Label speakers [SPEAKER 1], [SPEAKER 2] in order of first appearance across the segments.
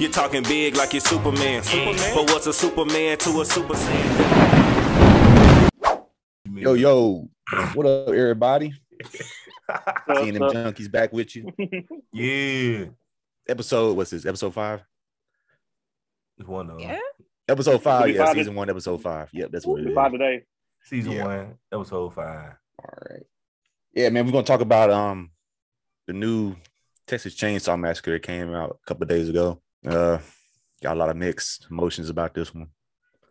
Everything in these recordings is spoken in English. [SPEAKER 1] You're talking big like you're Superman. Superman? But what's a Superman to a Super Saiyan?
[SPEAKER 2] Yo, yo, what up, everybody? Seeing them
[SPEAKER 3] Uh,
[SPEAKER 2] junkies back with you.
[SPEAKER 4] Yeah.
[SPEAKER 2] Episode, what's this? Episode five?
[SPEAKER 4] It's one of
[SPEAKER 5] Yeah.
[SPEAKER 2] Episode five,
[SPEAKER 3] be
[SPEAKER 2] yeah,
[SPEAKER 3] five.
[SPEAKER 2] season one, episode five. Yep, that's what it is.
[SPEAKER 3] by
[SPEAKER 2] All
[SPEAKER 3] today.
[SPEAKER 4] season
[SPEAKER 2] Yeah.
[SPEAKER 4] one, episode five.
[SPEAKER 2] right. Yeah, man, we're gonna talk about um the new Texas Chainsaw Massacre that came out a couple days ago. Uh, got a lot of mixed emotions about this one.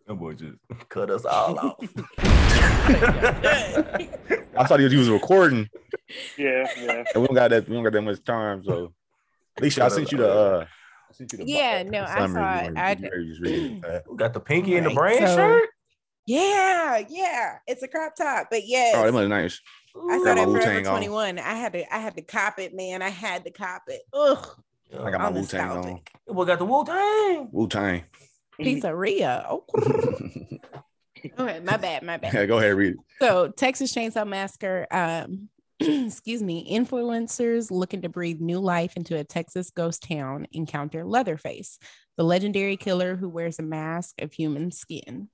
[SPEAKER 4] That boy just cut us all off.
[SPEAKER 2] I thought he was recording,
[SPEAKER 3] Yeah, yeah.
[SPEAKER 2] and we don't got that. We don't got that much time, so. Alicia, I sent you the. Uh, I sent you the
[SPEAKER 5] Yeah, no, I
[SPEAKER 2] summary.
[SPEAKER 5] saw it.
[SPEAKER 2] You
[SPEAKER 5] I-
[SPEAKER 2] can just read it. Uh,
[SPEAKER 4] We got the pinky and the
[SPEAKER 5] Right,
[SPEAKER 4] brain
[SPEAKER 5] so-
[SPEAKER 4] shirt.
[SPEAKER 5] Yeah, yeah. It's a crop top, but yes.
[SPEAKER 2] Oh, that was nice.
[SPEAKER 5] I
[SPEAKER 2] Got
[SPEAKER 5] saw
[SPEAKER 2] my
[SPEAKER 5] that forever
[SPEAKER 2] Wu-Tang on.
[SPEAKER 5] 21. I had to I had to cop it, man. I had to cop it. Ugh.
[SPEAKER 2] I got my
[SPEAKER 5] I'm
[SPEAKER 2] Wu Tang on.
[SPEAKER 5] nostalgic.
[SPEAKER 4] That boy got the Wu Tang.
[SPEAKER 2] Wu Tang.
[SPEAKER 5] Pizzeria. Oh, okay, my bad, my bad.
[SPEAKER 2] yeah, go ahead, read it.
[SPEAKER 5] So Texas Chainsaw Massacre. Um, excuse me. Influencers looking to breathe new life into a Texas ghost town encounter Leatherface, the legendary killer who wears a mask of human skin.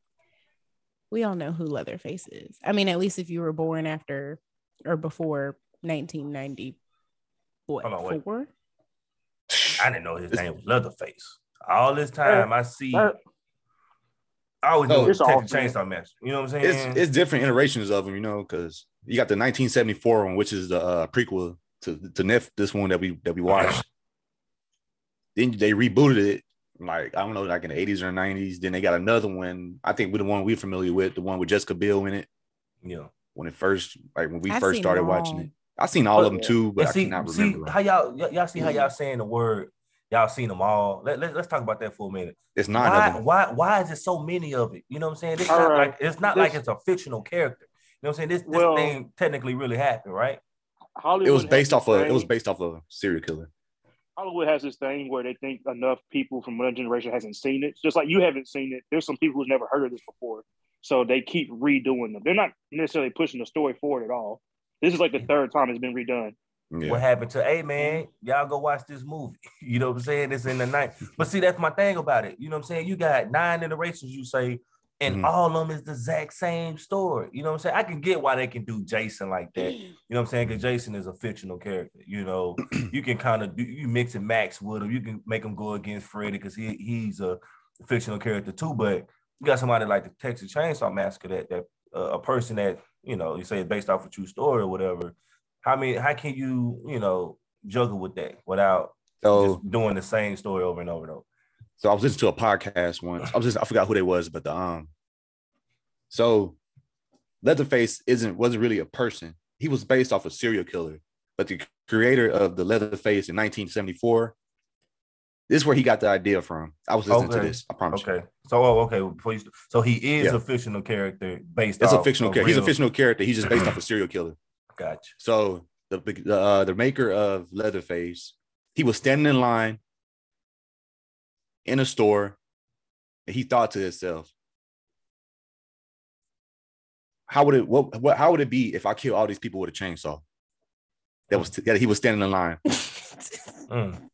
[SPEAKER 5] We all know who Leatherface is. I mean, at least if you were born after or before 1990. What,
[SPEAKER 4] Hold on, wait.
[SPEAKER 5] four?
[SPEAKER 4] I didn't know his name was Leatherface. All this time, I see. I
[SPEAKER 3] Hey.
[SPEAKER 4] always
[SPEAKER 2] No,
[SPEAKER 4] know
[SPEAKER 3] it's
[SPEAKER 4] it's Texas
[SPEAKER 3] awesome.
[SPEAKER 4] Chainsaw Massacre. You know what I'm saying?
[SPEAKER 2] it's it's different iterations of them, you know, because you got the 1974 one, which is the uh, prequel to to Nef, this one that we that we watched. then they rebooted it, like I don't know, like in the 80s or 90s. Then they got another one. I think we the one we're familiar with, the one with Jessica Biel in it.
[SPEAKER 4] yeah.
[SPEAKER 2] When it first, like when we
[SPEAKER 5] I've
[SPEAKER 2] first
[SPEAKER 5] seen
[SPEAKER 2] started
[SPEAKER 5] them
[SPEAKER 2] watching
[SPEAKER 5] all.
[SPEAKER 2] it, I seen all of them
[SPEAKER 3] Yeah.
[SPEAKER 2] too, but
[SPEAKER 4] And
[SPEAKER 2] I
[SPEAKER 4] see,
[SPEAKER 2] cannot
[SPEAKER 4] see
[SPEAKER 2] remember.
[SPEAKER 4] how y'all, y- y'all see how y'all saying the word. Y'all seen them all. Let, let, let's talk about that for a minute.
[SPEAKER 2] it's nine
[SPEAKER 4] Why,
[SPEAKER 2] of them.
[SPEAKER 4] why why is it so many of it? You know what I'm saying? It's
[SPEAKER 3] All
[SPEAKER 4] not
[SPEAKER 3] right.
[SPEAKER 4] like it's not like
[SPEAKER 3] This-
[SPEAKER 4] it's a fictional character. You know what I'm saying? This, this
[SPEAKER 3] Well-
[SPEAKER 4] thing technically really happened, right?
[SPEAKER 3] Hollywood
[SPEAKER 2] It was
[SPEAKER 3] has
[SPEAKER 2] based
[SPEAKER 3] this
[SPEAKER 2] off of it
[SPEAKER 3] thing-
[SPEAKER 2] was based off of a serial killer.
[SPEAKER 3] Hollywood has this thing where they think enough people from one generation hasn't seen it. Just like you haven't seen it, there's some people who's never heard of this before, so they keep redoing them. They're not necessarily pushing the story forward at all. This is like the third time it's been redone.
[SPEAKER 2] Yeah.
[SPEAKER 4] What happened to hey man, y'all go watch this movie. You know what I'm saying? It's in the night. But see, that's my thing about it. You know what I'm saying? You got nine iterations, you say, and
[SPEAKER 2] Mhm.
[SPEAKER 4] all of them is the exact same story. You know what I'm saying? I can get why they can do Jason like that. You know what I'm saying? Because Jason is a fictional character. You know, you can kind of do you mix and max with him. You can make him go against Freddy because he he's a fictional character too. But you got somebody like the Texas Chainsaw Massacre that that uh, a person that you know you say is based off a true story or whatever. How mean, how can you you know juggle with that without
[SPEAKER 2] So
[SPEAKER 4] just doing the same story over and over and over?
[SPEAKER 2] So I was listening to a podcast once. I was just I forgot who they was, but the um so Leatherface isn't wasn't really a person. He was based off a serial killer, but the creator of the Leatherface in 1974. This is where he got the idea from. I was listening to
[SPEAKER 4] Okay.
[SPEAKER 2] this. I promise. you.
[SPEAKER 4] Okay, so oh, okay, before you, st- so he is
[SPEAKER 2] Yeah.
[SPEAKER 4] a fictional character based.
[SPEAKER 2] It's a
[SPEAKER 4] off
[SPEAKER 2] fictional character. He's a
[SPEAKER 4] Oh, real-
[SPEAKER 2] fictional character. He's just based off a serial killer.
[SPEAKER 4] Gotcha.
[SPEAKER 2] So the big- the, uh, the maker of Leatherface, he was standing in line in a store, and he thought to himself, "How would it what, what how would it be if I kill all these people with a chainsaw?" That was that he was standing in line.
[SPEAKER 4] Mm.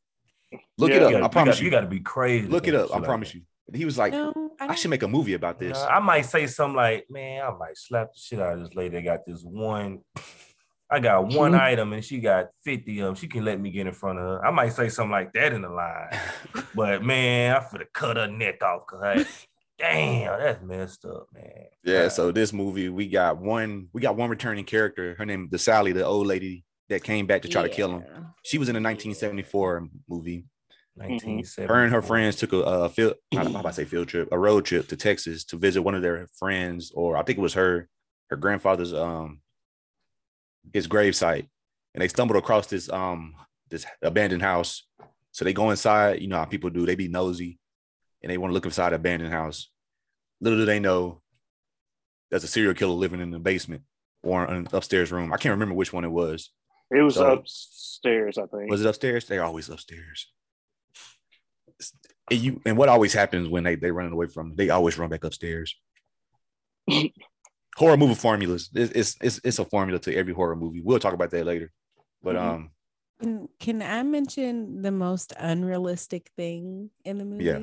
[SPEAKER 2] Look
[SPEAKER 3] Yeah,
[SPEAKER 2] it
[SPEAKER 3] you
[SPEAKER 2] up.
[SPEAKER 4] gotta-
[SPEAKER 2] I promise
[SPEAKER 4] gotta-
[SPEAKER 2] you.
[SPEAKER 4] You got to be crazy. to
[SPEAKER 2] Look
[SPEAKER 4] do
[SPEAKER 2] it up.
[SPEAKER 4] shit
[SPEAKER 2] I
[SPEAKER 4] like
[SPEAKER 2] promise
[SPEAKER 4] that.
[SPEAKER 2] you. And he was like,
[SPEAKER 5] No, I,
[SPEAKER 2] "I should make a movie about this."
[SPEAKER 4] Nah, I might say something like, man, I might slap the shit out of this lady. I got this one. I got one
[SPEAKER 2] Hmm?
[SPEAKER 5] Mhm.
[SPEAKER 4] item and she got 50 of them. She can let me get in front of her. I might say something like that in the line. But man, I could have cut her neck off. Cause I, damn, that's messed up, man.
[SPEAKER 2] Yeah, so this movie, we got one, we got one returning character. Her name is Sally, the old lady that came back to try to kill him.
[SPEAKER 5] yeah.
[SPEAKER 2] She was in a 1974 movie.
[SPEAKER 4] 1974.
[SPEAKER 2] Mm-hmm. Her and her friends took a, uh field, how about I say field trip, a road trip to Texas to visit one of their friends, or I think it was her, her grandfather's um his gravesite, and they stumbled across this um this abandoned house. So they go inside, you know how people do, they be nosy, and they want to look inside an abandoned house. Little do they know, there's a serial killer living in the basement or an upstairs room. I can't remember which one it was.
[SPEAKER 3] It was
[SPEAKER 2] So-
[SPEAKER 3] upstairs, I think.
[SPEAKER 2] Was it upstairs? They're always upstairs. And you and what always happens when they they running away from they always run back upstairs. horror
[SPEAKER 5] Mm-hmm.
[SPEAKER 2] movie formulas. It's, it's it's it's a formula to every horror movie. We'll talk about that later. But
[SPEAKER 3] Mhm.
[SPEAKER 2] um,
[SPEAKER 5] Can, can I mention the most unrealistic thing in the movie?
[SPEAKER 2] Yeah.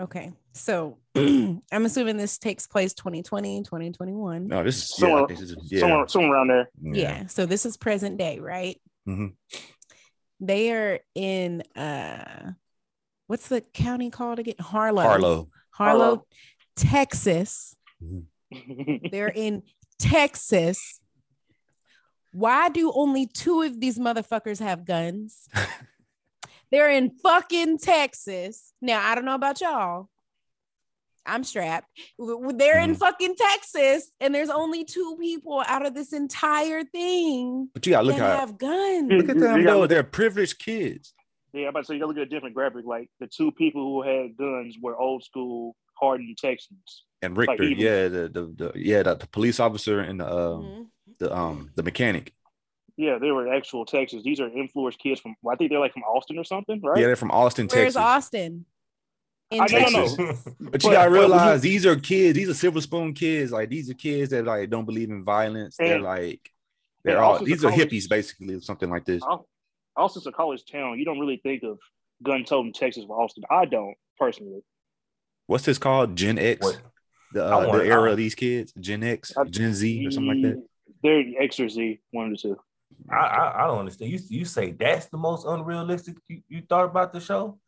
[SPEAKER 5] Okay. So I'm assuming this takes place 2020, 2021.
[SPEAKER 2] No, this is yeah,
[SPEAKER 3] Somewhere-
[SPEAKER 2] this is yeah,
[SPEAKER 3] somewhere, somewhere around there.
[SPEAKER 5] yeah. So this is present day, right?
[SPEAKER 2] Mhm.
[SPEAKER 5] They are in uh what's the county called again? Harlow.
[SPEAKER 2] Harlow.
[SPEAKER 5] Harlow,
[SPEAKER 3] Harlow.
[SPEAKER 5] Texas. They're in Texas. Why do only two of these motherfuckers have guns? They're in fucking Texas. Now, I don't know about y'all. I'm strapped. W- w- They're
[SPEAKER 2] Mm.
[SPEAKER 5] in fucking Texas, and there's only two people out of this entire thing
[SPEAKER 2] But you gotta look
[SPEAKER 5] that
[SPEAKER 2] how Mm.
[SPEAKER 5] have guns.
[SPEAKER 2] look at
[SPEAKER 3] You- you
[SPEAKER 2] them
[SPEAKER 3] gotta
[SPEAKER 2] though.
[SPEAKER 3] look-
[SPEAKER 2] They're privileged kids.
[SPEAKER 3] Yeah, I'm about to say you gotta look at a different graphic. Like the two people who had guns were old school hardened Texans.
[SPEAKER 2] And Richter,
[SPEAKER 3] even-
[SPEAKER 2] yeah, the, the, the yeah, the, the police officer and the um
[SPEAKER 5] Mhm.
[SPEAKER 2] the um the mechanic.
[SPEAKER 3] Yeah, they were actual Texans. These are influenced kids from well, I think they're like from Austin or something, right?
[SPEAKER 2] Yeah, they're from Austin,
[SPEAKER 5] Where's
[SPEAKER 2] Texas.
[SPEAKER 5] Austin? In
[SPEAKER 3] I don't know.
[SPEAKER 5] Texas.
[SPEAKER 2] But you
[SPEAKER 3] But-
[SPEAKER 2] gotta
[SPEAKER 3] but-
[SPEAKER 2] realize these are kids. These are silver spoon kids. Like these are kids that like don't believe in violence. they're
[SPEAKER 3] And-
[SPEAKER 2] like
[SPEAKER 3] and
[SPEAKER 2] they're all
[SPEAKER 3] also the
[SPEAKER 2] these are
[SPEAKER 3] college-
[SPEAKER 2] hippies basically, or something like this.
[SPEAKER 3] Al- Austin's a college town. You don't really think of gun toting Texas with Austin. I don't personally.
[SPEAKER 2] What's this called? Gen X.
[SPEAKER 4] What?
[SPEAKER 2] The,
[SPEAKER 4] I
[SPEAKER 2] uh,
[SPEAKER 4] wanna-
[SPEAKER 2] the era of these kids. Gen X,
[SPEAKER 3] I-
[SPEAKER 2] Gen Z, or something like that.
[SPEAKER 3] They're X or Z, one of the two.
[SPEAKER 4] I, I I don't understand. You you say that's the most unrealistic you, you thought about the show.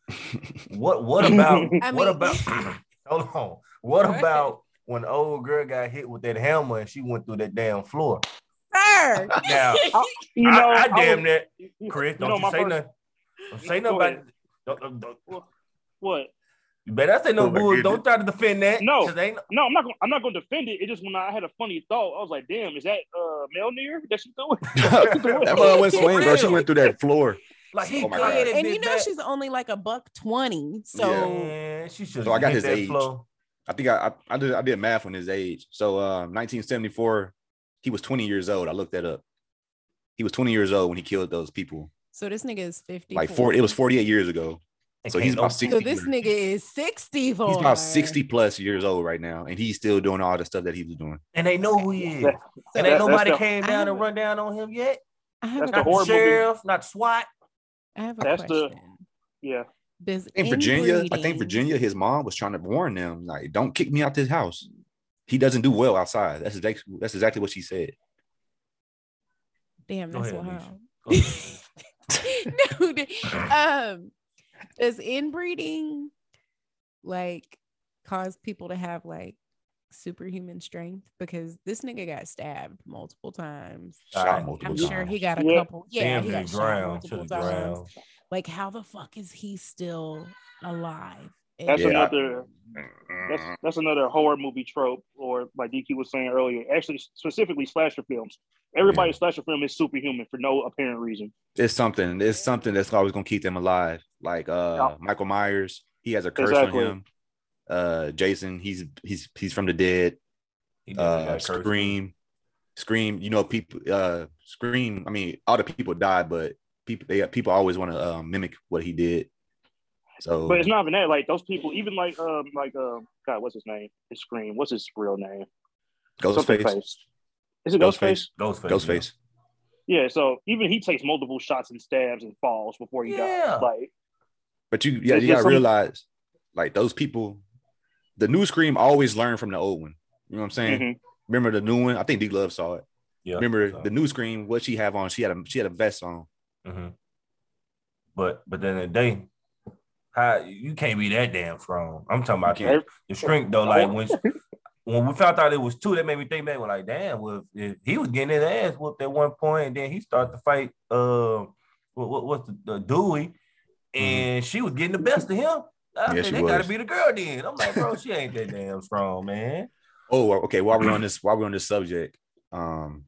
[SPEAKER 4] What what about
[SPEAKER 5] I
[SPEAKER 4] what
[SPEAKER 5] mean-
[SPEAKER 4] about hold on? What
[SPEAKER 5] Go ahead.
[SPEAKER 4] about when the old girl got hit with that hammer and she went through that damn floor?
[SPEAKER 5] Sir.
[SPEAKER 4] Now
[SPEAKER 2] Oh
[SPEAKER 3] You
[SPEAKER 4] I-
[SPEAKER 3] know,
[SPEAKER 4] I,
[SPEAKER 3] I
[SPEAKER 4] damn
[SPEAKER 3] was-
[SPEAKER 4] that
[SPEAKER 3] you-
[SPEAKER 4] Chris,
[SPEAKER 3] know,
[SPEAKER 4] don't you,
[SPEAKER 3] my
[SPEAKER 4] say
[SPEAKER 3] first-
[SPEAKER 4] nothing. Don't say nothing
[SPEAKER 3] Go
[SPEAKER 4] about
[SPEAKER 3] ahead.
[SPEAKER 4] don't- don't- don't-
[SPEAKER 3] What?
[SPEAKER 4] you better say no
[SPEAKER 2] Go ahead.
[SPEAKER 4] bull. Don't try to defend that.
[SPEAKER 3] No.
[SPEAKER 4] 'cause ain't-
[SPEAKER 3] No, I'm not. Gonna, I'm not going to defend it. It just when I had a funny thought, I was like, "Damn, is that uh, Melnir that she threw?"
[SPEAKER 2] that mother went swing, bro. She went through that floor.
[SPEAKER 4] like he
[SPEAKER 2] Oh my
[SPEAKER 4] cleared
[SPEAKER 2] God.
[SPEAKER 4] that
[SPEAKER 5] and you
[SPEAKER 4] bitch
[SPEAKER 5] know
[SPEAKER 4] back.
[SPEAKER 5] she's only like a buck 20. So
[SPEAKER 4] Man, she should.
[SPEAKER 2] So I got his
[SPEAKER 4] that
[SPEAKER 2] age.
[SPEAKER 4] Flow.
[SPEAKER 2] I think I, I I did I did math on his age. So uh, 1974, he was 20 years old. I looked that up. He was 20 years old when he killed those people.
[SPEAKER 5] so this nigga is 50.
[SPEAKER 2] Like four, it was 48 years ago. So he's about
[SPEAKER 5] So
[SPEAKER 2] 60.
[SPEAKER 5] this nigga is 64.
[SPEAKER 2] He's about 60 plus years old right now, and he's still doing all the stuff that he was doing.
[SPEAKER 4] and they know who he is. and
[SPEAKER 3] That- that-
[SPEAKER 4] ain't
[SPEAKER 3] that's
[SPEAKER 4] nobody
[SPEAKER 3] the-
[SPEAKER 4] came
[SPEAKER 5] I
[SPEAKER 4] down and
[SPEAKER 5] haven't-
[SPEAKER 4] run down on him yet.
[SPEAKER 5] I have,
[SPEAKER 3] That's
[SPEAKER 5] a,
[SPEAKER 3] the
[SPEAKER 4] Not the
[SPEAKER 3] horrible movie.
[SPEAKER 4] sheriff, not SWAT.
[SPEAKER 5] I have a
[SPEAKER 3] That's the-
[SPEAKER 5] question.
[SPEAKER 3] yeah,
[SPEAKER 5] Does
[SPEAKER 2] In Virginia, I
[SPEAKER 5] inbreeding-
[SPEAKER 2] think Virginia, his mom was trying to warn them, like, don't kick me out this house. He doesn't do well outside. That's exactly that's exactly what she said.
[SPEAKER 5] Damn,
[SPEAKER 4] Go
[SPEAKER 5] that's
[SPEAKER 4] ahead,
[SPEAKER 5] wild.
[SPEAKER 4] Alicia. Go ahead.
[SPEAKER 5] no, d- um, does inbreeding like cause people to have like superhuman strength? Because this nigga got stabbed multiple times.
[SPEAKER 2] Shot
[SPEAKER 4] Alright.
[SPEAKER 2] multiple
[SPEAKER 5] I'm sure he got a
[SPEAKER 3] Yeah.
[SPEAKER 5] couple. Yeah,
[SPEAKER 4] Damn,
[SPEAKER 5] he
[SPEAKER 4] he
[SPEAKER 5] got shot
[SPEAKER 4] drowned. Should
[SPEAKER 5] multiple
[SPEAKER 4] have
[SPEAKER 5] times.
[SPEAKER 4] drowned.
[SPEAKER 5] Like, how the fuck is he still alive? And-
[SPEAKER 3] that's
[SPEAKER 2] Yeah.
[SPEAKER 3] another. That's
[SPEAKER 2] times.
[SPEAKER 3] that's another horror movie trope, or like DQ was saying earlier. Actually, specifically slasher films. Everybody's slasher film is superhuman for no apparent reason.
[SPEAKER 2] It's something, it's something that's always gonna keep them alive. Like uh Michael Myers, he has a curse
[SPEAKER 3] Exactly.
[SPEAKER 2] on him. Uh Jason, he's he's he's from the dead.
[SPEAKER 4] He definitely
[SPEAKER 2] uh
[SPEAKER 4] got cursed.
[SPEAKER 2] scream scream you know people uh scream i mean all the people died but people they people always want to uh, mimic what he did so
[SPEAKER 3] But it's not even that. Like those people, even like um, like um, God, what's his name? His scream. What's his real name? Something
[SPEAKER 2] ghostface
[SPEAKER 3] face. Is it
[SPEAKER 2] Ghostface.
[SPEAKER 3] Ghostface?
[SPEAKER 4] Ghostface.
[SPEAKER 2] ghostface
[SPEAKER 3] Yeah. So even he takes multiple shots and stabs and falls before he
[SPEAKER 4] Yeah.
[SPEAKER 3] dies. Like
[SPEAKER 2] but you yeah
[SPEAKER 3] It's just
[SPEAKER 2] you gotta
[SPEAKER 3] some-
[SPEAKER 2] realize like those people the new scream always learn from the old one you know what i'm saying
[SPEAKER 3] mhm.
[SPEAKER 2] remember the new one i think d love saw it
[SPEAKER 4] Yeah.
[SPEAKER 2] remember
[SPEAKER 4] so,
[SPEAKER 2] the new scream what she have on she had a she had a vest on
[SPEAKER 4] mhm. But but then the day, how you can't be that damn strong. I'm talking about
[SPEAKER 2] can't.
[SPEAKER 4] the, the strength though. Like when when we found out it was two, that made me think back. Well, like damn, well, if, if he was getting his ass whooped at one point, and then he started to fight. Uh, what, what what's the, the Dewey, and she was getting the best of him. I
[SPEAKER 2] Yeah,
[SPEAKER 4] said,
[SPEAKER 2] Mm-hmm. she
[SPEAKER 4] they gotta
[SPEAKER 2] was.
[SPEAKER 4] be the girl then. I'm like, bro, she ain't that damn strong, man.
[SPEAKER 2] Oh, okay. While we're on this, while we're on this subject, um,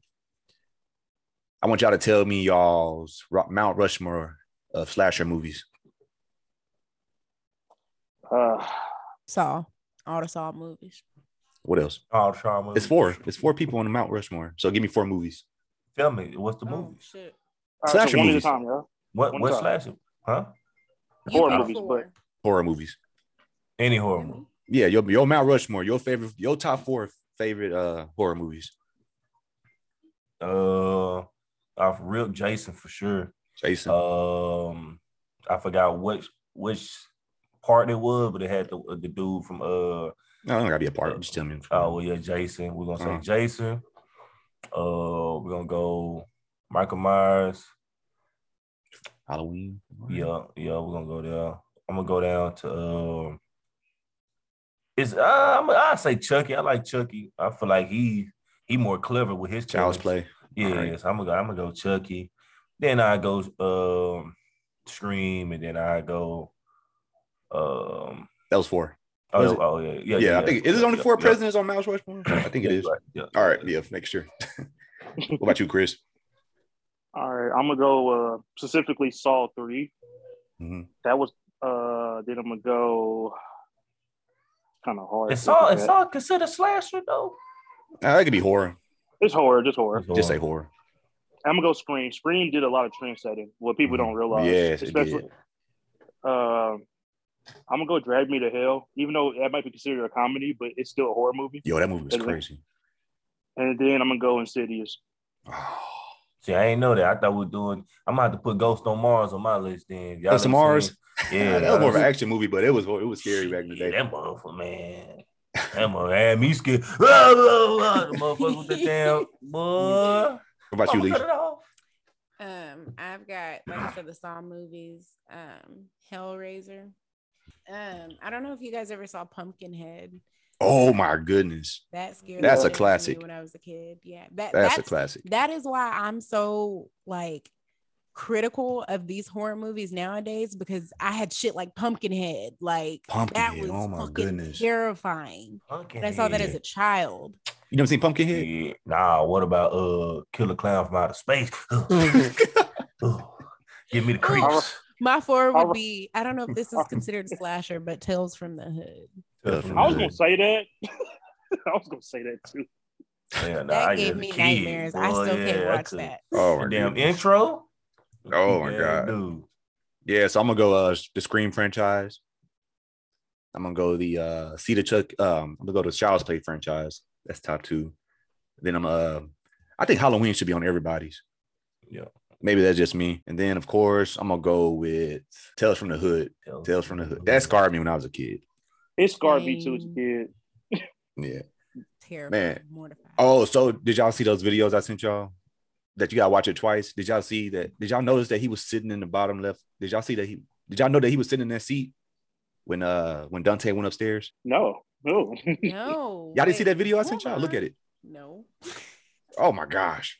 [SPEAKER 2] I want y'all to tell me y'all's Ro- Mount Rushmore of slasher movies.
[SPEAKER 3] Uh,
[SPEAKER 5] Saw all the Saw movies.
[SPEAKER 2] What else?
[SPEAKER 4] All trauma.
[SPEAKER 2] It's four. It's four people on the Mount Rushmore. So give me four movies.
[SPEAKER 4] Tell me, what's the
[SPEAKER 5] Oh
[SPEAKER 4] movie?
[SPEAKER 5] shit!
[SPEAKER 3] all right,
[SPEAKER 2] Slasher
[SPEAKER 3] so one at a
[SPEAKER 2] movies.
[SPEAKER 3] time, yo.
[SPEAKER 4] What
[SPEAKER 3] One
[SPEAKER 4] what
[SPEAKER 3] time.
[SPEAKER 4] slasher? Huh?
[SPEAKER 5] You
[SPEAKER 3] Horror
[SPEAKER 5] pick
[SPEAKER 3] movies, but-
[SPEAKER 5] four.
[SPEAKER 2] Horror movies.
[SPEAKER 4] Any horror movie.
[SPEAKER 2] Yeah, your your Mount Rushmore, your favorite, your top four favorite uh horror movies.
[SPEAKER 4] Uh, off real Jason for sure.
[SPEAKER 2] Jason.
[SPEAKER 4] Um, I forgot which which part it was, but it had the the dude from uh
[SPEAKER 2] no, I don't gotta be a part. Just tell me.
[SPEAKER 4] oh well yeah Jason. We're gonna say
[SPEAKER 2] Uh-huh.
[SPEAKER 4] Jason. Uh, we're gonna go Michael Myers.
[SPEAKER 2] Halloween.
[SPEAKER 4] Yeah, yeah, we're gonna go down. I'm gonna go down to um it's uh, I'm, I say Chucky. I like Chucky. I feel like he he more clever with his
[SPEAKER 2] Child's
[SPEAKER 4] killings.
[SPEAKER 2] Play.
[SPEAKER 4] Yeah,
[SPEAKER 2] Alright.
[SPEAKER 4] so I'm gonna go, I'm gonna go Chucky. Then I go um Scream and then I go um
[SPEAKER 2] That was four.
[SPEAKER 4] oh,
[SPEAKER 2] Was it-
[SPEAKER 4] oh yeah, yeah,
[SPEAKER 2] Yeah, I think is it only four presidents on Mouse Rushmore? I think it is.
[SPEAKER 4] Yeah.
[SPEAKER 2] All right, yeah, next year. what about you, Chris?
[SPEAKER 3] All right, I'm gonna go uh, specifically Saw three.
[SPEAKER 2] Mhm.
[SPEAKER 3] That was uh, then I'm gonna go kind of hard.
[SPEAKER 4] It's all it's all considered slasher though.
[SPEAKER 2] Nah, that could be horror.
[SPEAKER 3] It's horror, just horror.
[SPEAKER 2] Just say horror.
[SPEAKER 4] Mm-hmm.
[SPEAKER 3] I'm gonna go Scream. Scream did a lot of trend setting, what people don't realize.
[SPEAKER 2] Mm-hmm. Yes, it did.
[SPEAKER 3] Um, I'm gonna go Drag Me to Hell, even though that might be considered a comedy, but it's still a horror movie.
[SPEAKER 2] Yo, that movie was
[SPEAKER 3] It was-
[SPEAKER 2] crazy.
[SPEAKER 3] And then I'm gonna go Insidious.
[SPEAKER 2] Oh,
[SPEAKER 4] See, I ain't know that. I thought we are doing. I'm gonna have to put Ghost on Mars on my list then. Y'all
[SPEAKER 2] Ghost on
[SPEAKER 4] know what I'm
[SPEAKER 2] Mars?
[SPEAKER 4] saying? Yeah,
[SPEAKER 2] that was more of an
[SPEAKER 4] y'all-
[SPEAKER 2] action movie, but it was it was scary back in the
[SPEAKER 4] Yeah,
[SPEAKER 2] day.
[SPEAKER 4] That motherfucker, man. That motherfucker had me scared. Blah, blah, blah. The motherfucker with the damn boy.
[SPEAKER 2] What about you,
[SPEAKER 4] Mama, cut
[SPEAKER 2] Lee?
[SPEAKER 4] it off.
[SPEAKER 5] Um, I've got like I said, the Saw movies, um, Hellraiser. Um, I don't know if you guys ever saw Pumpkinhead.
[SPEAKER 2] Oh my goodness,
[SPEAKER 5] That scared.
[SPEAKER 2] That's a
[SPEAKER 5] the shit out of me
[SPEAKER 2] classic.
[SPEAKER 5] When I was a kid, yeah, that
[SPEAKER 2] that's,
[SPEAKER 5] that's,
[SPEAKER 2] a classic.
[SPEAKER 5] that is why I'm so like critical of these horror movies nowadays because I had shit like Pumpkinhead, like that
[SPEAKER 2] Pumpkinhead.
[SPEAKER 5] was
[SPEAKER 2] Oh my
[SPEAKER 5] fucking
[SPEAKER 2] goodness.
[SPEAKER 5] terrifying.
[SPEAKER 4] Pumpkin
[SPEAKER 5] And I saw that as a child.
[SPEAKER 2] You never seen Pumpkinhead?
[SPEAKER 4] Yeah. Nah, what about uh Killer Clown from Outer Space? Ugh. Give me the creeps.
[SPEAKER 5] My four would
[SPEAKER 3] Alright.
[SPEAKER 5] be I don't know if this is considered a slasher, but Tales from the Hood.
[SPEAKER 2] Definitely.
[SPEAKER 3] I was gonna say that. I was gonna say that too.
[SPEAKER 4] Yeah, nah,
[SPEAKER 5] that
[SPEAKER 4] I
[SPEAKER 5] gave
[SPEAKER 4] was a
[SPEAKER 5] me
[SPEAKER 4] kid,
[SPEAKER 5] nightmares. I
[SPEAKER 4] boy.
[SPEAKER 5] still can't
[SPEAKER 4] Yeah, I
[SPEAKER 5] watch
[SPEAKER 4] couldn't.
[SPEAKER 5] that.
[SPEAKER 2] Oh
[SPEAKER 4] The
[SPEAKER 2] my
[SPEAKER 4] damn
[SPEAKER 2] goodness.
[SPEAKER 4] intro.
[SPEAKER 2] Oh my
[SPEAKER 4] Yeah,
[SPEAKER 2] God.
[SPEAKER 4] dude.
[SPEAKER 2] Yeah, so I'm gonna go uh the Scream franchise. I'm gonna go the uh See the Chuck. Um, I'm gonna go the Child's Play franchise. That's top two. Then I'm uh, I think Halloween should be on everybody's.
[SPEAKER 4] Yeah.
[SPEAKER 2] Maybe that's just me. And then of course I'm gonna go with Tales from the Hood. Tales from the Hood. That scarred me when I was a kid.
[SPEAKER 3] It scarred me too as a kid.
[SPEAKER 2] Yeah.
[SPEAKER 5] Terrifying,
[SPEAKER 2] Man.
[SPEAKER 5] mortified.
[SPEAKER 2] Oh, so did y'all see those videos I sent y'all? That you gotta watch it twice. Did y'all see that? Did y'all notice that he was sitting in the bottom left? Did y'all see that he? Did y'all know that he was sitting in that seat when uh when Dante went upstairs?
[SPEAKER 3] No, no.
[SPEAKER 5] no.
[SPEAKER 2] Y'all didn't see
[SPEAKER 5] wait,
[SPEAKER 2] that video I sent
[SPEAKER 5] hold
[SPEAKER 2] y'all? Look
[SPEAKER 5] on.
[SPEAKER 2] at it.
[SPEAKER 5] No.
[SPEAKER 2] Oh my gosh.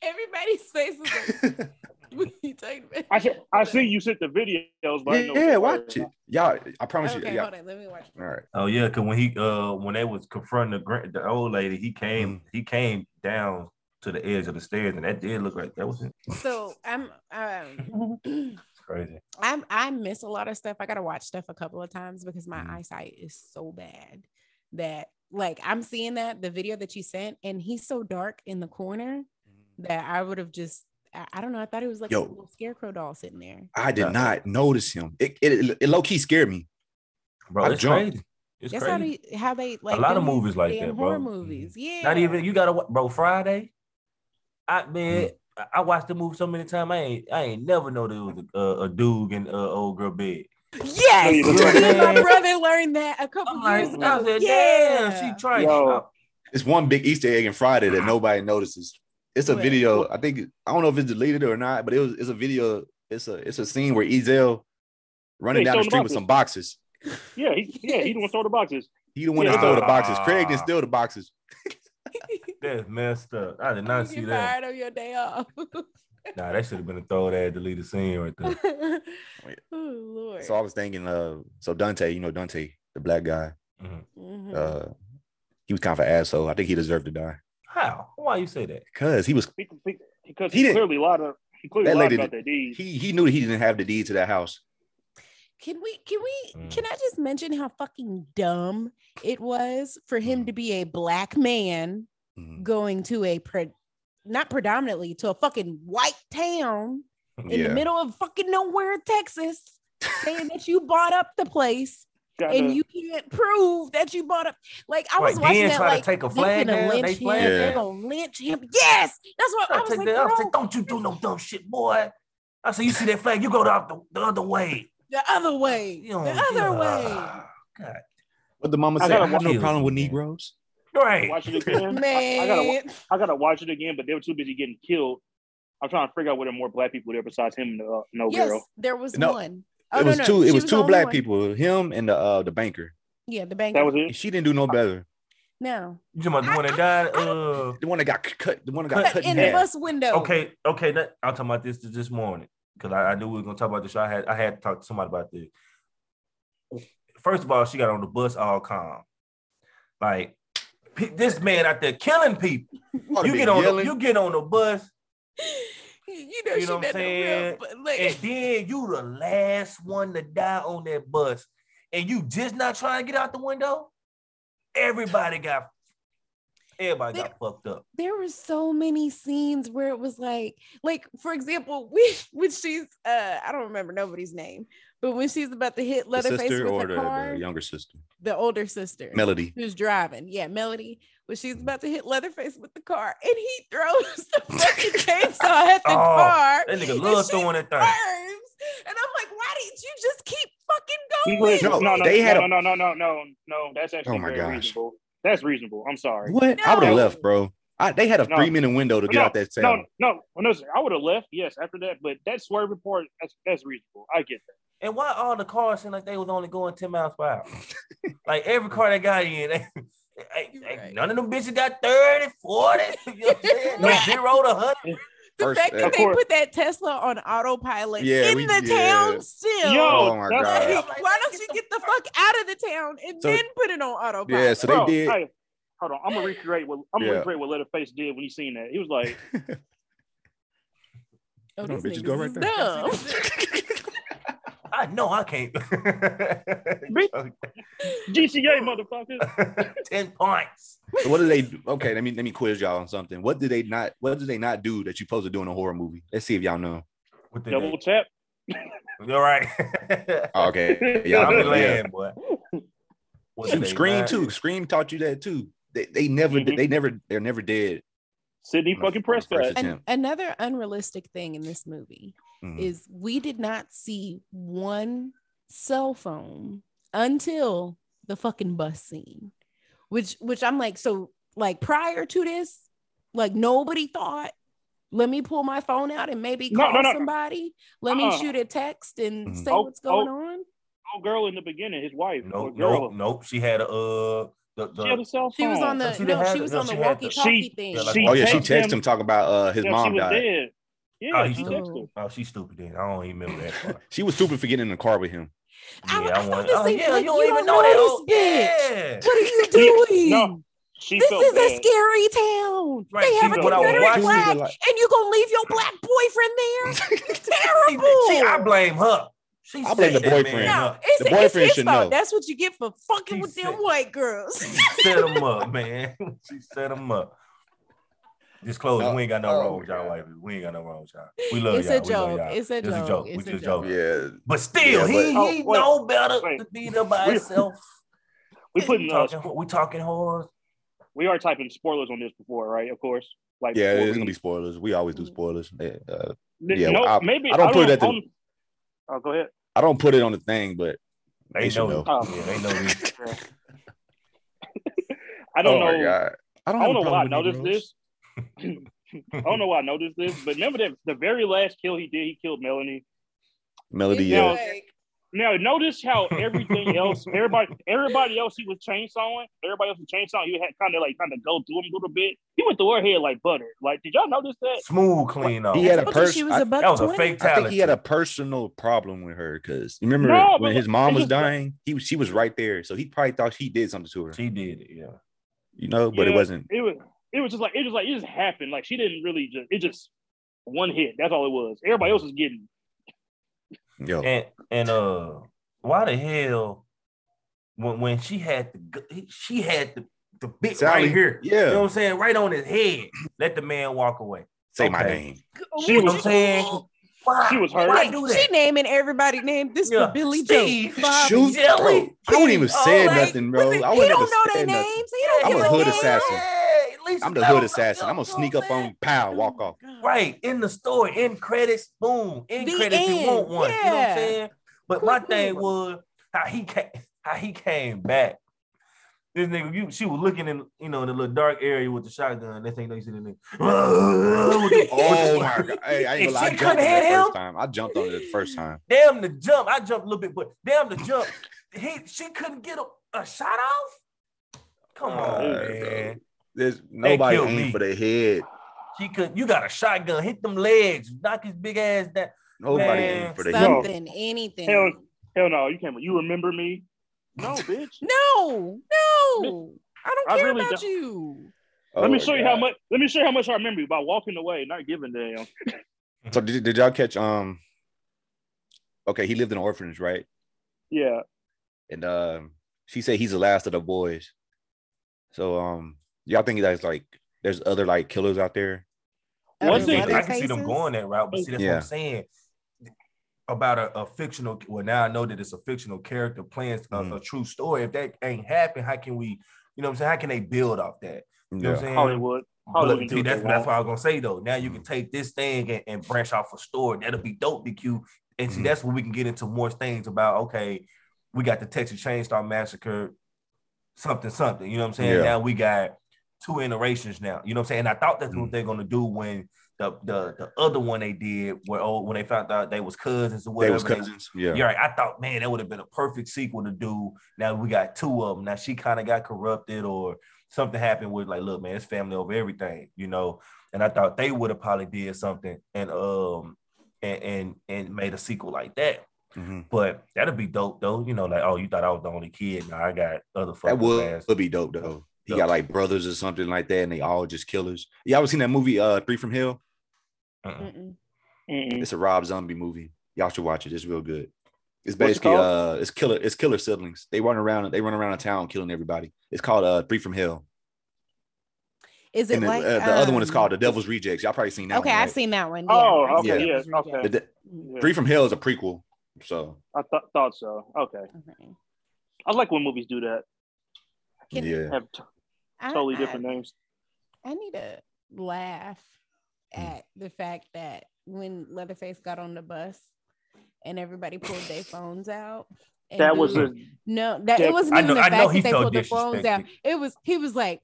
[SPEAKER 5] Everybody's face was like, what are you talking about?
[SPEAKER 3] I said I see you sent the videos, but I didn't know what
[SPEAKER 2] yeah,
[SPEAKER 3] they
[SPEAKER 2] watch
[SPEAKER 3] were.
[SPEAKER 2] it. Y'all, I promise
[SPEAKER 5] Okay,
[SPEAKER 2] you. Yeah.
[SPEAKER 5] hold on. Let me watch.
[SPEAKER 2] All right.
[SPEAKER 4] Oh yeah, cause when he uh when they was confronting the grand, the old lady, he
[SPEAKER 2] Mm.
[SPEAKER 4] came he came down to the edge of the stairs, and that did look like that was
[SPEAKER 5] So I'm um
[SPEAKER 4] crazy.
[SPEAKER 5] I'm I miss a lot of stuff. I gotta watch stuff a couple of times because my
[SPEAKER 4] Mm-hmm.
[SPEAKER 2] Mhm.
[SPEAKER 5] eyesight is so bad that like I'm seeing that the video that you sent, and he's so dark in the corner that I would have just I, I don't know. I thought it was like
[SPEAKER 2] Yo.
[SPEAKER 5] a little scarecrow doll sitting there.
[SPEAKER 2] I
[SPEAKER 4] Yeah.
[SPEAKER 2] did not notice him. It, it, it low key scared me.
[SPEAKER 4] Bro,
[SPEAKER 2] I
[SPEAKER 4] it's
[SPEAKER 2] jumped.
[SPEAKER 4] crazy. It's
[SPEAKER 5] That's how
[SPEAKER 4] crazy.
[SPEAKER 5] they how they like
[SPEAKER 4] lot of
[SPEAKER 5] do these
[SPEAKER 4] movies like
[SPEAKER 5] damn
[SPEAKER 4] that,
[SPEAKER 5] horror
[SPEAKER 4] bro. Mm-hmm.
[SPEAKER 5] movies. Yeah,
[SPEAKER 4] Not even you gotta wa- bro Friday. I man,
[SPEAKER 3] Mm.
[SPEAKER 4] I- I watched the movie so many times. I ain't I ain't never know there was a, a, a dude in uh, old girl bed.
[SPEAKER 5] Yes,
[SPEAKER 3] You know
[SPEAKER 5] me
[SPEAKER 3] what I'm
[SPEAKER 5] and my
[SPEAKER 4] saying?
[SPEAKER 5] brother learned that a couple
[SPEAKER 4] I'm like,
[SPEAKER 5] years
[SPEAKER 4] I
[SPEAKER 5] ago.
[SPEAKER 4] said,
[SPEAKER 5] yeah,
[SPEAKER 4] damn, she trying.
[SPEAKER 3] Yo.
[SPEAKER 2] It's one big Easter egg in Friday
[SPEAKER 5] Uh-huh.
[SPEAKER 2] that nobody notices. It's a
[SPEAKER 5] What?
[SPEAKER 2] video. I think I don't know if it's deleted or not, but it was it's a video. It's a it's a scene where Ezel running
[SPEAKER 3] Yeah,
[SPEAKER 2] down the
[SPEAKER 3] showing the
[SPEAKER 2] street with
[SPEAKER 3] boxes.
[SPEAKER 2] some boxes.
[SPEAKER 3] Yeah, he, yeah, he the one throw the boxes.
[SPEAKER 2] He the one
[SPEAKER 3] Yeah,
[SPEAKER 2] that
[SPEAKER 3] it's
[SPEAKER 2] stole
[SPEAKER 3] a-
[SPEAKER 2] the boxes. Craig
[SPEAKER 5] Ah.
[SPEAKER 2] didn't steal the boxes.
[SPEAKER 4] That's messed up. I did not
[SPEAKER 5] you
[SPEAKER 4] see
[SPEAKER 5] get
[SPEAKER 4] that.
[SPEAKER 5] fired on your day off.
[SPEAKER 4] Nah, that should have been a throw that deleted scene right there.
[SPEAKER 5] oh Lord.
[SPEAKER 2] So I was thinking, uh, so Dante, you know Dante, the black guy,
[SPEAKER 5] Mhm.
[SPEAKER 2] uh, he was kind of an asshole. I think he deserved to die
[SPEAKER 4] How? Why you say that?
[SPEAKER 2] because he was
[SPEAKER 3] He- he- Because
[SPEAKER 2] He
[SPEAKER 3] he,
[SPEAKER 2] didn't-
[SPEAKER 3] clearly lied. to- He clearly
[SPEAKER 2] That
[SPEAKER 3] lied
[SPEAKER 2] lady
[SPEAKER 3] about that deed.
[SPEAKER 2] he he knew he didn't have the deed to that house.
[SPEAKER 5] Can we can we
[SPEAKER 4] Mm.
[SPEAKER 5] can I just mention how fucking dumb it was for him
[SPEAKER 2] Mm.
[SPEAKER 5] to be a black man going to a pre- not predominantly to a fucking white town
[SPEAKER 2] Mm-hmm.
[SPEAKER 5] in the middle of fucking nowhere in Texas saying that you bought up the place
[SPEAKER 3] Got
[SPEAKER 5] and
[SPEAKER 3] a-
[SPEAKER 5] you can't prove that you bought up like I was
[SPEAKER 4] Wait,
[SPEAKER 5] watching
[SPEAKER 4] then
[SPEAKER 5] that
[SPEAKER 4] try
[SPEAKER 5] like
[SPEAKER 4] to take a
[SPEAKER 5] they
[SPEAKER 4] flag
[SPEAKER 5] finna
[SPEAKER 4] down.
[SPEAKER 5] lynch
[SPEAKER 4] They
[SPEAKER 5] him.
[SPEAKER 4] flag
[SPEAKER 2] Yeah.
[SPEAKER 5] They're gonna lynch him. Yes, that's what
[SPEAKER 4] Try
[SPEAKER 5] I
[SPEAKER 4] to
[SPEAKER 5] was
[SPEAKER 4] take
[SPEAKER 5] like.
[SPEAKER 4] that. I was
[SPEAKER 5] bro.
[SPEAKER 4] like, don't you do no dumb shit, boy. I said, you see that flag? You go the, other- the other way.
[SPEAKER 5] The other way.
[SPEAKER 4] You don't
[SPEAKER 5] the other
[SPEAKER 4] get-
[SPEAKER 5] way.
[SPEAKER 4] God.
[SPEAKER 2] What the mama
[SPEAKER 3] I
[SPEAKER 2] said? I
[SPEAKER 3] gotta
[SPEAKER 2] have no
[SPEAKER 4] watch-
[SPEAKER 2] problem with Negroes.
[SPEAKER 4] Right.
[SPEAKER 3] Watch it again. I, I gotta, wa-
[SPEAKER 5] Man.
[SPEAKER 3] I gotta watch it again, but they were too busy getting killed. I'm trying to figure out whether more black people there besides him. and, Uh, no
[SPEAKER 5] yes,
[SPEAKER 3] girl.
[SPEAKER 5] there was
[SPEAKER 2] Oh, No,
[SPEAKER 5] one. Oh,
[SPEAKER 2] it
[SPEAKER 5] no,
[SPEAKER 2] was
[SPEAKER 5] no,
[SPEAKER 2] two.
[SPEAKER 5] she
[SPEAKER 2] It was
[SPEAKER 5] the
[SPEAKER 2] two
[SPEAKER 5] only
[SPEAKER 2] black
[SPEAKER 5] one.
[SPEAKER 2] people. Him and the uh the banker.
[SPEAKER 5] Yeah, the bank.
[SPEAKER 3] That was it.
[SPEAKER 2] She didn't do no better.
[SPEAKER 5] no.
[SPEAKER 4] You talking about the one that died? Uh,
[SPEAKER 2] The one that got cut. The one that got
[SPEAKER 4] Cut
[SPEAKER 2] cut in
[SPEAKER 5] in the
[SPEAKER 2] half.
[SPEAKER 5] bus window.
[SPEAKER 4] okay, okay. That, I'm talking about this this morning because I, I knew we were gonna talk about this. I had I had to talk to somebody about this. First of all, she got on the bus all calm. Like pe- this man out there killing people.
[SPEAKER 2] Oughta
[SPEAKER 4] You
[SPEAKER 2] been
[SPEAKER 4] get on the,
[SPEAKER 2] yelling.
[SPEAKER 4] you get on the bus
[SPEAKER 5] You know,
[SPEAKER 4] You
[SPEAKER 5] she
[SPEAKER 4] know what I'm
[SPEAKER 5] not the real,
[SPEAKER 4] saying?
[SPEAKER 5] but look,
[SPEAKER 4] and then you the last one to die on that bus, and you just not trying to get out the window. Everybody got everybody got fucked up.
[SPEAKER 5] there were so many scenes where it was like, like for example, when, when she's uh, I don't remember nobody's name, but when she's about to hit
[SPEAKER 2] the
[SPEAKER 5] Leatherface
[SPEAKER 2] sister
[SPEAKER 5] with
[SPEAKER 2] or
[SPEAKER 5] the,
[SPEAKER 2] the,
[SPEAKER 5] car,
[SPEAKER 2] the younger sister,
[SPEAKER 5] the older sister
[SPEAKER 2] Melody.
[SPEAKER 5] who's driving, yeah, Melody, when she's about to hit Leatherface with the car, and he throws the fucking chainsaw at the
[SPEAKER 4] Oh,
[SPEAKER 5] car.
[SPEAKER 4] That nigga
[SPEAKER 5] and
[SPEAKER 4] loves
[SPEAKER 5] she
[SPEAKER 4] throwing that thing.
[SPEAKER 5] swerves. and I'm like, why didn't you just keep
[SPEAKER 3] He
[SPEAKER 5] fucking going?
[SPEAKER 3] was-
[SPEAKER 2] No,
[SPEAKER 3] no, no,
[SPEAKER 2] they had
[SPEAKER 3] no,
[SPEAKER 2] a-
[SPEAKER 3] no, no, no, no, no. That's actually
[SPEAKER 2] Oh my
[SPEAKER 3] very
[SPEAKER 2] gosh.
[SPEAKER 3] reasonable. That's reasonable. I'm sorry.
[SPEAKER 2] What? I would
[SPEAKER 5] No.
[SPEAKER 2] have left, bro. I, they had a
[SPEAKER 3] No.
[SPEAKER 2] three minute window to get out that
[SPEAKER 3] No,
[SPEAKER 2] cell.
[SPEAKER 3] no, no. no, I would have left. Yes, after that, but that swerve report. That's that's reasonable. I get that.
[SPEAKER 4] And why all the cars seem like they was only going 10 miles per hour? like every car that got in, they, they-
[SPEAKER 5] You
[SPEAKER 4] they-
[SPEAKER 5] right.
[SPEAKER 4] none of them bitches got 30, 40, you know what I'm saying? No
[SPEAKER 5] Right.
[SPEAKER 4] zero to 100.
[SPEAKER 5] The
[SPEAKER 2] First
[SPEAKER 5] fact that
[SPEAKER 2] step.
[SPEAKER 5] they
[SPEAKER 3] Of course.
[SPEAKER 5] put that Tesla on autopilot
[SPEAKER 2] Yeah,
[SPEAKER 5] in
[SPEAKER 2] we-
[SPEAKER 5] the
[SPEAKER 2] yeah.
[SPEAKER 5] town still.
[SPEAKER 3] Yo,
[SPEAKER 2] Oh my
[SPEAKER 3] that's-
[SPEAKER 2] God.
[SPEAKER 5] Like, why don't you get the fuck out of the town and
[SPEAKER 2] So-
[SPEAKER 5] then put it on autopilot?
[SPEAKER 2] Yeah, so they
[SPEAKER 3] Bro,
[SPEAKER 2] did.
[SPEAKER 3] hey, hold on. I'm gonna recreate what I'm
[SPEAKER 2] Yeah.
[SPEAKER 3] gonna recreate what Leatherface did when he seen that. He was like,
[SPEAKER 5] oh,
[SPEAKER 2] No,
[SPEAKER 5] these
[SPEAKER 2] bitches
[SPEAKER 5] niggas
[SPEAKER 2] go right
[SPEAKER 5] is
[SPEAKER 2] there.
[SPEAKER 5] dumb.
[SPEAKER 4] I know I can't.
[SPEAKER 3] GTA motherfucker.
[SPEAKER 4] 10 points.
[SPEAKER 2] So what did they? do? Okay, let me let me quiz y'all on something. What did they not? What did they not do that you supposed to do in a horror movie? Let's see if y'all know.
[SPEAKER 4] What the
[SPEAKER 3] Double tap.
[SPEAKER 4] All right.
[SPEAKER 2] Oh, okay,
[SPEAKER 4] I'm
[SPEAKER 2] y'all know. Yeah.
[SPEAKER 4] playing, boy. What
[SPEAKER 2] Shoot,
[SPEAKER 4] did they
[SPEAKER 2] Scream
[SPEAKER 4] not-
[SPEAKER 2] too. Scream taught you that too. They, they never did
[SPEAKER 3] Mhm.
[SPEAKER 2] they never they're never dead.
[SPEAKER 3] Sydney
[SPEAKER 2] On the- on
[SPEAKER 3] fucking
[SPEAKER 2] the
[SPEAKER 3] Prescott.
[SPEAKER 2] first-
[SPEAKER 5] An-
[SPEAKER 2] attempt.
[SPEAKER 5] another unrealistic thing in this movie
[SPEAKER 3] Mm.
[SPEAKER 2] Mhm.
[SPEAKER 5] is we did not see one cell phone until the fucking bus scene, which which I'm like, so like prior to this, like nobody thought, let me pull my phone out and maybe
[SPEAKER 3] No,
[SPEAKER 5] call
[SPEAKER 3] no, no.
[SPEAKER 5] somebody, let me
[SPEAKER 3] Uh-uh.
[SPEAKER 5] shoot a text and
[SPEAKER 2] Mhm.
[SPEAKER 5] say
[SPEAKER 3] Oh,
[SPEAKER 5] what's going on.
[SPEAKER 3] Old girl in the beginning, his wife. or
[SPEAKER 4] Nope,
[SPEAKER 3] girl.
[SPEAKER 4] nope, nope. She had a uh the,
[SPEAKER 3] She had
[SPEAKER 4] the
[SPEAKER 3] a cell phone.
[SPEAKER 5] She was on the
[SPEAKER 4] She
[SPEAKER 5] no,
[SPEAKER 4] had
[SPEAKER 5] she
[SPEAKER 4] the-
[SPEAKER 5] was
[SPEAKER 4] no,
[SPEAKER 5] on the
[SPEAKER 4] she had the-
[SPEAKER 5] walkie-talkie
[SPEAKER 3] She-
[SPEAKER 5] thing.
[SPEAKER 4] Yeah, like-
[SPEAKER 3] She
[SPEAKER 2] oh yeah, she
[SPEAKER 3] texted
[SPEAKER 2] texted
[SPEAKER 3] him.
[SPEAKER 2] him talking about uh his
[SPEAKER 3] Yeah, she
[SPEAKER 2] mom
[SPEAKER 3] was
[SPEAKER 2] died.
[SPEAKER 3] dead. Yeah,
[SPEAKER 4] Oh,
[SPEAKER 3] she
[SPEAKER 4] you-
[SPEAKER 3] texted him.
[SPEAKER 4] oh she's stupid then. I don't even remember that part.
[SPEAKER 2] She was stupid for getting in the car with him.
[SPEAKER 5] I-
[SPEAKER 4] Yeah,
[SPEAKER 5] I
[SPEAKER 4] I
[SPEAKER 5] thought
[SPEAKER 4] want.
[SPEAKER 5] this
[SPEAKER 4] Oh
[SPEAKER 5] thing-
[SPEAKER 4] yeah,
[SPEAKER 5] like,
[SPEAKER 4] you don't
[SPEAKER 5] you
[SPEAKER 4] even
[SPEAKER 5] don't
[SPEAKER 4] know that.
[SPEAKER 5] know
[SPEAKER 4] old-
[SPEAKER 5] this
[SPEAKER 4] Yeah.
[SPEAKER 5] What are you doing?
[SPEAKER 3] No, she
[SPEAKER 5] this
[SPEAKER 3] felt
[SPEAKER 5] is
[SPEAKER 3] bad.
[SPEAKER 5] a scary town.
[SPEAKER 4] Right,
[SPEAKER 5] They have
[SPEAKER 4] see,
[SPEAKER 5] a
[SPEAKER 4] when I was
[SPEAKER 5] Confederate
[SPEAKER 4] watching-
[SPEAKER 5] flag,
[SPEAKER 2] Like-
[SPEAKER 5] and you gonna leave your black boyfriend there?
[SPEAKER 4] See,
[SPEAKER 5] Terrible.
[SPEAKER 4] see, I blame her. She
[SPEAKER 2] I blame
[SPEAKER 4] set
[SPEAKER 2] the
[SPEAKER 4] that
[SPEAKER 2] boyfriend.
[SPEAKER 4] man
[SPEAKER 5] no,
[SPEAKER 4] up.
[SPEAKER 5] it's,
[SPEAKER 2] The
[SPEAKER 5] it's
[SPEAKER 2] boyfriend
[SPEAKER 5] his
[SPEAKER 2] should
[SPEAKER 5] fault.
[SPEAKER 2] know.
[SPEAKER 5] That's what you get for fucking
[SPEAKER 4] He
[SPEAKER 5] with
[SPEAKER 4] said-
[SPEAKER 5] them white girls.
[SPEAKER 4] She set him up, man. She set him up. Disclose,
[SPEAKER 2] No.
[SPEAKER 4] we ain't got no
[SPEAKER 2] Oh,
[SPEAKER 4] wrong with y'all,
[SPEAKER 2] God.
[SPEAKER 4] wifey. We ain't got no wrong with y'all. We love
[SPEAKER 5] It's
[SPEAKER 4] y'all.
[SPEAKER 5] a
[SPEAKER 4] We love
[SPEAKER 5] joke.
[SPEAKER 4] y'all.
[SPEAKER 5] It's a
[SPEAKER 4] It's a
[SPEAKER 5] joke.
[SPEAKER 4] joke. We
[SPEAKER 5] It's a
[SPEAKER 4] just
[SPEAKER 5] joke.
[SPEAKER 4] joking.
[SPEAKER 2] Yeah.
[SPEAKER 4] But still,
[SPEAKER 2] Yeah,
[SPEAKER 4] he,
[SPEAKER 2] but-
[SPEAKER 4] he
[SPEAKER 3] Oh, wait.
[SPEAKER 4] know better
[SPEAKER 3] Wait.
[SPEAKER 4] to be there by
[SPEAKER 3] We-
[SPEAKER 4] himself.
[SPEAKER 3] We putting uh,
[SPEAKER 4] Talking, we talking horrors.
[SPEAKER 3] we are typing spoilers on this before, right? Of course. Like
[SPEAKER 2] Yeah,
[SPEAKER 3] before
[SPEAKER 2] it's
[SPEAKER 3] we- Mm.
[SPEAKER 2] gonna be spoilers. We always do spoilers. Uh,
[SPEAKER 3] Th-
[SPEAKER 2] yeah,
[SPEAKER 3] no,
[SPEAKER 2] I-
[SPEAKER 3] maybe
[SPEAKER 2] I don't put it at the-
[SPEAKER 3] on- Oh, go ahead.
[SPEAKER 2] I don't put it on the thing, but
[SPEAKER 4] They
[SPEAKER 2] should
[SPEAKER 4] know.
[SPEAKER 2] know.
[SPEAKER 4] Yeah, they know. this.
[SPEAKER 3] I don't
[SPEAKER 2] oh my
[SPEAKER 3] know.
[SPEAKER 2] God. I don't,
[SPEAKER 3] I don't
[SPEAKER 2] have a
[SPEAKER 3] know why I
[SPEAKER 2] problem with
[SPEAKER 3] noticed
[SPEAKER 2] Negroes.
[SPEAKER 3] this. I don't know why I noticed this, but remember that the very last kill he did, he killed Melanie.
[SPEAKER 2] Melody,
[SPEAKER 3] Yeah.
[SPEAKER 2] yeah.
[SPEAKER 5] Like,
[SPEAKER 3] Now notice how everything else, everybody, everybody else, he was chainsawing. Everybody else was chainsawing. He had kind of like kind of go through him a little bit. He went through her head like butter. Like, did y'all notice that?
[SPEAKER 4] Smooth, clean off.
[SPEAKER 2] He had a
[SPEAKER 5] I told you
[SPEAKER 2] pers-
[SPEAKER 5] She was
[SPEAKER 2] I-
[SPEAKER 5] a buck
[SPEAKER 4] that was a
[SPEAKER 5] 20.
[SPEAKER 4] fake
[SPEAKER 2] I
[SPEAKER 4] talent.
[SPEAKER 2] think he had a personal problem with her because you remember
[SPEAKER 3] No, but
[SPEAKER 2] when his mom
[SPEAKER 3] it's
[SPEAKER 2] was
[SPEAKER 3] just like-
[SPEAKER 2] dying, he was she was right there, so he probably thought he did something to her,
[SPEAKER 4] She did it. Yeah.
[SPEAKER 2] you know. But it
[SPEAKER 3] Yeah.
[SPEAKER 2] wasn't.
[SPEAKER 3] It was, it was just like it just like it just happened. Like she didn't really just it just one hit. That's all it was. Everybody else was getting.
[SPEAKER 2] Yo,
[SPEAKER 4] And and uh, why the hell when when she had the gu- she had the the bit
[SPEAKER 2] Sally.
[SPEAKER 4] right here, you know
[SPEAKER 2] yeah,
[SPEAKER 4] what I'm saying, right on his head, let the man walk away.
[SPEAKER 2] say my
[SPEAKER 4] Okay.
[SPEAKER 2] name.
[SPEAKER 4] You know what I'm saying? Why?
[SPEAKER 3] She was hurt.
[SPEAKER 4] Why
[SPEAKER 5] Like,
[SPEAKER 4] do
[SPEAKER 5] she
[SPEAKER 4] that?
[SPEAKER 5] naming everybody name. This
[SPEAKER 4] Yeah.
[SPEAKER 5] for Billy Joe.
[SPEAKER 4] Steve,
[SPEAKER 5] Bobby.
[SPEAKER 2] Shoot,
[SPEAKER 4] Jelly,
[SPEAKER 2] bro, I wouldn't even
[SPEAKER 4] Pete,
[SPEAKER 2] say
[SPEAKER 4] oh,
[SPEAKER 5] Like,
[SPEAKER 2] nothing, bro.
[SPEAKER 5] listen,
[SPEAKER 2] I
[SPEAKER 5] he
[SPEAKER 2] wouldn't
[SPEAKER 5] don't
[SPEAKER 2] even
[SPEAKER 5] know
[SPEAKER 2] say
[SPEAKER 5] their
[SPEAKER 2] nothing.
[SPEAKER 5] names. He don't
[SPEAKER 2] I'm
[SPEAKER 5] give
[SPEAKER 2] a hood
[SPEAKER 5] damn.
[SPEAKER 2] assassin.
[SPEAKER 4] Hey, least
[SPEAKER 2] I'm the
[SPEAKER 4] let 'em
[SPEAKER 2] hood
[SPEAKER 4] know,
[SPEAKER 2] assassin.
[SPEAKER 4] yo,
[SPEAKER 2] I'm gonna
[SPEAKER 4] you know
[SPEAKER 2] sneak
[SPEAKER 4] what
[SPEAKER 2] up
[SPEAKER 5] saying?
[SPEAKER 2] on pow, walk off.
[SPEAKER 4] Right in the store, in credits, boom, in
[SPEAKER 5] The
[SPEAKER 4] credits. You want
[SPEAKER 5] end,
[SPEAKER 4] one? You know what
[SPEAKER 5] yeah.
[SPEAKER 4] I'm saying? But
[SPEAKER 5] Cool,
[SPEAKER 4] my
[SPEAKER 5] cool.
[SPEAKER 4] thing was how he came, how he came back. This nigga, you, she was looking in, you know, in the little dark area with the shotgun. Next thing you know, you see the nigga. with the-
[SPEAKER 2] Oh my god! Hey, I ain't gonna lie. I
[SPEAKER 4] She
[SPEAKER 2] jumped on
[SPEAKER 4] couldn't hit
[SPEAKER 2] it the
[SPEAKER 4] him?
[SPEAKER 2] first time. I jumped on it the first time.
[SPEAKER 4] Damn the jump! I jumped a little bit, but damn the jump! He, she couldn't get a, a shot off. Come on,
[SPEAKER 2] Uh,
[SPEAKER 4] Oh, man.
[SPEAKER 2] There's nobody
[SPEAKER 4] killed
[SPEAKER 2] aim
[SPEAKER 4] me.
[SPEAKER 2] for their head.
[SPEAKER 4] She could. You got a shotgun. Hit them legs. Knock his big ass down.
[SPEAKER 2] Nobody
[SPEAKER 4] Man,
[SPEAKER 2] aim for their head.
[SPEAKER 5] Something, anything.
[SPEAKER 3] Hell, hell no, you can't. You remember me? No, bitch.
[SPEAKER 5] No, no, I don't
[SPEAKER 3] I
[SPEAKER 5] care
[SPEAKER 3] really
[SPEAKER 5] about
[SPEAKER 3] don't.
[SPEAKER 5] you.
[SPEAKER 2] Oh
[SPEAKER 3] let me
[SPEAKER 2] my
[SPEAKER 3] show you how
[SPEAKER 2] God.
[SPEAKER 3] much. Let me show you how much I remember you by walking away, not giving a damn.
[SPEAKER 2] So did, did y'all catch? Um. Okay, he lived in an orphanage, right?
[SPEAKER 3] Yeah,
[SPEAKER 2] And um, she said he's the last of the boys. So um, y'all think that's like there's other like killers out there?
[SPEAKER 5] Other
[SPEAKER 3] Was it-
[SPEAKER 5] leather
[SPEAKER 4] I can see them
[SPEAKER 5] faces?
[SPEAKER 4] going that route, but see, that's what
[SPEAKER 2] Yeah.
[SPEAKER 4] I'm saying about a, a fictional. Well, now I know that it's a fictional character playing a, a true story. If that ain't happened, how can we? You know what I'm saying? How can they build off that? You know what
[SPEAKER 2] Mm.
[SPEAKER 4] I'm saying?
[SPEAKER 3] Hollywood. Hollywood
[SPEAKER 4] But,
[SPEAKER 3] can
[SPEAKER 4] see,
[SPEAKER 3] do what
[SPEAKER 4] that's,
[SPEAKER 3] they
[SPEAKER 4] that's
[SPEAKER 3] want.
[SPEAKER 4] what I was gonna say though. Now you can
[SPEAKER 2] Mm-hmm.
[SPEAKER 4] take this thing and, and branch off a story. That'll be dope, BQ. And see,
[SPEAKER 2] Mhm.
[SPEAKER 4] that's where we can get into more things about. Okay, we got the Texas Chainsaw Massacre, something, something. You know what I'm saying?
[SPEAKER 2] Yeah.
[SPEAKER 4] Now we got two iterations now. You know what I'm saying? And I thought that's
[SPEAKER 2] Mm-hmm.
[SPEAKER 4] what they're gonna do when the the the other one they did, where oh, when they found out they was cousins or
[SPEAKER 2] They
[SPEAKER 4] whatever.
[SPEAKER 2] was cousins. Yeah.
[SPEAKER 4] You're right. I thought, man, that would have been a perfect sequel to do. Now we got two of them. Now she kind of got corrupted or something happened with like, look, man, it's family over everything, you know. And I thought they would have probably did something and um and and and made a sequel like that.
[SPEAKER 2] Mhm.
[SPEAKER 4] But that'd be dope though, you know, like oh, you thought I was the only kid. Now I got other fucking
[SPEAKER 2] That would,
[SPEAKER 4] ass.
[SPEAKER 2] would be dope though. He got like brothers or something like that, and they all just killers. Y'all ever seen that movie uh Three from Hell?
[SPEAKER 4] Mm-mm.
[SPEAKER 5] Mm-mm.
[SPEAKER 3] Mm-mm.
[SPEAKER 2] It's a Rob Zombie movie. Y'all should watch it. It's real good.
[SPEAKER 3] What's
[SPEAKER 2] It's
[SPEAKER 3] it
[SPEAKER 2] basically
[SPEAKER 3] called?
[SPEAKER 2] uh it's killer it's killer siblings. They run around they run around the town killing everybody. It's called uh Three from Hell.
[SPEAKER 5] Is it
[SPEAKER 2] And then,
[SPEAKER 5] like
[SPEAKER 2] uh, the other one is
[SPEAKER 5] um,
[SPEAKER 2] called The Devil's Rejects. Y'all probably seen that.
[SPEAKER 5] okay,
[SPEAKER 2] one,
[SPEAKER 5] I've
[SPEAKER 2] right?
[SPEAKER 5] seen that one.
[SPEAKER 3] Oh,
[SPEAKER 5] I've seen
[SPEAKER 2] okay,
[SPEAKER 5] that
[SPEAKER 3] yeah,
[SPEAKER 5] one. Mm-hmm.
[SPEAKER 3] okay.
[SPEAKER 2] The De-
[SPEAKER 3] Yeah,
[SPEAKER 2] Three from Hell is a prequel. So
[SPEAKER 3] I th- thought so. Okay,
[SPEAKER 5] Okay.
[SPEAKER 3] I like when movies do that.
[SPEAKER 5] Can-
[SPEAKER 2] yeah.
[SPEAKER 3] Have t-
[SPEAKER 5] I-
[SPEAKER 3] totally
[SPEAKER 5] I-
[SPEAKER 3] different names.
[SPEAKER 5] I need to laugh
[SPEAKER 2] Mm.
[SPEAKER 5] at the fact that when Leatherface got on the bus and everybody pulled their phones out. and
[SPEAKER 3] That was
[SPEAKER 5] dude-
[SPEAKER 3] a
[SPEAKER 5] no, that it
[SPEAKER 3] that-
[SPEAKER 5] wasn't
[SPEAKER 4] I
[SPEAKER 5] even
[SPEAKER 4] know-
[SPEAKER 5] the
[SPEAKER 4] I
[SPEAKER 5] fact
[SPEAKER 4] know he
[SPEAKER 5] that they
[SPEAKER 4] felt
[SPEAKER 5] pulled their phones out.
[SPEAKER 4] disrespected.
[SPEAKER 5] It was he was like,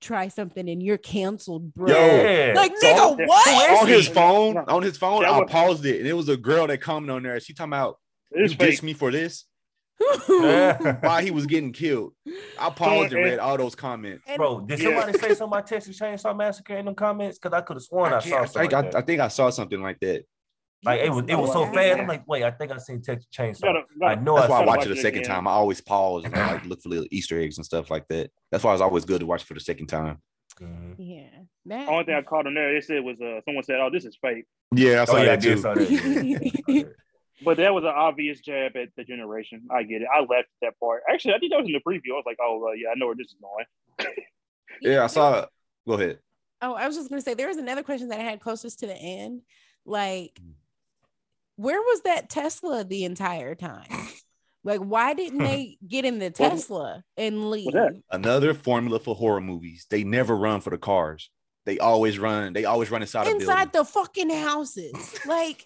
[SPEAKER 5] try something and you're canceled, bro.
[SPEAKER 2] Yo,
[SPEAKER 5] Like
[SPEAKER 2] So-
[SPEAKER 5] nigga, what?
[SPEAKER 2] on his phone, on his phone,
[SPEAKER 3] That
[SPEAKER 2] I
[SPEAKER 3] was-
[SPEAKER 2] paused it, and it was a girl that commented on there. She talking about you
[SPEAKER 3] it's fake.
[SPEAKER 2] dissed me for this
[SPEAKER 4] Yeah.
[SPEAKER 2] while he was getting killed. I paused and
[SPEAKER 3] and-
[SPEAKER 2] read all those comments.
[SPEAKER 5] And-
[SPEAKER 4] Bro, did
[SPEAKER 3] Yeah.
[SPEAKER 4] somebody say something about Texas Chainsaw Massacre in them comments? Because I could have sworn I,
[SPEAKER 2] I,
[SPEAKER 4] saw
[SPEAKER 2] can't- I,
[SPEAKER 4] something.
[SPEAKER 2] think,
[SPEAKER 4] like
[SPEAKER 2] I,
[SPEAKER 4] that.
[SPEAKER 2] I think I saw something like that.
[SPEAKER 4] Like it was, it was so
[SPEAKER 5] Yeah.
[SPEAKER 4] fast. I'm like, wait, I think I seen Texas Chainsaw.
[SPEAKER 3] Gotta- gotta-
[SPEAKER 4] I know
[SPEAKER 2] That's why
[SPEAKER 4] saw
[SPEAKER 2] I
[SPEAKER 3] gotta
[SPEAKER 2] watch
[SPEAKER 3] watch
[SPEAKER 2] it a
[SPEAKER 3] it
[SPEAKER 2] second
[SPEAKER 3] again.
[SPEAKER 2] time. I always pause and I, like look for little Easter eggs and stuff like that. That's why it's always good to watch for the second time.
[SPEAKER 4] Mhm.
[SPEAKER 5] Yeah. That
[SPEAKER 3] only thing I caught on there, they said was uh, someone said, "Oh, this is fake,"
[SPEAKER 2] Yeah, I saw
[SPEAKER 4] Oh, yeah, I
[SPEAKER 2] that
[SPEAKER 4] did
[SPEAKER 2] too.
[SPEAKER 4] saw that. Yeah, yeah,
[SPEAKER 3] but that was an obvious jab at the generation. I get it. I laughed at that part. Actually, I think that was in the preview. I was like, "Oh, uh, yeah, I know where this is going."
[SPEAKER 2] Yeah, I saw. Go ahead.
[SPEAKER 5] Oh, I was just gonna say there was another question that I had closest to the end. Like,
[SPEAKER 2] Mm.
[SPEAKER 5] where was that Tesla the entire time? Like, why didn't they get in the Tesla and leave?
[SPEAKER 3] that?
[SPEAKER 2] Another formula for horror movies. They never run for the cars. They always run. They always run inside, a building.
[SPEAKER 5] Inside the fucking houses. Like,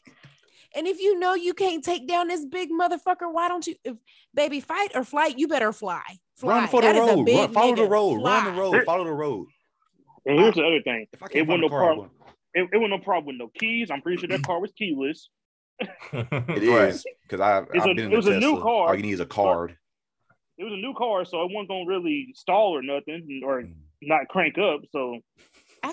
[SPEAKER 5] and if you know you can't take down this big motherfucker, why don't you if baby fight or flight? You better fly. Fly.
[SPEAKER 2] Run for the
[SPEAKER 5] That is a
[SPEAKER 2] road.
[SPEAKER 5] big
[SPEAKER 2] Run, follow the
[SPEAKER 5] nigga.
[SPEAKER 2] road. Run
[SPEAKER 5] Fly.
[SPEAKER 2] the road. Follow the road.
[SPEAKER 3] And here's the other thing:
[SPEAKER 2] If I
[SPEAKER 3] It
[SPEAKER 2] can't find
[SPEAKER 3] wasn't
[SPEAKER 2] the
[SPEAKER 3] a
[SPEAKER 2] car,
[SPEAKER 3] problem.
[SPEAKER 2] I won't.
[SPEAKER 3] it, it was no problem with no keys. I'm pretty sure that car was keyless.
[SPEAKER 2] It
[SPEAKER 4] Right.
[SPEAKER 2] is because I've,
[SPEAKER 3] It's
[SPEAKER 2] I've
[SPEAKER 3] a-
[SPEAKER 2] been in
[SPEAKER 3] it
[SPEAKER 2] a
[SPEAKER 3] was a
[SPEAKER 2] Tesla.
[SPEAKER 3] new car.
[SPEAKER 2] All you need is a card.
[SPEAKER 3] It was a new car, so it wasn't gonna really stall or nothing, or not crank up. So
[SPEAKER 5] I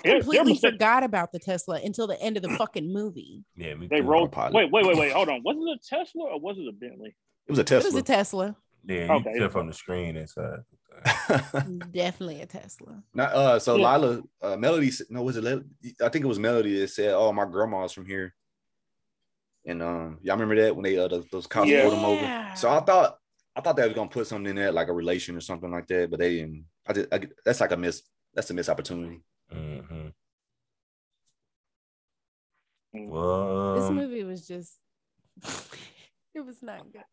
[SPEAKER 3] There- there
[SPEAKER 5] completely
[SPEAKER 3] was a-
[SPEAKER 5] forgot about the Tesla until the end of the fucking movie.
[SPEAKER 4] Yeah, me
[SPEAKER 3] they
[SPEAKER 4] too.
[SPEAKER 3] rolled.
[SPEAKER 2] pilot.
[SPEAKER 3] Wait, wait, wait, wait. Hold on. Was it a Tesla or was it a Bentley?
[SPEAKER 2] It was a
[SPEAKER 5] It was
[SPEAKER 2] Tesla.
[SPEAKER 5] a Tesla.
[SPEAKER 4] Yeah, you
[SPEAKER 3] Okay.
[SPEAKER 4] can tell from the screen inside.
[SPEAKER 5] Definitely a Tesla.
[SPEAKER 2] Not, uh, so
[SPEAKER 3] Yeah.
[SPEAKER 2] Lila, uh, Melody. s- No, was it? Le- I think it was Melody that said, "Oh, my grandma's from here." And um, y'all remember that when they uh, those, those cops
[SPEAKER 3] Yeah.
[SPEAKER 2] pulled them over. So I thought, I thought they was gonna put something in there like a relation or something like that, but they didn't. I just I, get- that's like a miss. That's a missed opportunity.
[SPEAKER 4] Mhm.
[SPEAKER 3] Mm.
[SPEAKER 4] Well,
[SPEAKER 5] this
[SPEAKER 4] um,
[SPEAKER 2] Uh,
[SPEAKER 5] movie was just It was not good.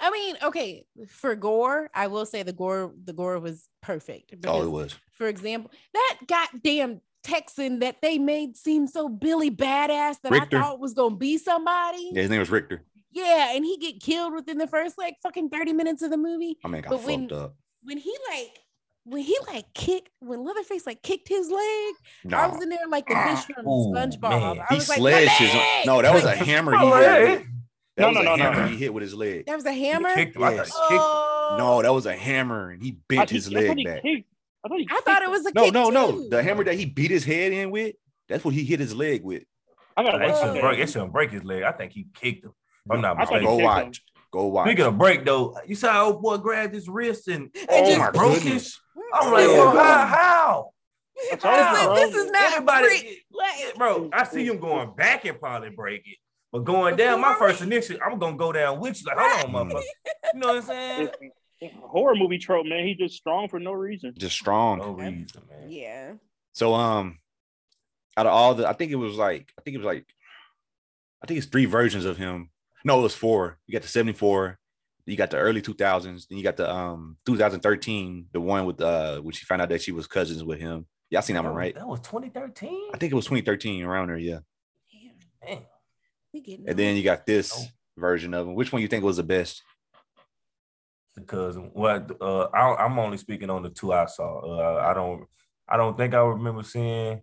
[SPEAKER 5] I mean, okay, for gore, I will say the gore the gore was perfect.
[SPEAKER 2] all
[SPEAKER 5] because,
[SPEAKER 2] Oh, it was.
[SPEAKER 5] For example, that goddamn Texan that they made seem so Billy badass that
[SPEAKER 2] Richter.
[SPEAKER 5] I thought was gonna be somebody.
[SPEAKER 2] Yeah, his name was Richter.
[SPEAKER 5] Yeah, and he get killed within the first like fucking 30 minutes of the movie.
[SPEAKER 2] My man got
[SPEAKER 5] But
[SPEAKER 2] fucked
[SPEAKER 5] when-
[SPEAKER 2] up.
[SPEAKER 5] When he like when he like kicked when Leatherface like kicked his leg, I
[SPEAKER 2] Nah,
[SPEAKER 5] was in there like the fish from
[SPEAKER 4] Ooh,
[SPEAKER 5] SpongeBob.
[SPEAKER 4] man.
[SPEAKER 5] I
[SPEAKER 2] Oh, he
[SPEAKER 5] was
[SPEAKER 2] sledged
[SPEAKER 5] like,
[SPEAKER 2] his.
[SPEAKER 5] "My leg!"
[SPEAKER 2] No, that was a
[SPEAKER 5] Like,
[SPEAKER 2] hammer.
[SPEAKER 4] My
[SPEAKER 2] He
[SPEAKER 4] leg.
[SPEAKER 2] hit. That
[SPEAKER 3] No,
[SPEAKER 2] was
[SPEAKER 3] no, no,
[SPEAKER 2] a
[SPEAKER 3] no.
[SPEAKER 2] hammer he hit with his leg.
[SPEAKER 5] That was a
[SPEAKER 4] He
[SPEAKER 5] hammer.
[SPEAKER 4] kicked him. I thought
[SPEAKER 2] Yes.
[SPEAKER 4] he kicked-
[SPEAKER 5] Oh,
[SPEAKER 2] No, that was a hammer, and he bent his
[SPEAKER 3] I thought
[SPEAKER 2] leg
[SPEAKER 3] he
[SPEAKER 2] back.
[SPEAKER 3] kicked- I thought, he
[SPEAKER 5] I thought
[SPEAKER 3] kicked
[SPEAKER 5] it was a
[SPEAKER 2] No,
[SPEAKER 5] kick
[SPEAKER 2] no, no.
[SPEAKER 5] too.
[SPEAKER 2] The hammer that he beat his head in with, that's what he hit his leg with.
[SPEAKER 3] I gotta
[SPEAKER 4] That
[SPEAKER 3] watch
[SPEAKER 4] shouldn't
[SPEAKER 3] that.
[SPEAKER 4] break. It shouldn't break his leg. I think he kicked him. if I'm not
[SPEAKER 3] I thought he
[SPEAKER 4] mistaken.
[SPEAKER 2] Go
[SPEAKER 3] kicked him.
[SPEAKER 2] watch. Go watch.
[SPEAKER 4] Speaking of break though, you saw how old boy grabbed his wrist and
[SPEAKER 5] Oh
[SPEAKER 4] just
[SPEAKER 5] my
[SPEAKER 4] broke his.
[SPEAKER 3] Oh,
[SPEAKER 4] I'm like,
[SPEAKER 2] Yeah.
[SPEAKER 4] bro, how? how?
[SPEAKER 3] I told you,
[SPEAKER 5] I
[SPEAKER 3] bro.
[SPEAKER 5] said, this is not
[SPEAKER 4] Everybody-
[SPEAKER 5] free. Like,
[SPEAKER 4] bro, I see him going back and probably break it. But going down, my
[SPEAKER 5] Before-
[SPEAKER 4] first initial, I'm gonna go down with you. Like, hold on, motherfucker. You know what I'm saying?
[SPEAKER 3] It's- it's a horror movie trope, man. He just strong for no reason.
[SPEAKER 2] Just strong.
[SPEAKER 3] Oh.
[SPEAKER 4] No reason, man.
[SPEAKER 5] yeah.
[SPEAKER 2] So um, out of all the, I think it was like, I think it was like, I think it's three versions of him. No, it was four. You got the '74, you got the early 2000s, then you got the um 2013, the one with uh, when she found out that she was cousins with him. Y'all seen that one, right?
[SPEAKER 4] That was 2013.
[SPEAKER 2] I think it was 2013 around there, yeah.
[SPEAKER 5] Damn,
[SPEAKER 4] Man,
[SPEAKER 5] we getting
[SPEAKER 2] And then
[SPEAKER 5] old.
[SPEAKER 2] you got
[SPEAKER 4] Oh.
[SPEAKER 2] this version of him. Which one you think was the best?
[SPEAKER 4] because what uh, I, I'm only speaking on the two I saw. Uh, I don't, I don't think I remember seeing.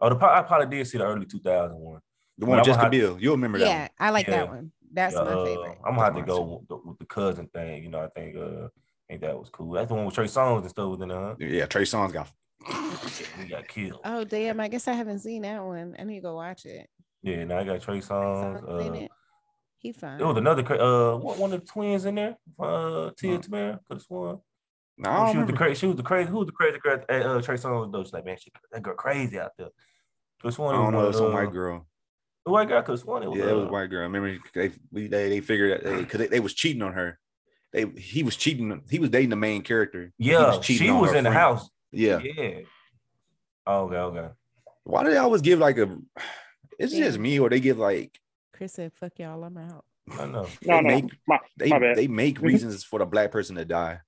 [SPEAKER 4] Oh, the, pro- I probably did see the early 2001.
[SPEAKER 2] The
[SPEAKER 4] Well,
[SPEAKER 2] one
[SPEAKER 4] I'm
[SPEAKER 2] with Jessica
[SPEAKER 4] gonna
[SPEAKER 2] Biel. You'll remember
[SPEAKER 5] yeah,
[SPEAKER 2] that
[SPEAKER 5] I like
[SPEAKER 4] Yeah.
[SPEAKER 5] that one. That's
[SPEAKER 4] Yeah,
[SPEAKER 5] my
[SPEAKER 4] uh,
[SPEAKER 5] favorite.
[SPEAKER 4] I'm gonna have to
[SPEAKER 2] That's
[SPEAKER 4] go
[SPEAKER 2] mine,
[SPEAKER 4] with the, with the cousin thing. You know, I think uh, I think that was cool. That's the one with Trey Songz and stuff was in there. Huh?
[SPEAKER 2] one. Yeah, Trey Songz got
[SPEAKER 4] He got killed.
[SPEAKER 5] Oh damn! I guess I haven't seen that one. I need to go watch it.
[SPEAKER 4] Yeah, now I got Trey Songz.
[SPEAKER 5] Song's in
[SPEAKER 4] Uh,
[SPEAKER 5] it. He fine.
[SPEAKER 4] It was another cra- uh what one of the twins in there? Uh Tia Tamara could have sworn.
[SPEAKER 2] no, Uh-huh. I
[SPEAKER 4] she
[SPEAKER 2] don't
[SPEAKER 4] was the
[SPEAKER 2] remember.
[SPEAKER 4] crazy she was the crazy who was the crazy crazy uh, uh Trey Songz though. She's like, man, she, that girl crazy out there. Could have
[SPEAKER 2] I
[SPEAKER 4] sworn it was
[SPEAKER 2] don't
[SPEAKER 4] one
[SPEAKER 2] know.
[SPEAKER 4] of
[SPEAKER 2] It's some
[SPEAKER 4] the-
[SPEAKER 2] white girl.
[SPEAKER 4] The white girl could have sworn it was
[SPEAKER 2] Yeah, it was
[SPEAKER 4] uh,
[SPEAKER 2] a white girl. I remember they we- they, they figured out because they, they was cheating on her. They he was cheating. He was dating the main character. He
[SPEAKER 4] Yeah,
[SPEAKER 2] cheating
[SPEAKER 4] she
[SPEAKER 2] on
[SPEAKER 4] was
[SPEAKER 2] her
[SPEAKER 4] in the
[SPEAKER 2] friend.
[SPEAKER 4] house.
[SPEAKER 2] Yeah.
[SPEAKER 4] Yeah. Oh, okay, okay.
[SPEAKER 2] Why do they always give like a? It's
[SPEAKER 5] Yeah.
[SPEAKER 2] just me, or they give like
[SPEAKER 5] Chris said, "Fuck y'all, I'm out."
[SPEAKER 4] I know.
[SPEAKER 3] No,
[SPEAKER 2] They
[SPEAKER 3] no,
[SPEAKER 2] make-
[SPEAKER 3] my,
[SPEAKER 2] they
[SPEAKER 3] My bad.
[SPEAKER 2] they make reasons for the black person to die.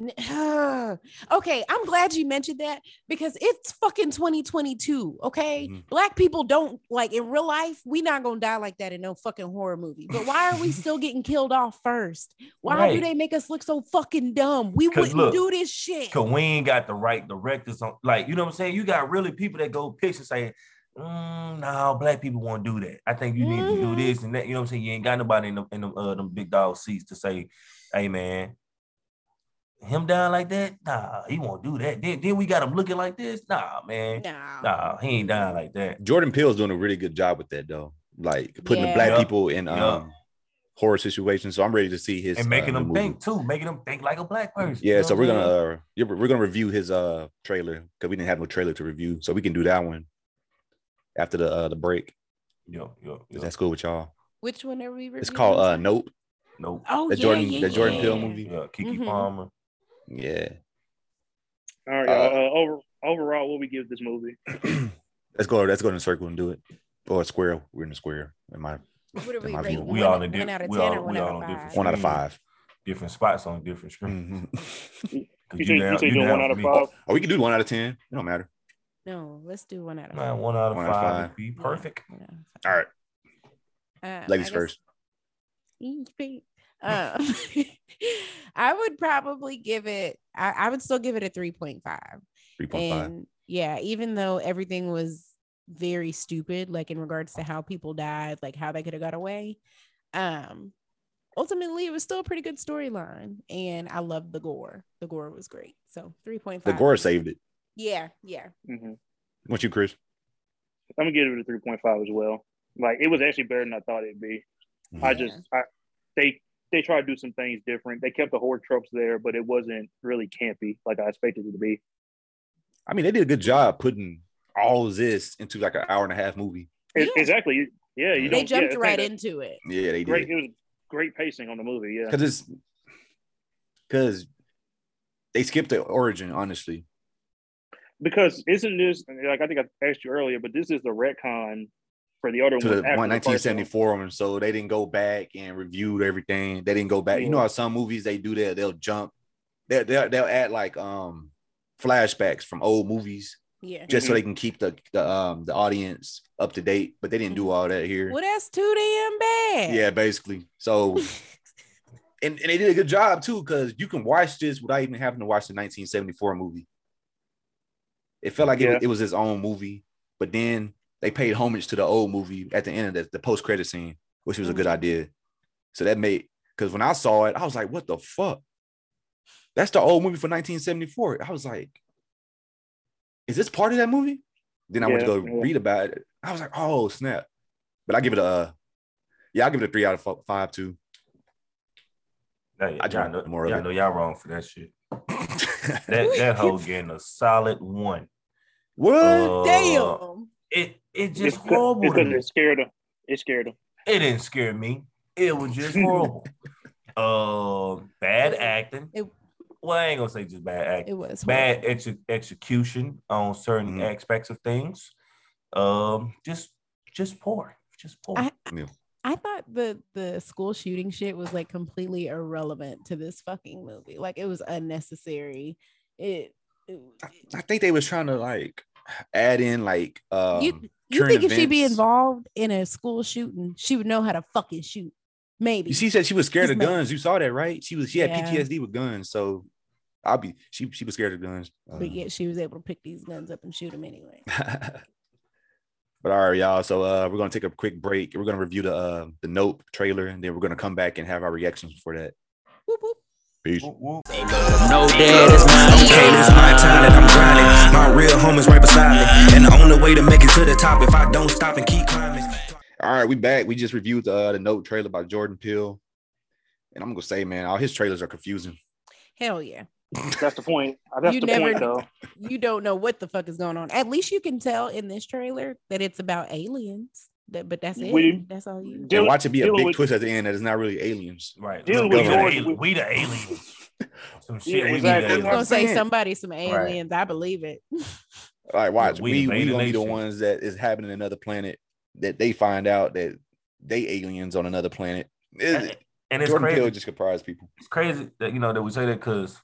[SPEAKER 5] N- okay, I'm glad you mentioned that because it's fucking 2022. Okay,
[SPEAKER 2] Mhm.
[SPEAKER 5] black people don't like in real life. We not gonna die like that in no fucking horror movie. But why are we still getting killed off first? Why do
[SPEAKER 4] Right.
[SPEAKER 5] they make us look so fucking dumb? We
[SPEAKER 4] 'Cause
[SPEAKER 5] wouldn't
[SPEAKER 4] look,
[SPEAKER 5] do this shit.
[SPEAKER 4] Cause we ain't got the right directors on like you know what I'm saying? You got really people that go picture saying, mm, no, black people won't do that. I think you need to do
[SPEAKER 5] Mhm.
[SPEAKER 4] this and that. You know what I'm saying? You ain't got nobody in them in them, uh, them big dog seats to say, hey man, him down like that? Nah, he won't do that. Then, then we got him looking like this. Nah, man.
[SPEAKER 5] No.
[SPEAKER 4] Nah, he ain't down like that.
[SPEAKER 2] Jordan Peele's doing a really good job with that though, like putting the
[SPEAKER 5] Yeah.
[SPEAKER 2] black
[SPEAKER 4] Yeah.
[SPEAKER 2] people in
[SPEAKER 4] Yeah.
[SPEAKER 2] um horror situations. So I'm ready to see his
[SPEAKER 4] And making
[SPEAKER 2] uh, new
[SPEAKER 4] them
[SPEAKER 2] movie.
[SPEAKER 4] think too, making them think like a black person.
[SPEAKER 2] Yeah,
[SPEAKER 4] You know
[SPEAKER 2] so
[SPEAKER 4] what
[SPEAKER 2] we're
[SPEAKER 4] I'm
[SPEAKER 2] gonna
[SPEAKER 4] saying?
[SPEAKER 2] uh, yeah, we're gonna review his uh trailer because we didn't have no trailer to review, so we can do that one after the uh, the break.
[SPEAKER 4] yeah, yeah,
[SPEAKER 2] If
[SPEAKER 4] yeah.
[SPEAKER 2] that's cool with y'all.
[SPEAKER 5] Which one are we?
[SPEAKER 2] It's called uh
[SPEAKER 5] reviewing?
[SPEAKER 2] Nope.
[SPEAKER 4] Nope.
[SPEAKER 5] Oh
[SPEAKER 2] The
[SPEAKER 5] yeah,
[SPEAKER 2] Jordan
[SPEAKER 5] yeah,
[SPEAKER 2] the Jordan Peele
[SPEAKER 5] yeah.
[SPEAKER 2] movie.
[SPEAKER 4] Yeah, Kiki
[SPEAKER 5] Mhm.
[SPEAKER 4] Palmer.
[SPEAKER 2] Yeah.
[SPEAKER 3] all right, y'all. Uh, over, overall, what we give this movie?
[SPEAKER 2] let's go. Let's go in a circle and do it. Or a square. We're in a square. In my
[SPEAKER 5] What are
[SPEAKER 2] in
[SPEAKER 5] we
[SPEAKER 2] my view.
[SPEAKER 5] rating?
[SPEAKER 4] We
[SPEAKER 5] one,
[SPEAKER 4] all in
[SPEAKER 5] one
[SPEAKER 4] diff-
[SPEAKER 5] out of
[SPEAKER 4] we
[SPEAKER 5] ten
[SPEAKER 4] all-
[SPEAKER 5] or one
[SPEAKER 4] we
[SPEAKER 5] out
[SPEAKER 4] all
[SPEAKER 5] of
[SPEAKER 4] in
[SPEAKER 5] five?
[SPEAKER 4] different
[SPEAKER 2] one out of
[SPEAKER 4] Mm.
[SPEAKER 2] 5
[SPEAKER 4] different spots on different screens.
[SPEAKER 2] Mhm.
[SPEAKER 4] 'Cause
[SPEAKER 3] You said you
[SPEAKER 4] down-
[SPEAKER 3] said doing
[SPEAKER 4] down
[SPEAKER 3] one out
[SPEAKER 4] for
[SPEAKER 3] of
[SPEAKER 4] me.
[SPEAKER 3] five.
[SPEAKER 2] or we can do one out of ten. It don't matter.
[SPEAKER 5] No, let's do one out of
[SPEAKER 4] Man, one out of
[SPEAKER 2] One out
[SPEAKER 4] five,
[SPEAKER 2] of
[SPEAKER 4] would
[SPEAKER 2] five.
[SPEAKER 4] be
[SPEAKER 5] Yeah,
[SPEAKER 4] perfect.
[SPEAKER 5] one out of
[SPEAKER 2] All
[SPEAKER 5] five.
[SPEAKER 2] right.
[SPEAKER 5] Uh, I
[SPEAKER 2] Ladies
[SPEAKER 5] guess-
[SPEAKER 2] first.
[SPEAKER 5] Um, I would probably give it. I, I would still give it a three point five.
[SPEAKER 2] Three point five.
[SPEAKER 5] And yeah, even though everything was very stupid, like in regards to how people died, like how they could have got away, um, ultimately it was still a pretty good storyline, and I loved the gore. The gore was great. So three point
[SPEAKER 2] The
[SPEAKER 5] five.
[SPEAKER 2] Gore saved it.
[SPEAKER 5] Yeah, yeah.
[SPEAKER 3] Mhm.
[SPEAKER 2] What you, Chris?
[SPEAKER 3] I'm gonna give it a three point five as well. Like it was actually better than I thought it'd be. I just I they they tried to do some things different. They kept the horror tropes there, but it wasn't really campy like I expected it to be.
[SPEAKER 2] I mean, they did a good job putting all this into like an hour and a half movie.
[SPEAKER 3] It-
[SPEAKER 5] Yeah.
[SPEAKER 3] Exactly. Yeah, you
[SPEAKER 5] They
[SPEAKER 3] don't-
[SPEAKER 5] jumped
[SPEAKER 3] yeah,
[SPEAKER 5] right
[SPEAKER 3] that-
[SPEAKER 5] into it.
[SPEAKER 2] Yeah, they did.
[SPEAKER 3] Great. It was great pacing on the movie. Yeah.
[SPEAKER 2] because it's because they skipped the origin honestly
[SPEAKER 3] because isn't this like I think I asked you earlier, but this is the retcon for the other
[SPEAKER 2] to the
[SPEAKER 3] one. after
[SPEAKER 2] one,
[SPEAKER 3] the first
[SPEAKER 2] 1974 one. So they didn't go back and reviewed everything. They didn't go back. You know
[SPEAKER 3] Yeah.
[SPEAKER 2] how some movies they do that, they'll jump, they'll, they'll, they'll add like um flashbacks from old movies
[SPEAKER 5] Yeah.
[SPEAKER 2] just
[SPEAKER 3] Mm-hmm.
[SPEAKER 2] so they can keep the, the um the audience up to date, but they didn't do all that here.
[SPEAKER 5] Well, that's too damn bad.
[SPEAKER 2] Yeah, basically. So and, and they did a good job too, because you can watch this without even having to watch the 1974 movie. It felt like it,
[SPEAKER 3] Yeah.
[SPEAKER 2] was- it was his own movie, but then they paid homage to the old movie at the end of the, the post credit scene, which was a good idea. So that made because when I saw it, I was like, "What the fuck? That's the old movie for 1974." I was like, "Is this part of that movie?" Then I went to
[SPEAKER 3] Yeah,
[SPEAKER 2] go
[SPEAKER 3] yeah.
[SPEAKER 2] read about it. I was like, "Oh snap!" But I give it a yeah, I give it a three out of fi- five too.
[SPEAKER 4] Now, y'all,
[SPEAKER 2] I drink
[SPEAKER 4] know,
[SPEAKER 2] more of
[SPEAKER 4] y'all
[SPEAKER 2] it.
[SPEAKER 4] know y'all wrong for that shit. That that hoe getting a solid one.
[SPEAKER 2] what?
[SPEAKER 4] Uh,
[SPEAKER 5] Damn.
[SPEAKER 4] It it just
[SPEAKER 3] It's
[SPEAKER 4] horrible. to
[SPEAKER 3] because
[SPEAKER 4] me.
[SPEAKER 3] it scared him. It scared him.
[SPEAKER 4] It didn't scare me. It was just horrible. uh, bad acting.
[SPEAKER 5] It-
[SPEAKER 4] well, I ain't gonna say just bad acting.
[SPEAKER 5] It was
[SPEAKER 4] bad exe- execution on certain
[SPEAKER 2] Mhm.
[SPEAKER 4] aspects of things. Um, just just poor, just poor.
[SPEAKER 5] I-
[SPEAKER 2] Yeah.
[SPEAKER 5] I thought the the school shooting shit was like completely irrelevant to this fucking movie. Like it was unnecessary. It. it-
[SPEAKER 2] I think they was trying to like add in like um,
[SPEAKER 5] you
[SPEAKER 2] current
[SPEAKER 5] think if she'd be
[SPEAKER 2] events.
[SPEAKER 5] involved in a school shooting, she would know how to fucking shoot? Maybe.
[SPEAKER 2] She said she was scared
[SPEAKER 5] Just
[SPEAKER 2] of
[SPEAKER 5] make-
[SPEAKER 2] guns. You saw that, right? She was she had
[SPEAKER 5] Yeah.
[SPEAKER 2] PTSD with guns, so I'll be she she was scared of guns. Uh,
[SPEAKER 5] but yet she was able to pick these guns up and shoot them anyway.
[SPEAKER 2] but all right, y'all. So uh, we're gonna take a quick break. We're gonna review the uh, the Nope trailer, and then we're gonna come back and have our reactions for that.
[SPEAKER 5] Whoop, whoop.
[SPEAKER 2] Peace.
[SPEAKER 4] Whoop, whoop.
[SPEAKER 6] No dad, it's my
[SPEAKER 1] Okay, this my time that I'm grinding. My real homies right beside me. And the only way to make it to the top if I don't stop and keep climbing.
[SPEAKER 2] All right, we back. We just reviewed the uh, the Nope trailer by Jordan Peele, and I'm gonna say, man, all his trailers are confusing.
[SPEAKER 5] Hell yeah.
[SPEAKER 3] That's the point. That's
[SPEAKER 5] You
[SPEAKER 3] the
[SPEAKER 5] never-
[SPEAKER 3] point, though.
[SPEAKER 5] You don't know what the fuck is going on. At least you can tell in this trailer that it's about aliens. That, but that's it.
[SPEAKER 3] We-
[SPEAKER 5] that's all you.
[SPEAKER 2] and
[SPEAKER 3] Deal-
[SPEAKER 2] watch it be a
[SPEAKER 3] dealing
[SPEAKER 2] big
[SPEAKER 3] with-
[SPEAKER 2] twist at the end that it's not really aliens.
[SPEAKER 4] Right.
[SPEAKER 3] Deal
[SPEAKER 4] look,
[SPEAKER 2] with
[SPEAKER 4] we, the
[SPEAKER 2] yours.
[SPEAKER 4] ali- we the aliens. Some shit
[SPEAKER 3] Yeah,
[SPEAKER 4] we be the
[SPEAKER 3] exactly.
[SPEAKER 5] I'm gonna
[SPEAKER 4] aliens.
[SPEAKER 5] say
[SPEAKER 2] saying.
[SPEAKER 5] somebody some
[SPEAKER 4] Right.
[SPEAKER 5] aliens. I believe it.
[SPEAKER 2] All right, watch.
[SPEAKER 4] we
[SPEAKER 2] We we,
[SPEAKER 4] invaded
[SPEAKER 2] gonna be the
[SPEAKER 4] nation.
[SPEAKER 2] ones that is happening in another planet that they find out that they aliens on another planet.
[SPEAKER 4] And,
[SPEAKER 2] It,
[SPEAKER 4] and it's
[SPEAKER 2] Jordan
[SPEAKER 4] crazy.
[SPEAKER 2] Peele just surprised people.
[SPEAKER 4] it's crazy that you know that we say that because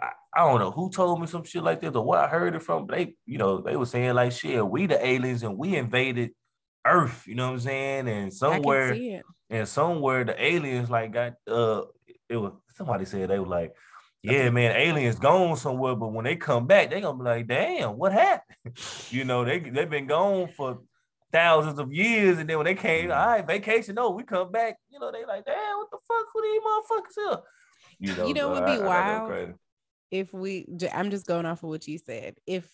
[SPEAKER 4] I, I don't know who told me some shit like this or what I heard it from. They, you know, they were saying like shit, we the aliens and we invaded Earth, you know what I'm saying? And
[SPEAKER 5] I
[SPEAKER 4] somewhere
[SPEAKER 5] can see it.
[SPEAKER 4] and somewhere the aliens like got uh it was somebody said they were like, Yeah, man, aliens gone somewhere, but when they come back, they gonna be like, damn, what happened? you know, they they've been gone for thousands of years, and then when they came, all right, vacation, no, we come back, you know, they like, damn, what the fuck, who these motherfuckers are?
[SPEAKER 5] You know
[SPEAKER 4] so
[SPEAKER 5] what'd be
[SPEAKER 4] thought that was
[SPEAKER 5] wild?
[SPEAKER 4] crazy.
[SPEAKER 5] If we, j- I'm just going off of what you said. If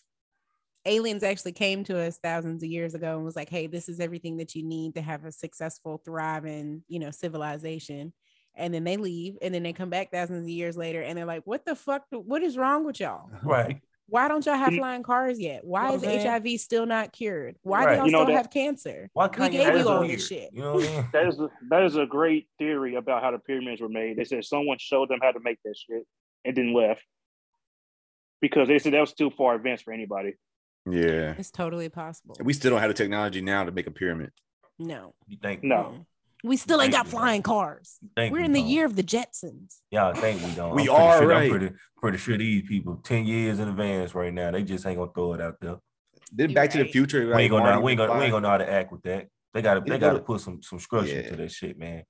[SPEAKER 5] aliens actually came to us thousands of years ago and was like, "Hey, this is everything that you need to have a successful, thriving, you know, civilization," and then they leave, and then they come back thousands of years later, and they're like, "What the fuck? What is wrong with y'all?"
[SPEAKER 4] Right.
[SPEAKER 5] Why don't y'all have
[SPEAKER 3] You-
[SPEAKER 5] flying cars yet? Why
[SPEAKER 4] know
[SPEAKER 5] is
[SPEAKER 4] what I'm saying?
[SPEAKER 5] HIV still not cured? Why
[SPEAKER 4] Right.
[SPEAKER 5] do y'all
[SPEAKER 3] You know
[SPEAKER 5] still
[SPEAKER 3] that-
[SPEAKER 5] have cancer?
[SPEAKER 4] Why Kanye
[SPEAKER 5] gave
[SPEAKER 4] West
[SPEAKER 3] you all
[SPEAKER 4] weird,
[SPEAKER 5] this shit.
[SPEAKER 4] You know what I mean?
[SPEAKER 3] That is a, that is a great theory about how the pyramids were made. They said someone showed them how to make that shit and then left because they said that was too far advanced for anybody.
[SPEAKER 2] Yeah.
[SPEAKER 5] It's totally possible.
[SPEAKER 2] And we still don't have the technology now to make a pyramid.
[SPEAKER 5] no,
[SPEAKER 4] You think
[SPEAKER 3] No.
[SPEAKER 5] Mm. we still ain't got
[SPEAKER 4] Thank you.
[SPEAKER 5] flying cars.
[SPEAKER 4] you think
[SPEAKER 5] We're
[SPEAKER 4] we
[SPEAKER 5] in the
[SPEAKER 4] don't.
[SPEAKER 5] year of the Jetsons.
[SPEAKER 4] Y'all think we don't? I'm pretty
[SPEAKER 2] We are
[SPEAKER 4] sure,
[SPEAKER 2] right.
[SPEAKER 4] I'm pretty, pretty sure these people ten years in advance right now. They just ain't gonna throw it out there.
[SPEAKER 2] Then
[SPEAKER 5] You
[SPEAKER 2] Back to the
[SPEAKER 5] right.
[SPEAKER 2] Future.
[SPEAKER 4] we ain't gonna know,
[SPEAKER 2] Marty
[SPEAKER 4] we ain't gonna, we
[SPEAKER 2] find-
[SPEAKER 4] ain't gonna know how to act with that. They gotta they
[SPEAKER 2] It
[SPEAKER 4] gotta
[SPEAKER 2] gotta-
[SPEAKER 4] put some some structure
[SPEAKER 2] Yeah.
[SPEAKER 4] to that shit, man.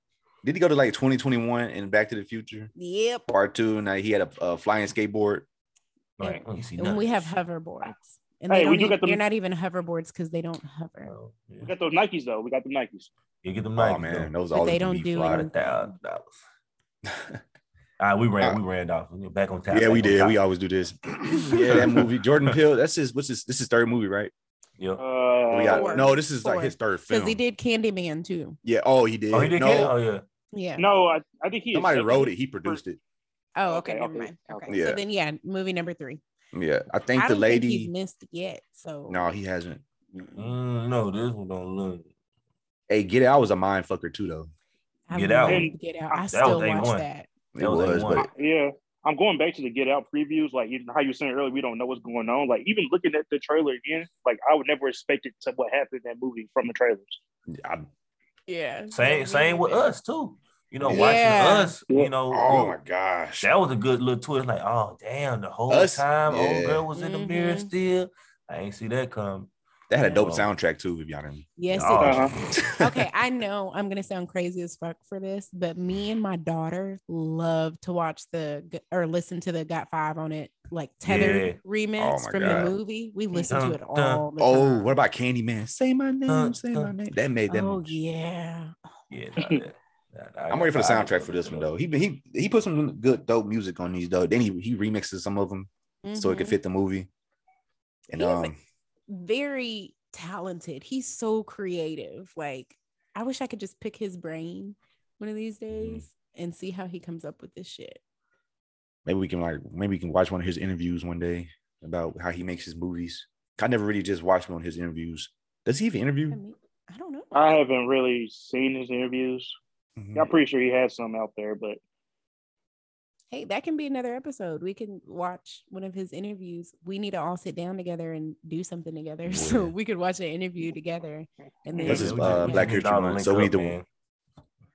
[SPEAKER 2] Did he go to like 2021 and Back to the Future
[SPEAKER 5] Yep.
[SPEAKER 2] Part Two? And uh, he had a, a flying skateboard.
[SPEAKER 4] Like, we ain't see
[SPEAKER 5] And
[SPEAKER 4] nothing.
[SPEAKER 5] we have hoverboards. And
[SPEAKER 3] Hey,
[SPEAKER 5] they
[SPEAKER 3] we
[SPEAKER 5] don't
[SPEAKER 3] do
[SPEAKER 5] e-
[SPEAKER 3] got the-
[SPEAKER 5] they're not even hoverboards because they don't hover.
[SPEAKER 4] Oh, yeah.
[SPEAKER 3] We got those Nikes though. We got the Nikes.
[SPEAKER 4] You get them
[SPEAKER 2] Oh
[SPEAKER 4] Nike,
[SPEAKER 2] man,
[SPEAKER 4] though.
[SPEAKER 2] those
[SPEAKER 5] But
[SPEAKER 2] all
[SPEAKER 5] they
[SPEAKER 2] can
[SPEAKER 5] don't
[SPEAKER 2] be
[SPEAKER 5] do
[SPEAKER 2] fly.
[SPEAKER 5] anything.
[SPEAKER 4] thousand dollars. All right, we ran, we ran off. We're back on top.
[SPEAKER 2] Yeah,
[SPEAKER 4] back
[SPEAKER 2] we
[SPEAKER 4] on
[SPEAKER 2] did.
[SPEAKER 4] top.
[SPEAKER 2] We always do this. yeah, that movie. Jordan Peele. That's his. What's his? This is third movie, right?
[SPEAKER 4] Yeah.
[SPEAKER 3] Uh,
[SPEAKER 2] We got-
[SPEAKER 5] Oh, Four.
[SPEAKER 2] no, this is like
[SPEAKER 5] Four.
[SPEAKER 2] his third
[SPEAKER 5] Because
[SPEAKER 2] film.
[SPEAKER 5] he did Candyman too.
[SPEAKER 2] Yeah. Oh, he did.
[SPEAKER 4] Oh, he did.
[SPEAKER 2] no,
[SPEAKER 4] get it? Oh yeah.
[SPEAKER 5] Yeah.
[SPEAKER 3] no, I, I think he
[SPEAKER 2] somebody
[SPEAKER 3] accepted
[SPEAKER 2] wrote it. He produced it.
[SPEAKER 5] Oh, okay.
[SPEAKER 3] Okay,
[SPEAKER 5] never
[SPEAKER 3] okay,
[SPEAKER 5] mind. Okay.
[SPEAKER 3] okay.
[SPEAKER 5] So
[SPEAKER 2] Yeah.
[SPEAKER 5] then, yeah, movie number three.
[SPEAKER 2] Yeah, I
[SPEAKER 5] I
[SPEAKER 2] think
[SPEAKER 5] don't
[SPEAKER 2] the
[SPEAKER 5] think he's
[SPEAKER 2] lady.
[SPEAKER 5] missed yet. So
[SPEAKER 2] no, he hasn't.
[SPEAKER 4] Mm, no, this one don't look.
[SPEAKER 2] Hey, Get Out was a mind fucker too, though.
[SPEAKER 5] I
[SPEAKER 4] Get Out.
[SPEAKER 5] love Get out. I
[SPEAKER 3] That
[SPEAKER 5] still
[SPEAKER 4] was day
[SPEAKER 5] watch
[SPEAKER 4] one.
[SPEAKER 5] that.
[SPEAKER 2] It
[SPEAKER 4] That was
[SPEAKER 2] was,
[SPEAKER 4] A1.
[SPEAKER 2] but
[SPEAKER 3] Yeah, I'm going back to the Get Out previews, like you- how you were saying earlier, we don't know what's going on. Like even looking at the trailer again, like I would never expect it to what happened in that movie from the trailers.
[SPEAKER 2] I,
[SPEAKER 5] Yeah.
[SPEAKER 4] Same same with us too. You know,
[SPEAKER 5] Yeah.
[SPEAKER 4] watching us, you know,
[SPEAKER 2] oh my gosh.
[SPEAKER 4] that was a good little twist. Like, oh damn, the whole
[SPEAKER 2] Us?
[SPEAKER 4] time old
[SPEAKER 2] Yeah.
[SPEAKER 4] girl was in the mirror
[SPEAKER 5] Mhm.
[SPEAKER 4] still. I ain't see that come.
[SPEAKER 2] That had a dope
[SPEAKER 4] Oh.
[SPEAKER 2] soundtrack too, if y'all didn't.
[SPEAKER 5] Yes. it
[SPEAKER 4] Oh,
[SPEAKER 3] Uh-huh.
[SPEAKER 4] shit.
[SPEAKER 5] okay, I know I'm gonna sound crazy as fuck for this, but me and my daughter love to watch the g- or listen to the Got Five on it, like tethered
[SPEAKER 4] Yeah.
[SPEAKER 5] remix
[SPEAKER 2] Oh my
[SPEAKER 5] from
[SPEAKER 2] God.
[SPEAKER 5] the movie. We listen
[SPEAKER 4] Dun,
[SPEAKER 5] to it all
[SPEAKER 4] dun.
[SPEAKER 5] the
[SPEAKER 2] Oh,
[SPEAKER 5] time.
[SPEAKER 2] what about Candyman? Say my name,
[SPEAKER 4] Dun,
[SPEAKER 2] say
[SPEAKER 4] dun.
[SPEAKER 2] my name. That made them.
[SPEAKER 5] Oh yeah.
[SPEAKER 4] Yeah, nah, that- nah, nah, I
[SPEAKER 2] I'm waiting for the
[SPEAKER 4] gotta-
[SPEAKER 2] soundtrack for this one though. He he he put some good dope music on these though. Then he, he remixes some of them so it could
[SPEAKER 5] Mhm.
[SPEAKER 2] fit the movie. And
[SPEAKER 5] He is a-
[SPEAKER 2] um,
[SPEAKER 5] Very talented. He's so creative. Like I wish I could just pick his brain one of these
[SPEAKER 2] Mm-hmm.
[SPEAKER 5] days and see how he comes up with this shit.
[SPEAKER 2] maybe we can like maybe we can watch one of his interviews one day about how he makes his movies. I never really just watched one of his interviews. Does he even
[SPEAKER 5] I
[SPEAKER 2] interview?
[SPEAKER 5] mean, I don't know.
[SPEAKER 3] I haven't really seen his interviews.
[SPEAKER 2] Mhm.
[SPEAKER 3] I'm pretty sure he has some out there, but
[SPEAKER 5] Hey, that can be another episode. We can watch one of his interviews. We need to all sit down together and do something together. So
[SPEAKER 2] Yeah.
[SPEAKER 5] we could watch an interview together. And then
[SPEAKER 2] This is,
[SPEAKER 4] we
[SPEAKER 2] uh,
[SPEAKER 4] just- we
[SPEAKER 2] Black
[SPEAKER 4] just
[SPEAKER 2] History
[SPEAKER 4] all
[SPEAKER 2] Month,
[SPEAKER 4] link
[SPEAKER 2] so we
[SPEAKER 4] up,
[SPEAKER 2] need to-
[SPEAKER 4] man.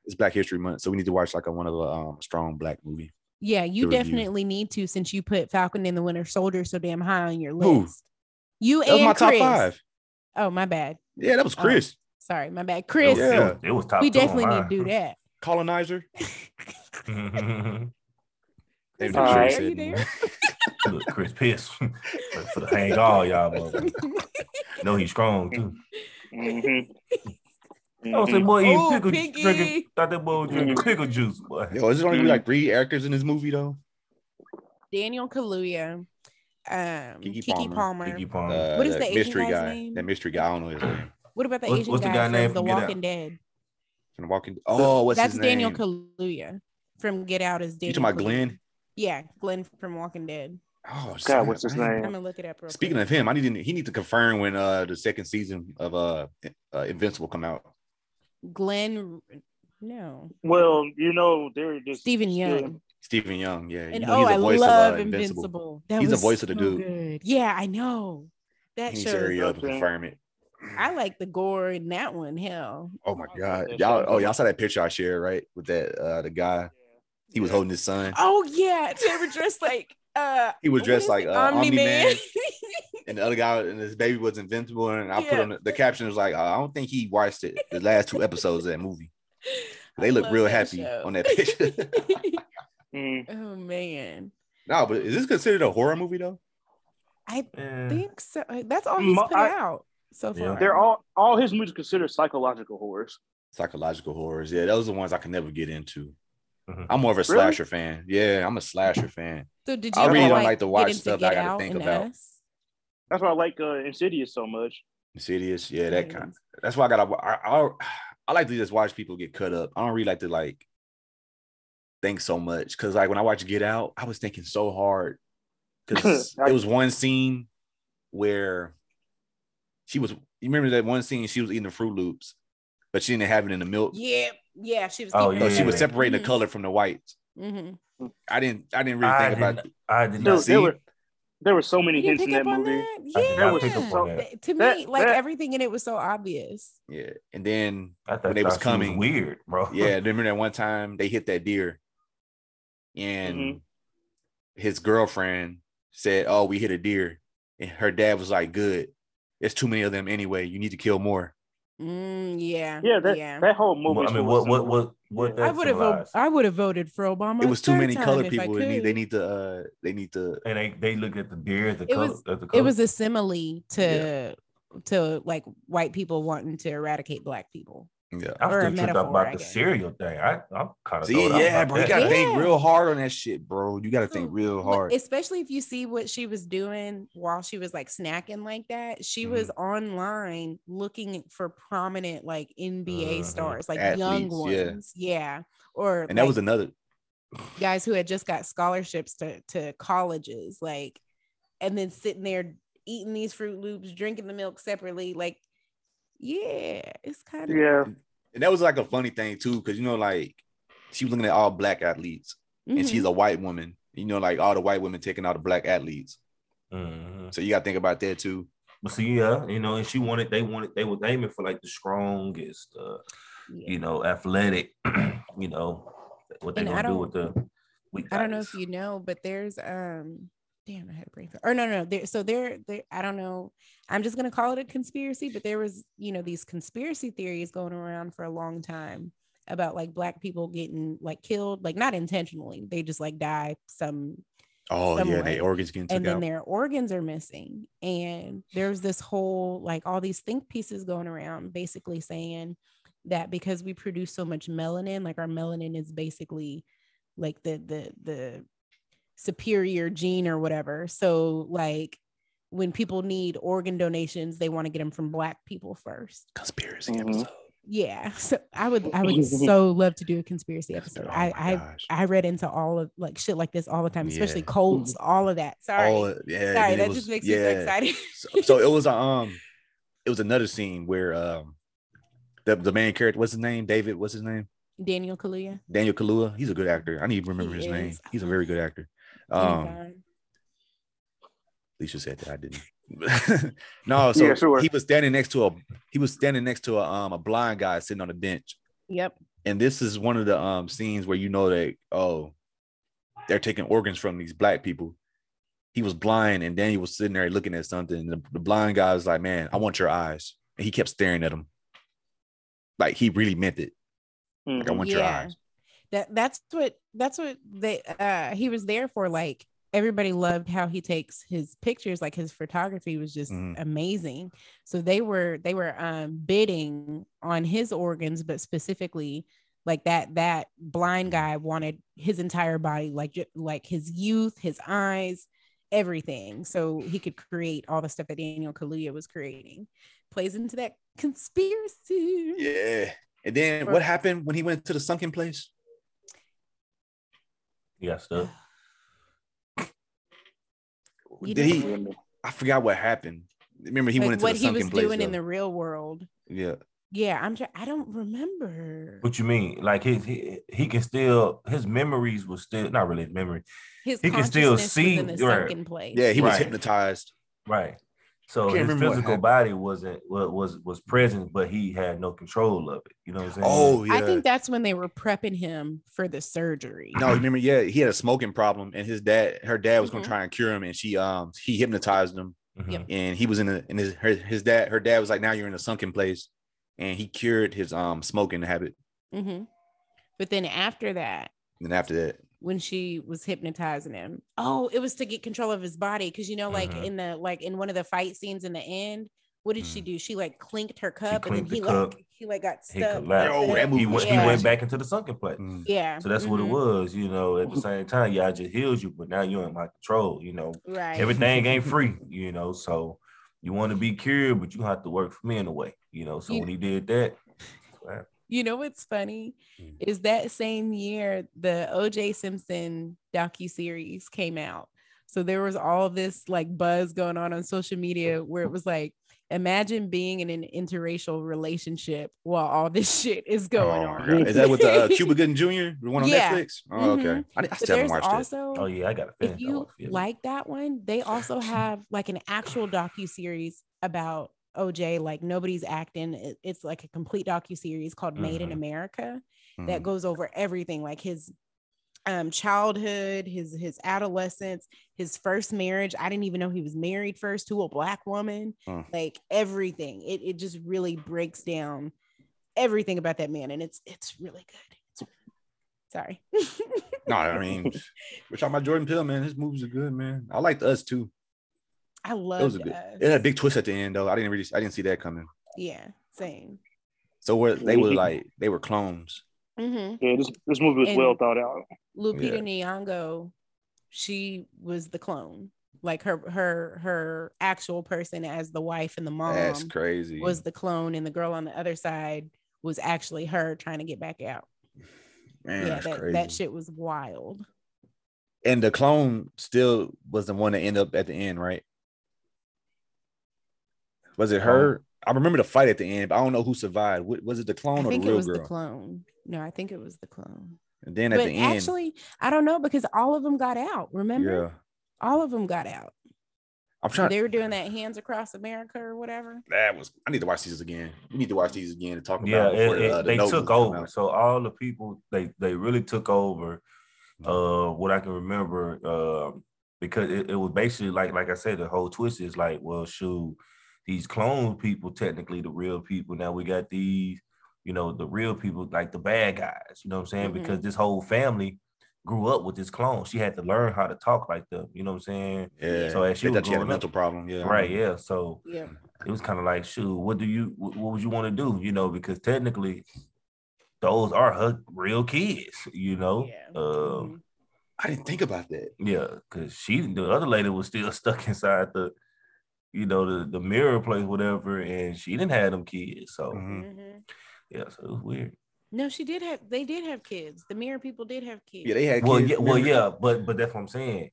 [SPEAKER 2] It's Black History Month, so we need to watch like a, one of the um, strong black movie.
[SPEAKER 5] yeah, you
[SPEAKER 2] the review.
[SPEAKER 5] definitely need to since you put Falcon and the Winter Soldier so damn high on your
[SPEAKER 2] Who?
[SPEAKER 5] list. You
[SPEAKER 2] That was
[SPEAKER 5] and
[SPEAKER 2] my top
[SPEAKER 5] Chris.
[SPEAKER 2] five.
[SPEAKER 5] Oh, my bad.
[SPEAKER 2] Yeah, that was
[SPEAKER 5] Oh.
[SPEAKER 2] Chris.
[SPEAKER 5] Sorry, my bad.
[SPEAKER 4] It
[SPEAKER 5] Chris,
[SPEAKER 4] was-
[SPEAKER 2] Yeah.
[SPEAKER 4] it was, it was top
[SPEAKER 5] we
[SPEAKER 4] two on
[SPEAKER 5] definitely need to do
[SPEAKER 4] mine.
[SPEAKER 5] that.
[SPEAKER 2] Colonizer.
[SPEAKER 5] Chris,
[SPEAKER 3] All
[SPEAKER 5] are
[SPEAKER 3] right.
[SPEAKER 5] you there?
[SPEAKER 4] Look, Chris Piss for the hang all y'all motherfuckers. No, he's strong too.
[SPEAKER 3] mhm.
[SPEAKER 4] I don't say
[SPEAKER 3] Mhm.
[SPEAKER 4] boy eating
[SPEAKER 5] Oh,
[SPEAKER 4] pickle
[SPEAKER 5] piggy. Mm-hmm.
[SPEAKER 4] drinking. Thought that boy was drinking
[SPEAKER 3] Mhm.
[SPEAKER 4] pickle juice, boy.
[SPEAKER 2] Yo, is it only
[SPEAKER 3] Mhm.
[SPEAKER 2] like three actors in this movie though?
[SPEAKER 5] Daniel Kaluuya, um,
[SPEAKER 2] Kiki
[SPEAKER 5] Kiki,
[SPEAKER 2] Palmer.
[SPEAKER 5] Palmer.
[SPEAKER 4] Pinky palm.
[SPEAKER 2] Uh,
[SPEAKER 5] What is
[SPEAKER 2] that
[SPEAKER 5] the Asian
[SPEAKER 2] mystery
[SPEAKER 5] guy's
[SPEAKER 2] guy?
[SPEAKER 5] name?
[SPEAKER 2] That mystery guy. I don't know his name.
[SPEAKER 5] What about the
[SPEAKER 4] What's-
[SPEAKER 5] Asian
[SPEAKER 4] what's the
[SPEAKER 5] guy,
[SPEAKER 4] guy
[SPEAKER 5] from
[SPEAKER 4] name
[SPEAKER 5] The
[SPEAKER 4] from Get Out?
[SPEAKER 5] Walking Dead?
[SPEAKER 2] From Walking. Oh, what's
[SPEAKER 5] That's
[SPEAKER 2] his name?
[SPEAKER 5] Daniel Kaluuya from Get Out. Is Daniel
[SPEAKER 2] You talking about
[SPEAKER 5] Kaluuya.
[SPEAKER 2] Glenn?
[SPEAKER 5] Yeah, Glenn from Walking Dead.
[SPEAKER 2] Oh,
[SPEAKER 3] God,
[SPEAKER 2] snap.
[SPEAKER 3] what's his
[SPEAKER 2] I ain't-
[SPEAKER 5] I'm
[SPEAKER 3] name?
[SPEAKER 5] gonna look it up. Real
[SPEAKER 2] Speaking
[SPEAKER 5] quick.
[SPEAKER 2] of him, I need to, he need to confirm when uh the second season of uh, uh Invincible come out.
[SPEAKER 5] of Glenn, no,
[SPEAKER 3] Well, you know, they're just
[SPEAKER 5] Stephen
[SPEAKER 3] still-
[SPEAKER 5] Young.
[SPEAKER 2] Stephen Young, yeah,
[SPEAKER 5] And
[SPEAKER 2] you
[SPEAKER 5] oh,
[SPEAKER 2] know, he's
[SPEAKER 5] I
[SPEAKER 2] a voice
[SPEAKER 5] love
[SPEAKER 2] of uh, Invincible.
[SPEAKER 5] Invincible. That
[SPEAKER 2] He's the
[SPEAKER 5] was
[SPEAKER 2] voice of the
[SPEAKER 5] so
[SPEAKER 2] dude.
[SPEAKER 5] good. Yeah, I know.
[SPEAKER 2] He
[SPEAKER 5] That
[SPEAKER 2] needs
[SPEAKER 5] show.
[SPEAKER 2] to hurry up and
[SPEAKER 3] Okay.
[SPEAKER 2] confirm it.
[SPEAKER 5] I like the gore in that one. Hell,
[SPEAKER 2] Oh my
[SPEAKER 3] Yeah,
[SPEAKER 2] god, y'all!
[SPEAKER 3] so-
[SPEAKER 2] Oh, y'all saw that picture I shared right with that uh the guy. He was holding his son.
[SPEAKER 5] oh yeah, they were dressed like. Uh,
[SPEAKER 2] He was
[SPEAKER 5] what
[SPEAKER 2] dressed
[SPEAKER 5] is
[SPEAKER 2] like
[SPEAKER 5] it?
[SPEAKER 2] uh, Omni Man, and the other guy and his baby was Invincible. And I put
[SPEAKER 5] Yeah.
[SPEAKER 2] on the, the caption was like, "Oh, I don't think he watched it, the last two episodes of that movie. They
[SPEAKER 5] I
[SPEAKER 2] look
[SPEAKER 5] love
[SPEAKER 2] real
[SPEAKER 5] that
[SPEAKER 2] happy
[SPEAKER 5] show.
[SPEAKER 2] on that picture.
[SPEAKER 3] Mm.
[SPEAKER 5] oh man,
[SPEAKER 2] no, but is this considered a horror movie though?
[SPEAKER 5] I
[SPEAKER 4] Yeah.
[SPEAKER 5] think so. Uh, That's all he's
[SPEAKER 3] Mo-
[SPEAKER 5] put
[SPEAKER 3] I-
[SPEAKER 5] out so
[SPEAKER 4] Yeah.
[SPEAKER 5] far.
[SPEAKER 3] They're all all his movies considered psychological horrors.
[SPEAKER 2] Psychological horrors. Yeah, those are the ones I can never get into.
[SPEAKER 4] Mhm.
[SPEAKER 2] I'm more of a
[SPEAKER 3] Really?
[SPEAKER 2] slasher fan. Yeah, I'm a slasher fan.
[SPEAKER 5] So did you
[SPEAKER 2] I really
[SPEAKER 5] ever,
[SPEAKER 2] don't like to
[SPEAKER 5] get
[SPEAKER 2] watch
[SPEAKER 5] into
[SPEAKER 2] stuff I
[SPEAKER 5] Get
[SPEAKER 2] gotta
[SPEAKER 5] Out
[SPEAKER 2] think
[SPEAKER 5] and
[SPEAKER 2] about.
[SPEAKER 5] Us?
[SPEAKER 3] That's why I like uh, Insidious so much.
[SPEAKER 2] Insidious. Yeah, that kind.
[SPEAKER 5] Yeah.
[SPEAKER 2] That's why I gotta. I, I I like to just watch people get cut up. I don't really like to like think so much because like when I watch Get Out, I was thinking so hard because it was one scene where she was. You remember that one scene? She was eating the Fruit Loops, but she didn't have it in the milk.
[SPEAKER 5] Yeah, yeah, she was.
[SPEAKER 4] Oh,
[SPEAKER 5] keeping
[SPEAKER 2] So
[SPEAKER 5] it
[SPEAKER 2] she was
[SPEAKER 4] Yeah.
[SPEAKER 5] separate.
[SPEAKER 2] separating
[SPEAKER 5] Mhm,
[SPEAKER 2] the color from the whites.
[SPEAKER 5] mhm.
[SPEAKER 2] I didn't. I didn't really
[SPEAKER 4] I
[SPEAKER 2] think about.
[SPEAKER 4] I did
[SPEAKER 2] No,
[SPEAKER 4] not
[SPEAKER 3] Dude,
[SPEAKER 2] see.
[SPEAKER 3] there were there were so many
[SPEAKER 5] You
[SPEAKER 3] hints
[SPEAKER 5] didn't
[SPEAKER 3] in
[SPEAKER 5] pick
[SPEAKER 3] that
[SPEAKER 5] up on
[SPEAKER 3] movie.
[SPEAKER 5] that?
[SPEAKER 4] I did
[SPEAKER 5] Yeah,
[SPEAKER 4] not
[SPEAKER 3] was
[SPEAKER 4] pick up
[SPEAKER 3] so-
[SPEAKER 4] on that.
[SPEAKER 5] Th- to me,
[SPEAKER 3] That-
[SPEAKER 5] like
[SPEAKER 3] that-
[SPEAKER 5] everything in it was so obvious.
[SPEAKER 2] Yeah, and then
[SPEAKER 4] I thought
[SPEAKER 2] when they was
[SPEAKER 4] thought she
[SPEAKER 2] coming.
[SPEAKER 4] weird, bro.
[SPEAKER 2] Yeah, remember that one time they hit that deer, and
[SPEAKER 5] Mm-hmm.
[SPEAKER 3] Mhm.
[SPEAKER 2] his girlfriend said, "Oh, we hit a deer," and her dad was like, "Good, it's too many of them anyway. You need to kill more."
[SPEAKER 5] Mm, yeah,
[SPEAKER 3] Yeah, that
[SPEAKER 5] yeah.
[SPEAKER 3] that whole movie.
[SPEAKER 4] Well, I mean, what what what what?
[SPEAKER 5] I would have, vo-
[SPEAKER 4] symbolized?
[SPEAKER 5] I would have voted for Obama.
[SPEAKER 2] it was too
[SPEAKER 5] third
[SPEAKER 2] many
[SPEAKER 5] time
[SPEAKER 2] colored
[SPEAKER 5] if I
[SPEAKER 2] people. They need, they
[SPEAKER 5] could.
[SPEAKER 2] need to, uh, they need to.
[SPEAKER 4] And they they looked at the deer, the
[SPEAKER 5] It
[SPEAKER 4] color,
[SPEAKER 5] was-
[SPEAKER 4] at the color.
[SPEAKER 5] It was a simile to to like white people wanting to eradicate black people.
[SPEAKER 2] Yeah.
[SPEAKER 4] I'm
[SPEAKER 5] or a
[SPEAKER 4] still tripped out
[SPEAKER 5] metaphor,
[SPEAKER 4] about
[SPEAKER 5] I
[SPEAKER 4] the
[SPEAKER 5] guess.
[SPEAKER 4] cereal thing. I I'm kind of
[SPEAKER 2] See, yeah, bro, you gotta
[SPEAKER 5] Yeah.
[SPEAKER 2] think real hard on that shit, bro. You gotta think
[SPEAKER 5] Dude,
[SPEAKER 2] real
[SPEAKER 5] Well,
[SPEAKER 2] hard.
[SPEAKER 5] Especially if you see what she was doing while she was like snacking like that. She was
[SPEAKER 2] Mm-hmm.
[SPEAKER 5] online looking for prominent like NBA
[SPEAKER 4] Mhm.
[SPEAKER 5] stars, like young
[SPEAKER 2] Mm-hmm. Athletes, yeah.
[SPEAKER 5] ones. Yeah. Or
[SPEAKER 2] And that was
[SPEAKER 5] like,
[SPEAKER 2] another.
[SPEAKER 5] guys who had just got scholarships to, to colleges, like, and then sitting there eating these Fruit Loops, drinking the milk separately. Like, yeah, it's kind of.
[SPEAKER 3] Yeah,
[SPEAKER 2] And that was like a
[SPEAKER 5] Mm-hmm.
[SPEAKER 2] funny thing too, because you know, like she was looking at all black athletes, and she's a white woman, You know, like all the white women taking all the black athletes.
[SPEAKER 4] Mhm.
[SPEAKER 2] So you got to think about that too.
[SPEAKER 4] But see, yeah, you know, and she wanted, they wanted, they was aiming for like the strongest, uh,
[SPEAKER 5] Yeah.
[SPEAKER 4] you know, athletic, you know, what they
[SPEAKER 5] And
[SPEAKER 4] gonna
[SPEAKER 5] I
[SPEAKER 4] do
[SPEAKER 5] don't-
[SPEAKER 4] with the weak
[SPEAKER 5] I don't know if
[SPEAKER 4] guys.
[SPEAKER 5] you know, but there's um damn I had a brain fart. Or no, no, no. There so there there I don't know. I'm just gonna call it a conspiracy, but there was, you know, these conspiracy theories going around for a long time about like black people getting like killed, like not intentionally. They just like die some
[SPEAKER 2] Oh yeah,
[SPEAKER 5] Somewhat.
[SPEAKER 2] and they organs getting took
[SPEAKER 5] and then
[SPEAKER 2] out.
[SPEAKER 5] their organs are missing. And there's this whole like all these think pieces going around basically saying that because we produce so much melanin, like our melanin is basically like the the the superior gene or whatever. So like when people need organ donations, they want to get them from black people first.
[SPEAKER 2] Conspiracy
[SPEAKER 3] Mhm.
[SPEAKER 2] episode.
[SPEAKER 5] Yeah. So I would I would so love to do a conspiracy episode.
[SPEAKER 2] Oh
[SPEAKER 5] I
[SPEAKER 2] my
[SPEAKER 5] I
[SPEAKER 2] gosh.
[SPEAKER 5] I read into all of like shit like this all the time, especially
[SPEAKER 2] Yeah.
[SPEAKER 5] colds, all of that. Sorry.
[SPEAKER 2] All- yeah, and
[SPEAKER 5] Sorry,
[SPEAKER 2] then it
[SPEAKER 5] that
[SPEAKER 2] was-
[SPEAKER 5] just makes me so
[SPEAKER 2] yeah.
[SPEAKER 5] excited.
[SPEAKER 2] so, so it was a um it was another scene where um the, the main character what's his name david what's his name
[SPEAKER 5] Daniel Kaluuya.
[SPEAKER 2] daniel kalua he's a good actor i need to remember
[SPEAKER 5] He
[SPEAKER 2] his name
[SPEAKER 5] is.
[SPEAKER 2] he's a very good actor
[SPEAKER 5] Jimmy
[SPEAKER 2] um
[SPEAKER 5] Fallon.
[SPEAKER 2] Alicia said that i didn't no so
[SPEAKER 3] Yeah, sure.
[SPEAKER 2] he was standing next to a he was standing next to a um a blind guy sitting on a bench
[SPEAKER 5] Yep.
[SPEAKER 2] and this is one of the um scenes where you know that oh they're taking organs from these black people he was blind and daniel was sitting there looking at something and the, the blind guy was like man i want your eyes and he kept staring at him like he really meant it
[SPEAKER 3] Hmm.
[SPEAKER 2] like i want your
[SPEAKER 5] Yeah.
[SPEAKER 2] eyes
[SPEAKER 5] That that's what that's what they uh he was there for. Like everybody loved how he takes his pictures, like his photography was just
[SPEAKER 2] Mhm.
[SPEAKER 5] amazing. So they were they were um bidding on his organs, but specifically like that that blind
[SPEAKER 2] Mm-hmm.
[SPEAKER 5] guy wanted his entire body, like ju- like his youth, his eyes, everything. So he could create all the stuff that Daniel Kaluuya was creating. Plays into that conspiracy.
[SPEAKER 2] yeah and then
[SPEAKER 5] For-
[SPEAKER 2] what happened when he went to the sunken place
[SPEAKER 4] You got stuff.
[SPEAKER 5] You
[SPEAKER 2] did
[SPEAKER 5] don't
[SPEAKER 2] he i forgot what happened remember he
[SPEAKER 5] like
[SPEAKER 2] went into
[SPEAKER 5] what
[SPEAKER 2] the
[SPEAKER 5] he
[SPEAKER 2] sunken
[SPEAKER 5] was
[SPEAKER 2] place
[SPEAKER 5] doing in
[SPEAKER 2] though.
[SPEAKER 5] the real world.
[SPEAKER 2] yeah
[SPEAKER 5] Yeah, I'm. Try- I don't remember
[SPEAKER 4] What you mean? Like his he, he can still his memories were still not really his memory.
[SPEAKER 5] his.
[SPEAKER 4] he can still
[SPEAKER 5] consciousness was
[SPEAKER 4] see,
[SPEAKER 5] in the
[SPEAKER 4] right.
[SPEAKER 5] sunken place.
[SPEAKER 2] yeah he was
[SPEAKER 4] Right.
[SPEAKER 2] hypnotized
[SPEAKER 4] Right. So
[SPEAKER 2] Can't
[SPEAKER 4] his
[SPEAKER 2] remember what
[SPEAKER 4] physical
[SPEAKER 2] happened.
[SPEAKER 4] body wasn't was, was was present, but he had no control of it. You know what I'm saying?
[SPEAKER 2] oh yeah
[SPEAKER 5] I think that's when they were prepping him for the surgery.
[SPEAKER 2] No, remember, yeah, he had a smoking problem, and his dad, her dad was gonna
[SPEAKER 5] Mhm.
[SPEAKER 2] try and cure him, and she, um, he hypnotized him,
[SPEAKER 4] Mhm.
[SPEAKER 5] Yep.
[SPEAKER 2] and he was in a, in his, her, his dad, her dad was like, now you're in a sunken place, and he cured his um smoking habit,
[SPEAKER 5] hmm But then after that,
[SPEAKER 2] and after that,
[SPEAKER 5] when she was hypnotizing him, oh, it was to get control of his body because you know, like
[SPEAKER 4] Mhm.
[SPEAKER 5] in the like in one of the fight scenes in the end, what did she
[SPEAKER 2] Mhm.
[SPEAKER 5] do? She like clinked her cup, and then
[SPEAKER 4] Mm. clinked the
[SPEAKER 5] he
[SPEAKER 4] cup.
[SPEAKER 5] like he like got
[SPEAKER 4] He
[SPEAKER 5] stuck.
[SPEAKER 4] collapsed.
[SPEAKER 2] Yo, that
[SPEAKER 4] he,
[SPEAKER 2] movie
[SPEAKER 4] went,
[SPEAKER 5] was
[SPEAKER 4] he went
[SPEAKER 5] crazy.
[SPEAKER 4] back into the sunken place.
[SPEAKER 2] mm,
[SPEAKER 5] Yeah.
[SPEAKER 4] So that's what it
[SPEAKER 5] mhm,
[SPEAKER 4] was, you know. At the same time, y'all just healed you, but now you're in my control, you know.
[SPEAKER 5] Right.
[SPEAKER 4] Everything ain't free, you know. So you want to be cured, but you have to work for me in a way, you know. So
[SPEAKER 5] You-
[SPEAKER 4] when he did that,
[SPEAKER 5] You know what's funny
[SPEAKER 2] Mm.
[SPEAKER 5] is that same year the O.J. Simpson docu series came out, so there was all this like buzz going on on social media where it was like, imagine being in an interracial relationship while all this shit is going
[SPEAKER 2] Oh,
[SPEAKER 5] on.
[SPEAKER 2] God. is that with the uh, Cuba Gooding Jr. the one on
[SPEAKER 5] Yeah.
[SPEAKER 2] Netflix? Oh, okay,
[SPEAKER 5] Mhm.
[SPEAKER 2] I, I
[SPEAKER 5] But
[SPEAKER 2] still haven't
[SPEAKER 5] there's
[SPEAKER 2] watched it.
[SPEAKER 5] also
[SPEAKER 4] oh yeah, I gotta finish.
[SPEAKER 5] if
[SPEAKER 4] that
[SPEAKER 5] you
[SPEAKER 4] one, yeah.
[SPEAKER 5] like that one, they also have like an actual docu series about OJ. Like nobody's acting. It- It's like a complete docu series called "Made in
[SPEAKER 2] Mm-hmm.
[SPEAKER 4] Mhm.
[SPEAKER 5] America"
[SPEAKER 2] Mhm.
[SPEAKER 5] that goes over everything, like his um, childhood, his his adolescence, his first marriage. I didn't even know he was married first to a black woman.
[SPEAKER 2] Mm.
[SPEAKER 5] Like everything, it it just really breaks down everything about that man, and it's it's really good. It's- Sorry.
[SPEAKER 2] No, I mean, we're talking about Jordan Peele, man. His movies are good, man. I liked Us too.
[SPEAKER 5] I
[SPEAKER 2] It was
[SPEAKER 5] love
[SPEAKER 2] a good.
[SPEAKER 5] us.
[SPEAKER 2] It had a big twist at the end, though. I didn't really, I didn't see that coming.
[SPEAKER 5] Yeah, same.
[SPEAKER 2] So where they were like, they were clones.
[SPEAKER 5] Mm-hmm.
[SPEAKER 3] Yeah, this, this movie was
[SPEAKER 5] And-
[SPEAKER 3] well thought out.
[SPEAKER 5] Lupita Nyong'o, she was the clone. Like her her her actual person as the wife and the mom
[SPEAKER 2] That's crazy.
[SPEAKER 5] Um, was the clone, and the girl on the other side was actually her trying to get back out.
[SPEAKER 2] Man,
[SPEAKER 5] yeah,
[SPEAKER 2] that's
[SPEAKER 5] that,
[SPEAKER 2] crazy.
[SPEAKER 5] that shit was wild.
[SPEAKER 2] and the clone still was the one that ended up at the end, right? Was
[SPEAKER 4] Um,
[SPEAKER 2] it her? I remember the fight at the end, but I don't know who survived. Wa- Was it the clone or
[SPEAKER 5] I
[SPEAKER 2] the
[SPEAKER 5] think it
[SPEAKER 2] real
[SPEAKER 5] was
[SPEAKER 2] girl?
[SPEAKER 5] the clone. No, I think it was the clone.
[SPEAKER 2] And then at
[SPEAKER 5] But
[SPEAKER 2] the end,
[SPEAKER 5] actually, I don't know because all of them got out. Remember,
[SPEAKER 2] yeah,
[SPEAKER 5] all of them got out.
[SPEAKER 2] I'm trying.
[SPEAKER 5] They were doing that Hands Across America or whatever.
[SPEAKER 2] That was. I need to watch these again. We need to watch these again to talk about.
[SPEAKER 4] Yeah,
[SPEAKER 2] it
[SPEAKER 4] it,
[SPEAKER 2] before the,
[SPEAKER 4] it-
[SPEAKER 2] uh, the
[SPEAKER 4] they
[SPEAKER 2] Nobu
[SPEAKER 4] took
[SPEAKER 2] come
[SPEAKER 4] over.
[SPEAKER 2] out.
[SPEAKER 4] So all the people they they really took over.
[SPEAKER 2] Mm-hmm.
[SPEAKER 4] Uh, what I can remember, um, because it, it was basically like like I said, the whole twist is like, well, shoot, these clone people technically the real people. Now we got these, you know, the real people like the bad guys. You know what I'm saying?
[SPEAKER 5] Mhm.
[SPEAKER 2] Mm-hmm.
[SPEAKER 4] Because this whole family grew up with this clone. She had to learn how to talk like them. You know what I'm saying?
[SPEAKER 2] Yeah.
[SPEAKER 4] So as she
[SPEAKER 2] They
[SPEAKER 4] was
[SPEAKER 2] thought you had a
[SPEAKER 4] growing up,
[SPEAKER 2] mental problem. Yeah.
[SPEAKER 4] right? Yeah. So
[SPEAKER 5] Yeah.
[SPEAKER 4] it was kind of like, shoot, what do you, wh- what would you want to do? You know, because technically, those are her real kids. You
[SPEAKER 2] Oh,
[SPEAKER 4] know,
[SPEAKER 5] Yeah. Mm-hmm.
[SPEAKER 4] Um,
[SPEAKER 2] I didn't think about that.
[SPEAKER 4] yeah, because she, the other lady, was still stuck inside the, you know, the the mirror place, whatever, and she didn't have them kids. So
[SPEAKER 2] Mhm.
[SPEAKER 4] yeah, so it was weird.
[SPEAKER 5] Mm-hmm. No, she did have. They did have kids. The mirror people did have kids.
[SPEAKER 2] Yeah, they had.
[SPEAKER 4] Well,
[SPEAKER 2] kids,
[SPEAKER 4] yeah, well,
[SPEAKER 2] remember?
[SPEAKER 4] yeah, but but that's what I'm saying.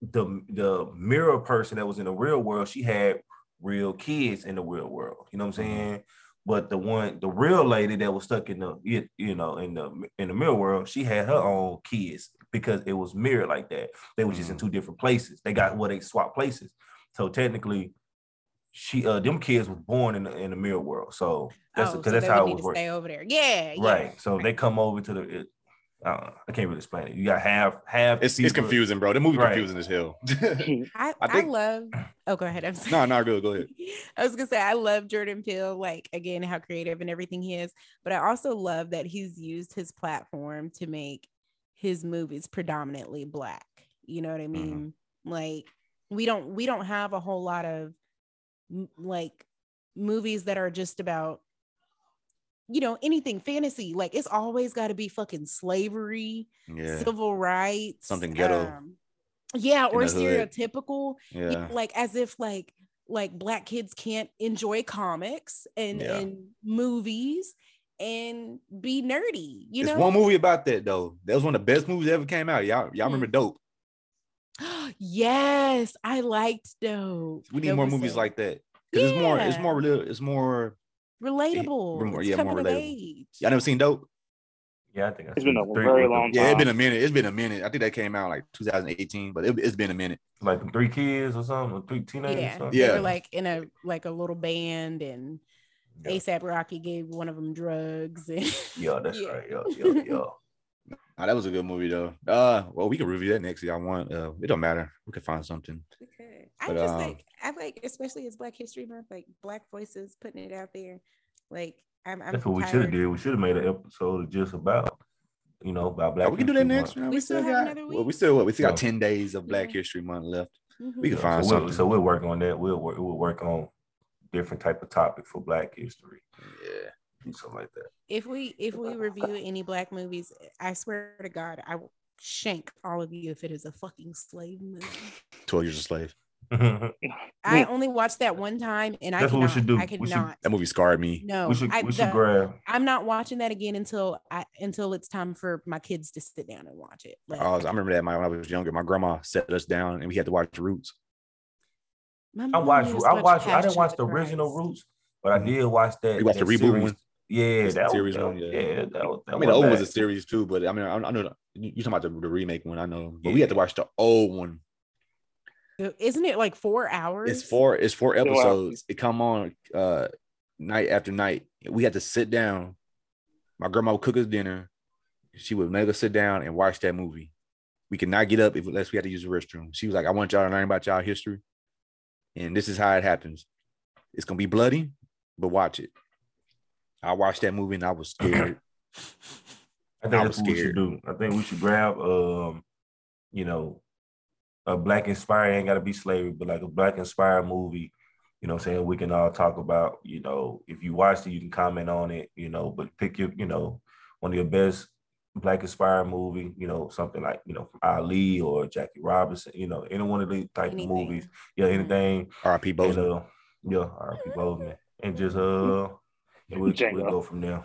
[SPEAKER 4] The the mirror person that was in the real world, she had real kids in the real world. You know what I'm
[SPEAKER 2] Mm-hmm.
[SPEAKER 4] saying? But the one, the real lady that was stuck in the you, you know in the in the mirror world, she had her own kids because it was mirror like that. They were just in
[SPEAKER 2] Mhm.
[SPEAKER 4] two different places. They got well, they swapped places. So technically, she uh them kids was born in the in the mirror world. So that's
[SPEAKER 5] oh,
[SPEAKER 4] because
[SPEAKER 5] so
[SPEAKER 4] that's
[SPEAKER 5] they
[SPEAKER 4] how
[SPEAKER 5] would
[SPEAKER 4] it
[SPEAKER 5] need
[SPEAKER 4] was
[SPEAKER 5] to
[SPEAKER 4] working.
[SPEAKER 5] stay over there. Yeah, yeah.
[SPEAKER 4] Right. So they come over to the. It, I, don't know, I can't really explain it. You got half half.
[SPEAKER 2] It's, it's
[SPEAKER 4] people-
[SPEAKER 2] confusing, bro. The movie
[SPEAKER 4] Right.
[SPEAKER 2] confusing as hell.
[SPEAKER 5] I,
[SPEAKER 2] I
[SPEAKER 5] I,
[SPEAKER 2] think-
[SPEAKER 5] love. Oh, go ahead. I'm sorry.
[SPEAKER 2] no, no, good. Go ahead.
[SPEAKER 5] I was gonna say I love Jordan Peele, like again how creative and everything he is, but I also love that he's used his platform to make his movies predominantly black. You know what I
[SPEAKER 2] Mm-hmm.
[SPEAKER 5] mean? Like we don't we don't have a whole lot of m- like movies that are just about you know anything fantasy. Like it's always got to be fucking slavery,
[SPEAKER 2] Yeah.
[SPEAKER 5] civil rights,
[SPEAKER 2] Something ghetto.
[SPEAKER 5] um, yeah, or
[SPEAKER 2] the hood.
[SPEAKER 5] stereotypical you know,
[SPEAKER 2] yeah.
[SPEAKER 5] like as if like like black kids can't enjoy comics and
[SPEAKER 2] Yeah.
[SPEAKER 5] and movies and be nerdy you
[SPEAKER 2] It's
[SPEAKER 5] know
[SPEAKER 2] one movie about that though. That was one of the best movies that ever came out. Y'all, y'all
[SPEAKER 5] Mhm.
[SPEAKER 2] remember Dope?
[SPEAKER 5] yes i liked dope
[SPEAKER 2] We need
[SPEAKER 5] Dope
[SPEAKER 2] more
[SPEAKER 5] was
[SPEAKER 2] movies
[SPEAKER 5] a-
[SPEAKER 2] like that. Cause it's more, it's
[SPEAKER 5] Yeah.
[SPEAKER 2] more, real- it's more.
[SPEAKER 5] relatable
[SPEAKER 2] more-
[SPEAKER 5] it's
[SPEAKER 2] yeah, more
[SPEAKER 5] coming of
[SPEAKER 2] relatable.
[SPEAKER 5] age.
[SPEAKER 2] Y'all never seen Dope?
[SPEAKER 4] Yeah, I think I
[SPEAKER 3] It's
[SPEAKER 4] seen
[SPEAKER 3] been a
[SPEAKER 4] three-
[SPEAKER 3] very long
[SPEAKER 2] Yeah, it's
[SPEAKER 3] time.
[SPEAKER 2] been a minute. It's been a minute. I think that came out like 2018, but it, it's been a minute.
[SPEAKER 4] Like the three kids or something, or three teenagers.
[SPEAKER 5] yeah,
[SPEAKER 4] Or something.
[SPEAKER 5] they
[SPEAKER 2] Yeah.
[SPEAKER 5] were like in a like a little band, and
[SPEAKER 4] Yeah.
[SPEAKER 5] ASAP Rocky gave one of them drugs. And
[SPEAKER 4] Yeah, that's
[SPEAKER 5] Yeah.
[SPEAKER 4] right. Yeah, yeah, yeah.
[SPEAKER 2] Ah, that was a good movie though. Uh, well, we can review that next if y'all want. Uh, it don't matter. We can find something.
[SPEAKER 5] We could. I
[SPEAKER 2] But,
[SPEAKER 5] just
[SPEAKER 2] um,
[SPEAKER 5] like I like, especially as Black History Month, like Black voices putting it out there. Like I'm, I'm
[SPEAKER 4] That's what we
[SPEAKER 5] tired.
[SPEAKER 4] should have did. We should have made an episode just about, you know, about black.
[SPEAKER 2] Yeah, Oh, we can do that
[SPEAKER 4] History
[SPEAKER 2] next.
[SPEAKER 4] Month.
[SPEAKER 2] man.
[SPEAKER 5] We still have
[SPEAKER 2] got.
[SPEAKER 5] another
[SPEAKER 2] Well,
[SPEAKER 5] week.
[SPEAKER 2] we still what? We still got
[SPEAKER 4] Yeah.
[SPEAKER 2] ten days of Black
[SPEAKER 5] Yeah.
[SPEAKER 2] History Month left.
[SPEAKER 5] Mhm.
[SPEAKER 2] We can find
[SPEAKER 4] so
[SPEAKER 2] something.
[SPEAKER 4] We'll, so we'll work on that. We'll work. We'll work on different type of topic for Black history
[SPEAKER 2] yeah.
[SPEAKER 4] and stuff like that.
[SPEAKER 5] if we if we review any black movies, I swear to God, I will shank all of you if it is a fucking slave movie.
[SPEAKER 2] Twelve Years a Slave.
[SPEAKER 5] I
[SPEAKER 3] Mm.
[SPEAKER 5] only watched that one time, and I
[SPEAKER 4] That's what we
[SPEAKER 5] cannot.
[SPEAKER 4] should do.
[SPEAKER 5] I
[SPEAKER 4] We should-
[SPEAKER 5] cannot.
[SPEAKER 2] That movie scarred me.
[SPEAKER 5] No,
[SPEAKER 4] we should.
[SPEAKER 5] Oh, I,
[SPEAKER 4] we should
[SPEAKER 5] the-
[SPEAKER 4] grab.
[SPEAKER 5] I'm not watching that again until I until it's time for my kids to sit down and watch it. Like,
[SPEAKER 2] I, was, I remember that my, when I was younger, my grandma set us down and we had to watch Roots.
[SPEAKER 5] my
[SPEAKER 4] I
[SPEAKER 5] mom
[SPEAKER 4] watched.
[SPEAKER 5] made us
[SPEAKER 4] I
[SPEAKER 5] watch
[SPEAKER 4] watched. I
[SPEAKER 5] Passion
[SPEAKER 4] didn't
[SPEAKER 5] of
[SPEAKER 4] watch the
[SPEAKER 5] Christ. Mm-hmm.
[SPEAKER 4] original Roots, but I did watch that.
[SPEAKER 2] You watched the
[SPEAKER 4] that
[SPEAKER 2] reboot
[SPEAKER 4] series.
[SPEAKER 2] one?
[SPEAKER 4] Yeah,
[SPEAKER 2] It's the
[SPEAKER 4] that
[SPEAKER 2] series
[SPEAKER 4] was. that-
[SPEAKER 2] one, yeah.
[SPEAKER 4] Yeah, that was. That
[SPEAKER 2] I mean, the old one was a
[SPEAKER 4] bad.
[SPEAKER 2] series too, but I mean, I, I know the- you you talking about the, the remake one. I know, but we had to watch the old one.
[SPEAKER 5] Isn't it like four hours?
[SPEAKER 2] It's four. It's four
[SPEAKER 3] Two hours.
[SPEAKER 2] episodes. It come on uh, night after night. We had to sit down. My grandma would cook us dinner. She would make us sit down and watch that movie. We could not get up if, unless we had to use the restroom. She was like, "I want y'all to learn about y'all history, and this is how it happens. It's gonna be bloody, but watch it." I watched that movie and I was scared.
[SPEAKER 4] I
[SPEAKER 2] I
[SPEAKER 4] think that's
[SPEAKER 2] was
[SPEAKER 4] what we should
[SPEAKER 2] scared.
[SPEAKER 4] do. I think we should grab, um, you know, a black inspired ain't got to be slavery, but like a black inspired movie. You know, what I'm saying we can all talk about. You know, if you watched it, you can comment on it. You know, but pick your, you know, one of your best black inspired movie. You know, something like you know from Ali or Jackie Robinson. You know, any one of these type
[SPEAKER 5] Anything.
[SPEAKER 4] of movies. Yeah,
[SPEAKER 5] Mhm.
[SPEAKER 4] anything.
[SPEAKER 2] R.I.P.
[SPEAKER 4] And,
[SPEAKER 2] Bozeman.
[SPEAKER 4] uh, yeah, R.P. Bozeman, and just uh, and we,
[SPEAKER 3] Django.
[SPEAKER 4] we'll go from there.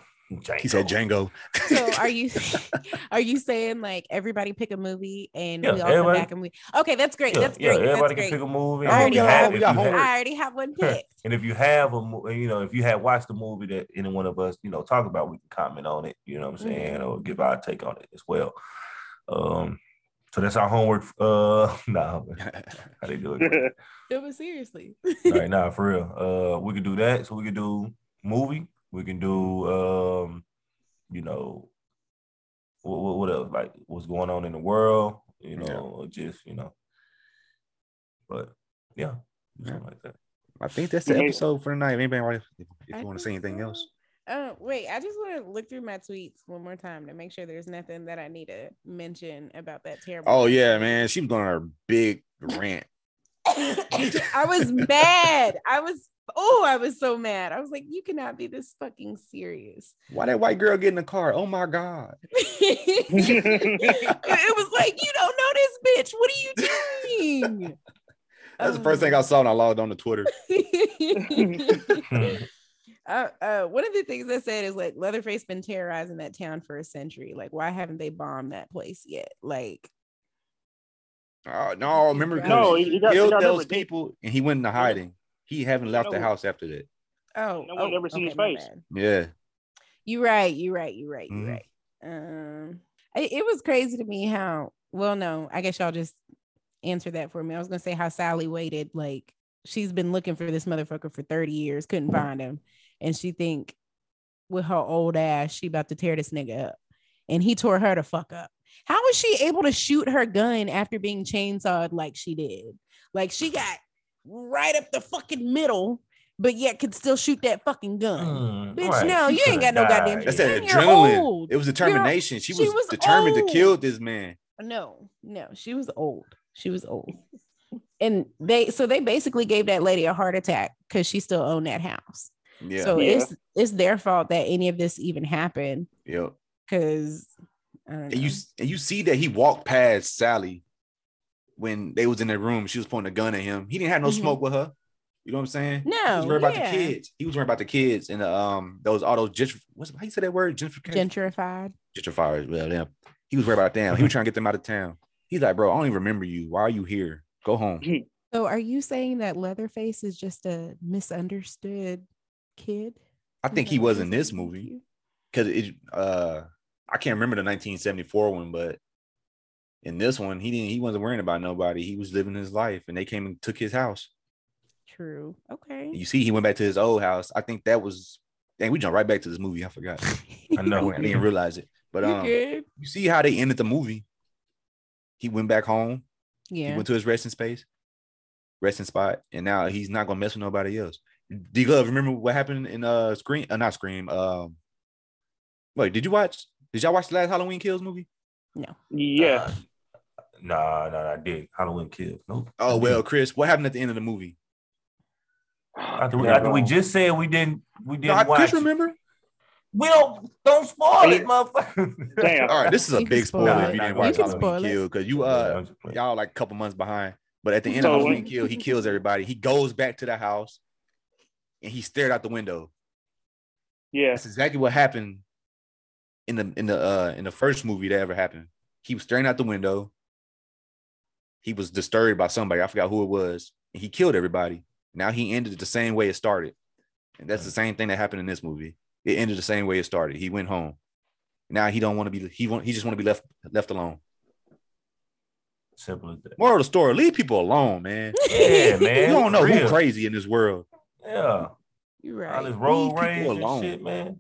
[SPEAKER 2] He said Django.
[SPEAKER 5] So are you are you saying like everybody pick a movie and
[SPEAKER 4] Yeah,
[SPEAKER 5] we all come
[SPEAKER 4] everybody-
[SPEAKER 5] back and we okay, that's great.
[SPEAKER 4] Yeah,
[SPEAKER 5] that's
[SPEAKER 4] yeah,
[SPEAKER 5] great. that's
[SPEAKER 4] everybody
[SPEAKER 5] great.
[SPEAKER 4] can pick a movie.
[SPEAKER 5] I
[SPEAKER 4] And if
[SPEAKER 5] already
[SPEAKER 4] you
[SPEAKER 5] know.
[SPEAKER 4] have, if you
[SPEAKER 2] Yeah,
[SPEAKER 4] have-
[SPEAKER 5] I already have one picked.
[SPEAKER 4] and if you have a, mo- you know, if you had watched the movie that any one of us, you know, talk about, we can comment on it. You know what I'm
[SPEAKER 5] Mm-hmm.
[SPEAKER 4] saying, or give our take on it as well. Um, so that's our homework. Uh, no, nah, I didn't do it.
[SPEAKER 5] No, but seriously.
[SPEAKER 4] All right, nah, for real. Uh, we could do that. So we could do movie. We can do, um, you know, what, what, what else? Like what's going on in the world? You know,
[SPEAKER 2] Yeah.
[SPEAKER 4] or just you know. But yeah,
[SPEAKER 2] Yeah.
[SPEAKER 4] something like that.
[SPEAKER 2] I think that's the
[SPEAKER 3] Yeah.
[SPEAKER 2] episode for tonight. If anybody want- if, if
[SPEAKER 5] I
[SPEAKER 2] you want to say
[SPEAKER 5] think
[SPEAKER 2] anything
[SPEAKER 5] so.
[SPEAKER 2] else,
[SPEAKER 5] Uh, wait, I just want to look through my tweets one more time to make sure there's nothing that I need to mention about that terrible.
[SPEAKER 2] oh yeah, man, she was going on her big rant.
[SPEAKER 5] I was mad. I was oh, I was so mad. I was like, you cannot be this fucking serious.
[SPEAKER 2] Why that white girl get in the car? Oh my god,
[SPEAKER 5] it it was like, you don't know this bitch. What are you doing?
[SPEAKER 2] that's the first
[SPEAKER 5] Oh.
[SPEAKER 2] thing I saw when I logged on to Twitter.
[SPEAKER 4] Hmm.
[SPEAKER 5] uh, uh, one of the things I said is like Leatherface been terrorizing that town for a century. Like, why haven't they bombed that place yet? Like,
[SPEAKER 2] Oh no, remember? 'cause
[SPEAKER 3] No, you got, you
[SPEAKER 2] killed
[SPEAKER 3] got
[SPEAKER 2] those
[SPEAKER 3] those
[SPEAKER 2] people and he went into hiding. He haven't left the
[SPEAKER 3] No.
[SPEAKER 2] house after that.
[SPEAKER 5] oh,
[SPEAKER 3] No one
[SPEAKER 5] oh,
[SPEAKER 3] ever seen his
[SPEAKER 5] my
[SPEAKER 3] face.
[SPEAKER 5] bad.
[SPEAKER 2] Yeah,
[SPEAKER 5] You right, you right, you right, you
[SPEAKER 2] Mhm.
[SPEAKER 5] right. Um, it, it was crazy to me how well. No, I guess y'all just answer that for me. I was gonna say how Sally waited. Like she's been looking for this motherfucker for thirty years, couldn't find him, and she think with her old ass, she about to tear this nigga up, and he tore her to fuck up. How was she able to shoot her gun after being chainsawed like she did? Like she got right up the fucking middle, but yet could still shoot that fucking gun.
[SPEAKER 4] Hmm,
[SPEAKER 5] Bitch,
[SPEAKER 4] right,
[SPEAKER 5] no,
[SPEAKER 4] she
[SPEAKER 5] you ain't got
[SPEAKER 4] should've
[SPEAKER 5] no goddamn
[SPEAKER 4] died.
[SPEAKER 2] that's
[SPEAKER 5] Yeah,
[SPEAKER 2] that
[SPEAKER 5] you're
[SPEAKER 2] adrenaline.
[SPEAKER 5] old.
[SPEAKER 2] It was determination. She
[SPEAKER 5] she
[SPEAKER 2] was,
[SPEAKER 5] was
[SPEAKER 2] determined
[SPEAKER 5] old.
[SPEAKER 2] to kill this man.
[SPEAKER 5] No, no, she was old. She was old. And they so they basically gave that lady a heart attack because she still owned that house.
[SPEAKER 2] Yeah,
[SPEAKER 5] So
[SPEAKER 3] Yeah.
[SPEAKER 5] it's it's their fault that any of this even happened.
[SPEAKER 2] yeah.
[SPEAKER 5] Cause I don't know.
[SPEAKER 2] And you and you see that he walked past Sally when they was in the room. She was pointing a gun at him. He didn't have no
[SPEAKER 5] Mhm.
[SPEAKER 2] smoke with her. You know what I'm saying?
[SPEAKER 5] no,
[SPEAKER 2] He was worried about
[SPEAKER 5] yeah.
[SPEAKER 2] the kids. He was worried about the kids and the, um those all those gentr- what's how you say that word gentrification
[SPEAKER 5] Gentrified.
[SPEAKER 2] gentrifiers. Well, them. He was worried about them. He was trying to get them out of town. He's like, bro, I don't even remember you. Why are you here? Go home.
[SPEAKER 5] So are you saying that Leatherface is just a misunderstood kid?
[SPEAKER 2] I think he was in this movie because it. uh I can't remember the 1974 one, but in this one, he didn't. He wasn't worrying about nobody. He was living his life, and they came and took his house.
[SPEAKER 5] True. Okay.
[SPEAKER 2] You see, he went back to his old house. I think that was. Dang, we jumped right back to this movie. I forgot.
[SPEAKER 4] I know.
[SPEAKER 2] I didn't realize it. But
[SPEAKER 5] You
[SPEAKER 2] um,
[SPEAKER 5] good?
[SPEAKER 2] you see how they ended the movie. He went back home. He
[SPEAKER 5] Yeah.
[SPEAKER 2] went to his resting space, resting spot, and now he's not gonna mess with nobody else. D Glove, remember what happened in uh Scream? Uh, not Scream. Um, wait, did you watch? Did y'all watch the last Halloween Kills movie?
[SPEAKER 3] Yeah.
[SPEAKER 4] Uh, nah, nah, I did. Halloween Kills. Nope.
[SPEAKER 2] Oh well, Chris, what happened at the end of the movie?
[SPEAKER 4] After we, after we just said we didn't, we
[SPEAKER 2] No,
[SPEAKER 4] didn't
[SPEAKER 2] I,
[SPEAKER 4] watch.
[SPEAKER 2] Chris, remember?
[SPEAKER 4] We don't don't spoil it,
[SPEAKER 3] Yeah.
[SPEAKER 4] motherfucker.
[SPEAKER 3] Damn.
[SPEAKER 2] All right, this is a
[SPEAKER 5] You can
[SPEAKER 2] big
[SPEAKER 5] spoil
[SPEAKER 2] spoiler
[SPEAKER 4] it.
[SPEAKER 2] if you didn't
[SPEAKER 4] You
[SPEAKER 2] watch
[SPEAKER 4] can
[SPEAKER 2] Halloween
[SPEAKER 5] spoil it.
[SPEAKER 2] Kill because you
[SPEAKER 4] Yeah,
[SPEAKER 2] uh
[SPEAKER 4] I'm just playing.
[SPEAKER 2] y'all like a couple months behind. But at the end
[SPEAKER 3] So-
[SPEAKER 2] of Halloween Kill, he kills everybody. He goes back to the house, and he stared out the window.
[SPEAKER 3] Yeah.
[SPEAKER 2] That's exactly what happened in the in the uh in the first movie that ever happened. He was staring out the window. He was disturbed by somebody. I forgot who it was. And he killed everybody. Now he ended it the same way it started. And that's the same thing that happened in this movie. It ended the same way it started. He went home. Now he don't want to be he want he just want to be left left alone.
[SPEAKER 4] Simple as that.
[SPEAKER 2] Moral of the story, leave people alone, man.
[SPEAKER 4] Yeah,
[SPEAKER 2] You
[SPEAKER 4] man.
[SPEAKER 2] don't know
[SPEAKER 4] for
[SPEAKER 2] who's
[SPEAKER 4] real.
[SPEAKER 2] crazy in this world.
[SPEAKER 4] Yeah,
[SPEAKER 5] You're
[SPEAKER 4] all
[SPEAKER 5] right.
[SPEAKER 4] this road
[SPEAKER 2] people
[SPEAKER 4] rage
[SPEAKER 2] alone.
[SPEAKER 4] and shit, man.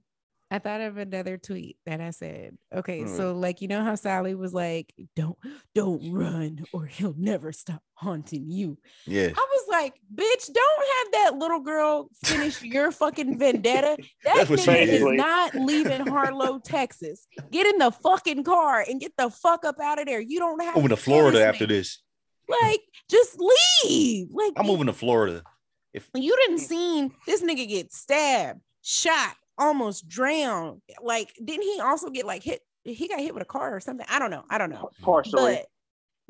[SPEAKER 5] I thought of another tweet that I said. Okay,
[SPEAKER 2] Mm.
[SPEAKER 5] so like you know how Sally was like, "Don't don't run or he'll never stop haunting you."
[SPEAKER 2] Yeah.
[SPEAKER 5] I was like, "Bitch, don't have that little girl finish your fucking vendetta. That
[SPEAKER 2] That's what she
[SPEAKER 5] nigga is
[SPEAKER 3] did.
[SPEAKER 5] not leaving Harlow, Texas. Get in the fucking car and get the fuck up out of there. You don't have
[SPEAKER 2] I'm moving to
[SPEAKER 5] to kill
[SPEAKER 2] Florida
[SPEAKER 5] this
[SPEAKER 2] after
[SPEAKER 5] man.
[SPEAKER 2] this.
[SPEAKER 5] Like, just leave. Like,
[SPEAKER 2] I'm moving to Florida. If
[SPEAKER 5] you didn't seen this nigga get stabbed, shot, almost drowned. Like, didn't he also get like hit? He got hit with a car or something. I don't know. I don't know.
[SPEAKER 3] Partially.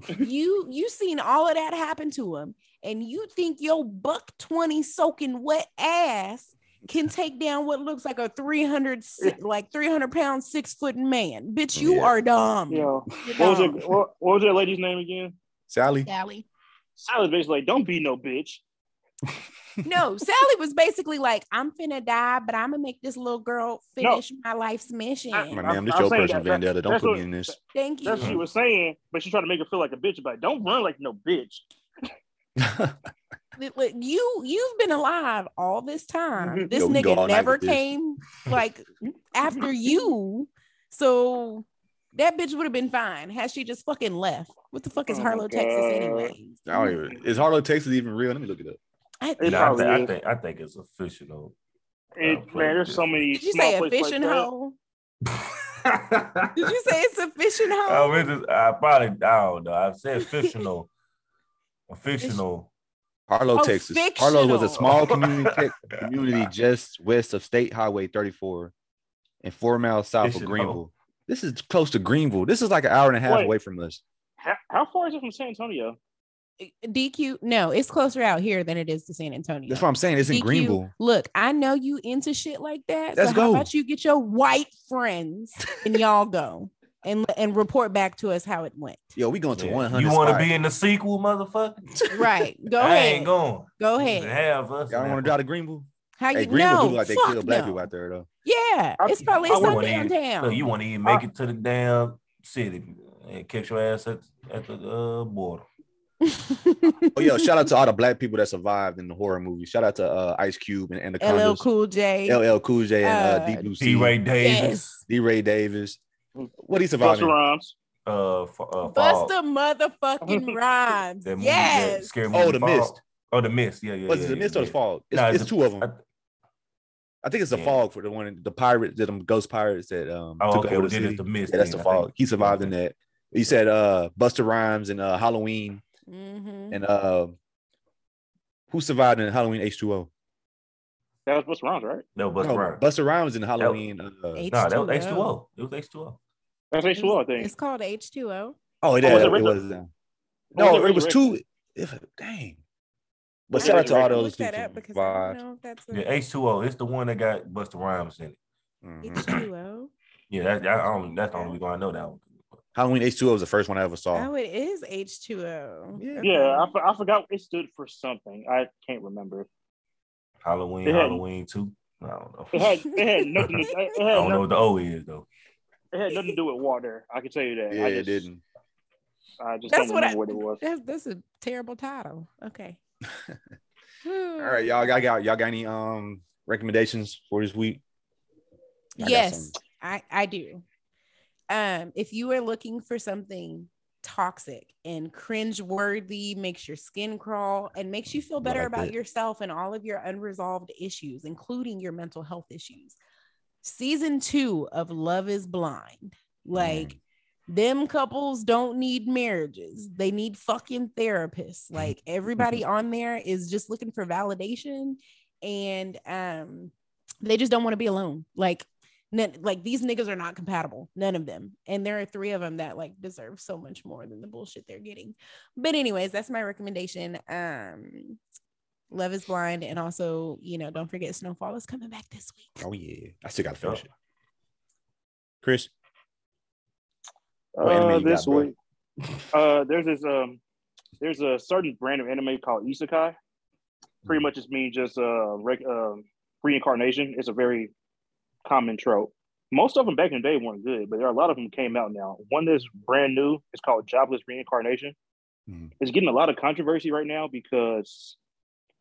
[SPEAKER 5] But you you seen all of that happen to him, and you think your buck twenty soaking wet ass can take down what looks like a 300 si- like 300 pound six foot man bitch you
[SPEAKER 2] Yeah.
[SPEAKER 5] are dumb
[SPEAKER 3] You know,
[SPEAKER 5] You're
[SPEAKER 3] what was
[SPEAKER 5] dumb.
[SPEAKER 3] that, what, what was that lady's name again?
[SPEAKER 2] Sally.
[SPEAKER 5] sally
[SPEAKER 3] I was basically like, don't be no bitch.
[SPEAKER 5] no sally was basically like i'm finna die but i'm gonna make this little girl finish my life's mission
[SPEAKER 2] My
[SPEAKER 3] I'm-
[SPEAKER 2] man, this
[SPEAKER 3] I'm
[SPEAKER 2] your
[SPEAKER 3] saying
[SPEAKER 2] personal
[SPEAKER 3] that- that-
[SPEAKER 2] vendetta. Don't
[SPEAKER 3] that's
[SPEAKER 2] put
[SPEAKER 3] what-
[SPEAKER 2] me in this.
[SPEAKER 5] thank you
[SPEAKER 3] That's
[SPEAKER 4] Mm-hmm.
[SPEAKER 3] what she was saying, but she tried to make her feel like a bitch about it. Don't run like no bitch.
[SPEAKER 5] Li- li- you you've been alive all this time
[SPEAKER 3] Mhm.
[SPEAKER 5] this
[SPEAKER 2] Yo, we can go all
[SPEAKER 5] nigga
[SPEAKER 2] night
[SPEAKER 5] never
[SPEAKER 2] with this.
[SPEAKER 5] came like after you so that bitch would have been fine had she just fucking left what the fuck is
[SPEAKER 3] Oh my
[SPEAKER 5] harlow texas
[SPEAKER 3] God.
[SPEAKER 5] anyway
[SPEAKER 2] I don't even- is Harlow, Texas even real? Let me look it up.
[SPEAKER 5] I,
[SPEAKER 3] It
[SPEAKER 4] Nah, I,
[SPEAKER 3] probably
[SPEAKER 4] think, I
[SPEAKER 3] is.
[SPEAKER 4] think I think it's official though.
[SPEAKER 3] It,
[SPEAKER 4] Oh,
[SPEAKER 3] man, there's so
[SPEAKER 4] please.
[SPEAKER 3] many.
[SPEAKER 5] did you
[SPEAKER 3] small
[SPEAKER 5] say a
[SPEAKER 3] places like
[SPEAKER 5] fishing
[SPEAKER 3] that.
[SPEAKER 5] hole Did you say it's a fishing hole?
[SPEAKER 4] Oh, it's just, I probably I don't know. I said fictional, a fictional.
[SPEAKER 2] Harlow,
[SPEAKER 5] Oh,
[SPEAKER 2] Texas. Harlow was
[SPEAKER 5] fictional.
[SPEAKER 2] a small community,
[SPEAKER 4] Ah,
[SPEAKER 2] community just west of State Highway 34 and four miles south of
[SPEAKER 4] Fictional.
[SPEAKER 2] Greenville. This is close to Greenville. This is like an hour and a half
[SPEAKER 3] Wait.
[SPEAKER 2] away from us.
[SPEAKER 3] How, how far is it from San Antonio?
[SPEAKER 5] DQ, no, it's closer out here than it is to San Antonio.
[SPEAKER 2] That's what I'm saying. It's in
[SPEAKER 5] DQ,
[SPEAKER 2] Greenville.
[SPEAKER 5] Look, I know you into shit like that.
[SPEAKER 2] Let's
[SPEAKER 5] so how
[SPEAKER 2] go.
[SPEAKER 5] about you get your white friends and y'all go and and report back to us how it went.
[SPEAKER 2] Yo, we going to
[SPEAKER 4] Yeah.
[SPEAKER 2] 100.
[SPEAKER 4] You want to
[SPEAKER 2] spot.
[SPEAKER 4] be in the sequel, motherfucker?
[SPEAKER 5] Right. Go
[SPEAKER 4] I
[SPEAKER 5] ahead.
[SPEAKER 4] ain't going.
[SPEAKER 5] go ahead.
[SPEAKER 4] Have us.
[SPEAKER 2] Y'all want to drive to Greenville?
[SPEAKER 5] How you
[SPEAKER 2] Hey, Greenville
[SPEAKER 5] know?
[SPEAKER 2] do like they
[SPEAKER 5] fuck
[SPEAKER 2] kill black
[SPEAKER 5] no.
[SPEAKER 2] people out there though.
[SPEAKER 5] Yeah,
[SPEAKER 3] I-
[SPEAKER 5] it's probably
[SPEAKER 3] I
[SPEAKER 5] it's
[SPEAKER 4] wouldn't
[SPEAKER 5] a
[SPEAKER 4] even-
[SPEAKER 5] downtown.
[SPEAKER 4] Look, you want to even make it to the damn city and catch your ass at, at the uh, border.
[SPEAKER 2] Oh yeah, shout out to all the black people that survived in the horror movie. Shout out to uh, Ice Cube and
[SPEAKER 5] LL
[SPEAKER 2] Anaconda,
[SPEAKER 5] Cool J.
[SPEAKER 2] LL Cool J, and uh,
[SPEAKER 5] Uh,
[SPEAKER 2] Deep Blue
[SPEAKER 4] D. Ray
[SPEAKER 2] Sea,
[SPEAKER 4] Davis,
[SPEAKER 5] yes.
[SPEAKER 2] D. Ray Davis. What he survived?
[SPEAKER 3] Busta
[SPEAKER 2] in?
[SPEAKER 3] Rhymes.
[SPEAKER 4] uh, f- uh, Fall,
[SPEAKER 5] Busta motherfucking rhymes.
[SPEAKER 4] that movie, that
[SPEAKER 5] Yes.
[SPEAKER 4] scary movie
[SPEAKER 2] Oh, the
[SPEAKER 4] Fall.
[SPEAKER 2] mist.
[SPEAKER 4] Oh, the mist. Yeah, yeah.
[SPEAKER 2] Was
[SPEAKER 4] yeah,
[SPEAKER 2] it the
[SPEAKER 4] yeah,
[SPEAKER 2] mist or
[SPEAKER 4] yeah.
[SPEAKER 2] the fog? It's,
[SPEAKER 4] Nah,
[SPEAKER 2] it's
[SPEAKER 4] it's
[SPEAKER 2] two of them.
[SPEAKER 4] I-
[SPEAKER 2] I think it's the
[SPEAKER 4] Yeah.
[SPEAKER 2] fog for the one the pirates, that them ghost pirates that um
[SPEAKER 4] Oh,
[SPEAKER 2] took
[SPEAKER 4] okay.
[SPEAKER 2] over
[SPEAKER 4] Well,
[SPEAKER 2] the
[SPEAKER 4] then
[SPEAKER 2] city.
[SPEAKER 4] it's the mist.
[SPEAKER 2] yeah, that's the
[SPEAKER 4] then, I
[SPEAKER 2] fog.
[SPEAKER 4] think.
[SPEAKER 2] He survived in that. You said uh Buster Rhymes and uh Halloween
[SPEAKER 5] Mhm.
[SPEAKER 2] and uh who survived in Halloween H2O?
[SPEAKER 3] That was Busta Oh, Rhymes, right?
[SPEAKER 4] No, Buster
[SPEAKER 2] no,
[SPEAKER 4] Rhymes.
[SPEAKER 2] Buster Oh, Rhymes in Halloween. Uh,
[SPEAKER 5] H2O.
[SPEAKER 4] No, that was H two O. It was H two O.
[SPEAKER 3] That's
[SPEAKER 5] It's-
[SPEAKER 3] H2O, I think.
[SPEAKER 5] It's called H2O.
[SPEAKER 2] oh, yeah,
[SPEAKER 3] was it
[SPEAKER 2] it
[SPEAKER 3] Rick-
[SPEAKER 2] was. uh,
[SPEAKER 3] Or
[SPEAKER 2] no,
[SPEAKER 3] was
[SPEAKER 2] it was two.
[SPEAKER 3] Resurrection?
[SPEAKER 2] if- dang. But
[SPEAKER 3] Was it
[SPEAKER 2] shout out to all
[SPEAKER 3] Resurrection?
[SPEAKER 2] those
[SPEAKER 5] Look that up
[SPEAKER 2] people.
[SPEAKER 5] because I don't
[SPEAKER 2] survived.
[SPEAKER 5] know if that's
[SPEAKER 4] Yeah,
[SPEAKER 5] a
[SPEAKER 4] H two O. It's the one that got Buster Rhymes in it.
[SPEAKER 5] Mm-hmm.
[SPEAKER 2] Mhm.
[SPEAKER 5] H2O.
[SPEAKER 4] Yeah, that, that, I don't, that's the only reason I know that one.
[SPEAKER 2] Halloween H2O was the first one I ever saw.
[SPEAKER 5] Oh, it is H2O.
[SPEAKER 2] Yeah.
[SPEAKER 3] Yeah, I,
[SPEAKER 5] Okay.
[SPEAKER 3] for- I forgot it stood for something. I can't remember.
[SPEAKER 4] Halloween,
[SPEAKER 3] It had-
[SPEAKER 4] Halloween two. I don't know.
[SPEAKER 3] It had it had nothing. To, it,
[SPEAKER 4] I
[SPEAKER 3] had
[SPEAKER 4] don't know
[SPEAKER 3] no,
[SPEAKER 4] what the O is though.
[SPEAKER 3] it had nothing to do with water. I can tell you that.
[SPEAKER 2] yeah,
[SPEAKER 3] I
[SPEAKER 2] it
[SPEAKER 3] just,
[SPEAKER 2] didn't.
[SPEAKER 3] I just
[SPEAKER 5] That's
[SPEAKER 3] don't
[SPEAKER 5] what I-
[SPEAKER 3] remember what it was.
[SPEAKER 5] That's that's a terrible title. Okay.
[SPEAKER 2] All
[SPEAKER 5] Mm.
[SPEAKER 2] right, y'all got got- y'all got any um recommendations for this week? I got
[SPEAKER 5] yes,
[SPEAKER 2] some.
[SPEAKER 5] I I do. Um, if you are looking for something toxic and cringe-worthy, makes your skin crawl and makes you feel
[SPEAKER 2] I
[SPEAKER 5] better
[SPEAKER 2] like
[SPEAKER 5] about
[SPEAKER 2] that.
[SPEAKER 5] yourself and all of your unresolved issues, including your mental health issues. Season two of Love Is Blind, like.
[SPEAKER 2] Mm.
[SPEAKER 5] Them couples don't need marriages. They need fucking therapists. Like everybody on there is just looking for validation and um they just don't want to be alone. Like none, like these niggas are not compatible. None of them. And there are three of them that like deserve so much more than the bullshit they're getting. But anyways, that's my recommendation. Um Love is blind and also, you know, don't forget Snowfall is coming back this week.
[SPEAKER 2] Oh yeah, I still gotta finish
[SPEAKER 4] Yeah.
[SPEAKER 2] it. Chris, What anime
[SPEAKER 3] Uh,
[SPEAKER 2] you
[SPEAKER 3] this
[SPEAKER 2] got, bro?
[SPEAKER 3] week, uh, there's this um, there's a certain brand of anime called isekai. Pretty much, it's means just uh, rec- um, reincarnation. It's a very common trope. Most of them back in the day weren't good, but there are a lot of them came out now. One that's brand new is called Jobless Reincarnation.
[SPEAKER 2] Mhm.
[SPEAKER 3] It's getting a lot of controversy right now because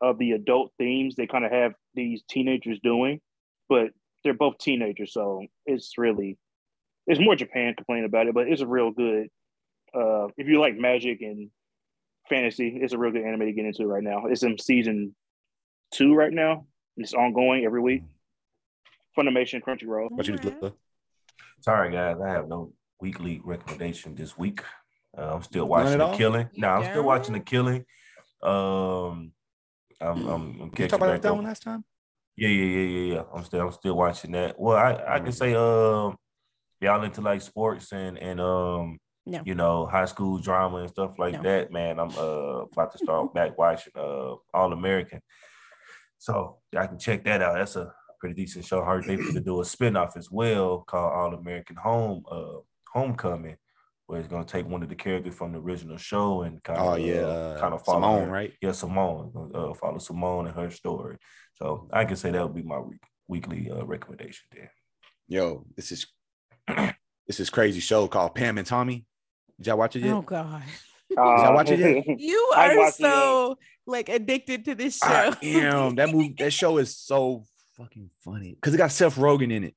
[SPEAKER 3] of the adult themes they kind of have these teenagers doing, but they're both teenagers, so it's really it's more Japan complaining about it, but it's a real good. Uh, if you like magic and fantasy, it's a real good anime to get into right now. It's in season two right now. and It's ongoing every week. Funimation, Crunchyroll.
[SPEAKER 2] what you
[SPEAKER 5] Alright.
[SPEAKER 2] look?
[SPEAKER 4] Sorry guys, I have no weekly recommendation this week. Uh, I'm still
[SPEAKER 2] at
[SPEAKER 4] watching The
[SPEAKER 2] all?
[SPEAKER 4] Killing.
[SPEAKER 5] You
[SPEAKER 4] No, I'm still
[SPEAKER 5] don't?
[SPEAKER 4] watching The Killing. Um, I'm I'm, I'm
[SPEAKER 2] You
[SPEAKER 4] catching
[SPEAKER 2] talk about
[SPEAKER 4] back
[SPEAKER 2] that
[SPEAKER 4] up.
[SPEAKER 2] one last time?
[SPEAKER 4] Yeah, yeah, yeah, yeah, yeah. I'm still I'm still watching that. Well, I I
[SPEAKER 2] Mm-hmm.
[SPEAKER 4] can say um, y'all into like sports and and um,
[SPEAKER 5] No.
[SPEAKER 4] you know, high school drama and stuff like
[SPEAKER 5] No.
[SPEAKER 4] that. Man, I'm uh about to start back watching uh All American. So I can check that out. That's a pretty decent show. I heard they to do a spinoff as well called All American Home uh, Homecoming, where it's gonna take one of the characters from the original show and kind of
[SPEAKER 2] Oh yeah,
[SPEAKER 4] uh,
[SPEAKER 2] uh,
[SPEAKER 4] kind of follow
[SPEAKER 2] Simone,
[SPEAKER 4] her.
[SPEAKER 2] right?
[SPEAKER 4] Yeah, Simone. Uh, follow Simone and her story. So I can say that would be my week, weekly uh, recommendation. There.
[SPEAKER 2] Yo, this is this is crazy show called Pam and Tommy. Did y'all watch it yet?
[SPEAKER 5] Oh God.
[SPEAKER 2] y'all watch it
[SPEAKER 5] You
[SPEAKER 3] I
[SPEAKER 5] are
[SPEAKER 3] watched it, yeah.
[SPEAKER 5] so like addicted to this show.
[SPEAKER 2] I am. That movie, that show is so fucking funny because it got Seth Rogen in it.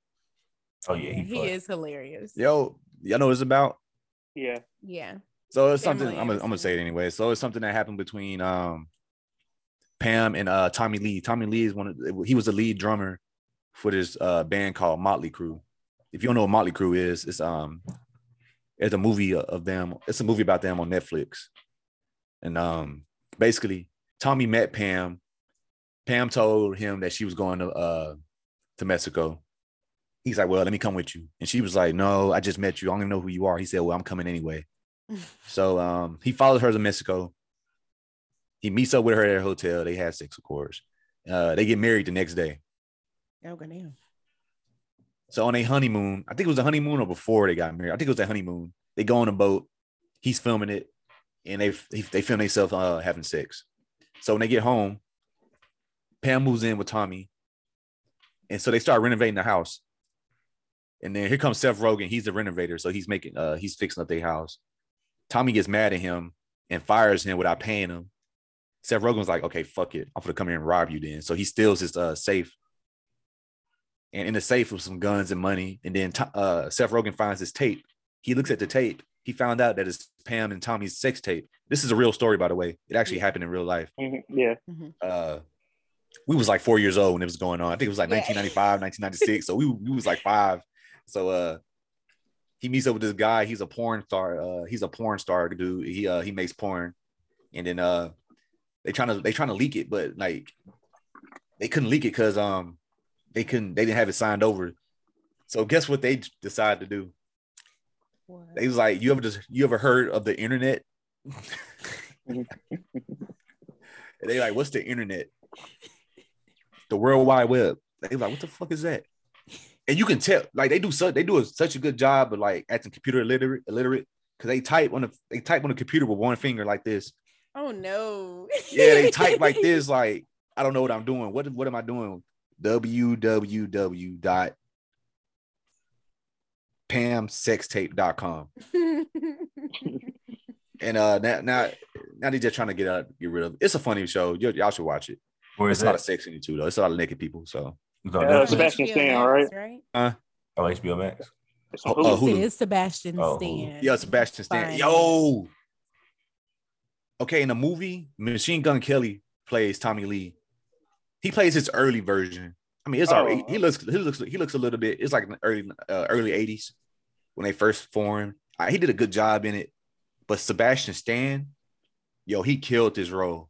[SPEAKER 4] Oh yeah, he,
[SPEAKER 5] he
[SPEAKER 4] fun.
[SPEAKER 5] is hilarious.
[SPEAKER 2] Yo, y'all know what it's about.
[SPEAKER 3] yeah.
[SPEAKER 5] Yeah.
[SPEAKER 2] So it's
[SPEAKER 5] Family
[SPEAKER 2] something I'm gonna, I'm gonna
[SPEAKER 5] Anderson.
[SPEAKER 2] say it anyway. So it's something that happened between um Pam and uh Tommy Lee. Tommy Lee is one of he was the lead drummer for this uh band called Motley Crue. If you don't know what Motley Crue is, it's um it's a movie of them. It's a movie about them on Netflix. And um basically Tommy met Pam. Pam told him that she was going to uh to Mexico. He's like, "Well, let me come with you." And she was like, "No, I just met you. I don't even know who you are." He said, "Well, I'm coming anyway." So um, he follows her to Mexico. He meets up with her at her hotel. They have sex, of course. Uh, they get married the next day.
[SPEAKER 5] Oh God, damn.
[SPEAKER 2] So on their honeymoon, I think it was the honeymoon or before they got married. I think it was the honeymoon. They go on a boat. He's filming it, and they they, they film themselves uh, having sex. So when they get home, Pam moves in with Tommy, and so they start renovating the house. And then here comes Seth Rogen. He's the renovator, so he's making uh, he's fixing up their house. Tommy gets mad at him and fires him without paying him. Seth Rogen's like, "Okay, fuck it, I'm gonna come here and rob you." Then, so he steals his uh, safe and in the safe with some guns and money. And then To- uh, Seth Rogen finds his tape. He looks at the tape. He found out that it's Pam and Tommy's sex tape. This is a real story, by the way. It actually happened in real life.
[SPEAKER 3] Mhm, yeah.
[SPEAKER 2] Uh, we was like four years old when it was going on. I think it was like
[SPEAKER 5] Yeah.
[SPEAKER 2] 1995, 1996. So we, we was like five. So uh, he meets up with this guy. He's a porn star. Uh, he's a porn star dude. He uh, he makes porn, and then uh, they trying to they trying to leak it, but like they couldn't leak it because um they couldn't they didn't have it signed over. So guess what they decided to do? They was like, you ever just you ever heard of the internet? and they like, what's the internet? The World Wide Web. They like, what the fuck is that? And you can tell, like they do such they do a, such a good job of like acting computer illiterate illiterate because they type on the they type on the computer with one finger like this.
[SPEAKER 5] Oh no.
[SPEAKER 2] Yeah, they type like this, like I don't know what I'm doing. What what am I doing? www dot pamsextape.com
[SPEAKER 3] Uh,
[SPEAKER 2] and uh now now now they're just trying to get out get rid of it. it's a funny show you, y'all should watch it
[SPEAKER 4] Where is
[SPEAKER 2] it's a lot of
[SPEAKER 4] that?
[SPEAKER 2] sex in it too though it's a lot of naked people so
[SPEAKER 4] It's on
[SPEAKER 3] Uh,
[SPEAKER 5] It's on
[SPEAKER 4] Netflix?
[SPEAKER 3] Sebastian
[SPEAKER 5] HBO
[SPEAKER 3] Stan,
[SPEAKER 5] Max,
[SPEAKER 3] right?
[SPEAKER 4] Oh, HBO Max.
[SPEAKER 3] It's on
[SPEAKER 2] Oh,
[SPEAKER 3] Hulu.
[SPEAKER 2] oh, who-
[SPEAKER 5] Yes,
[SPEAKER 2] Hulu.
[SPEAKER 5] it is Sebastian
[SPEAKER 4] Oh, Hulu.
[SPEAKER 5] Stan.
[SPEAKER 2] yeah sebastian stan
[SPEAKER 5] Fine.
[SPEAKER 2] yo okay in the movie machine gun kelly plays tommy lee he plays his early version i mean it's
[SPEAKER 3] Oh.
[SPEAKER 2] all right he looks he looks he looks a little bit it's like an early uh, early 80s when they first formed I, he did a good job in it but sebastian stan yo he killed this role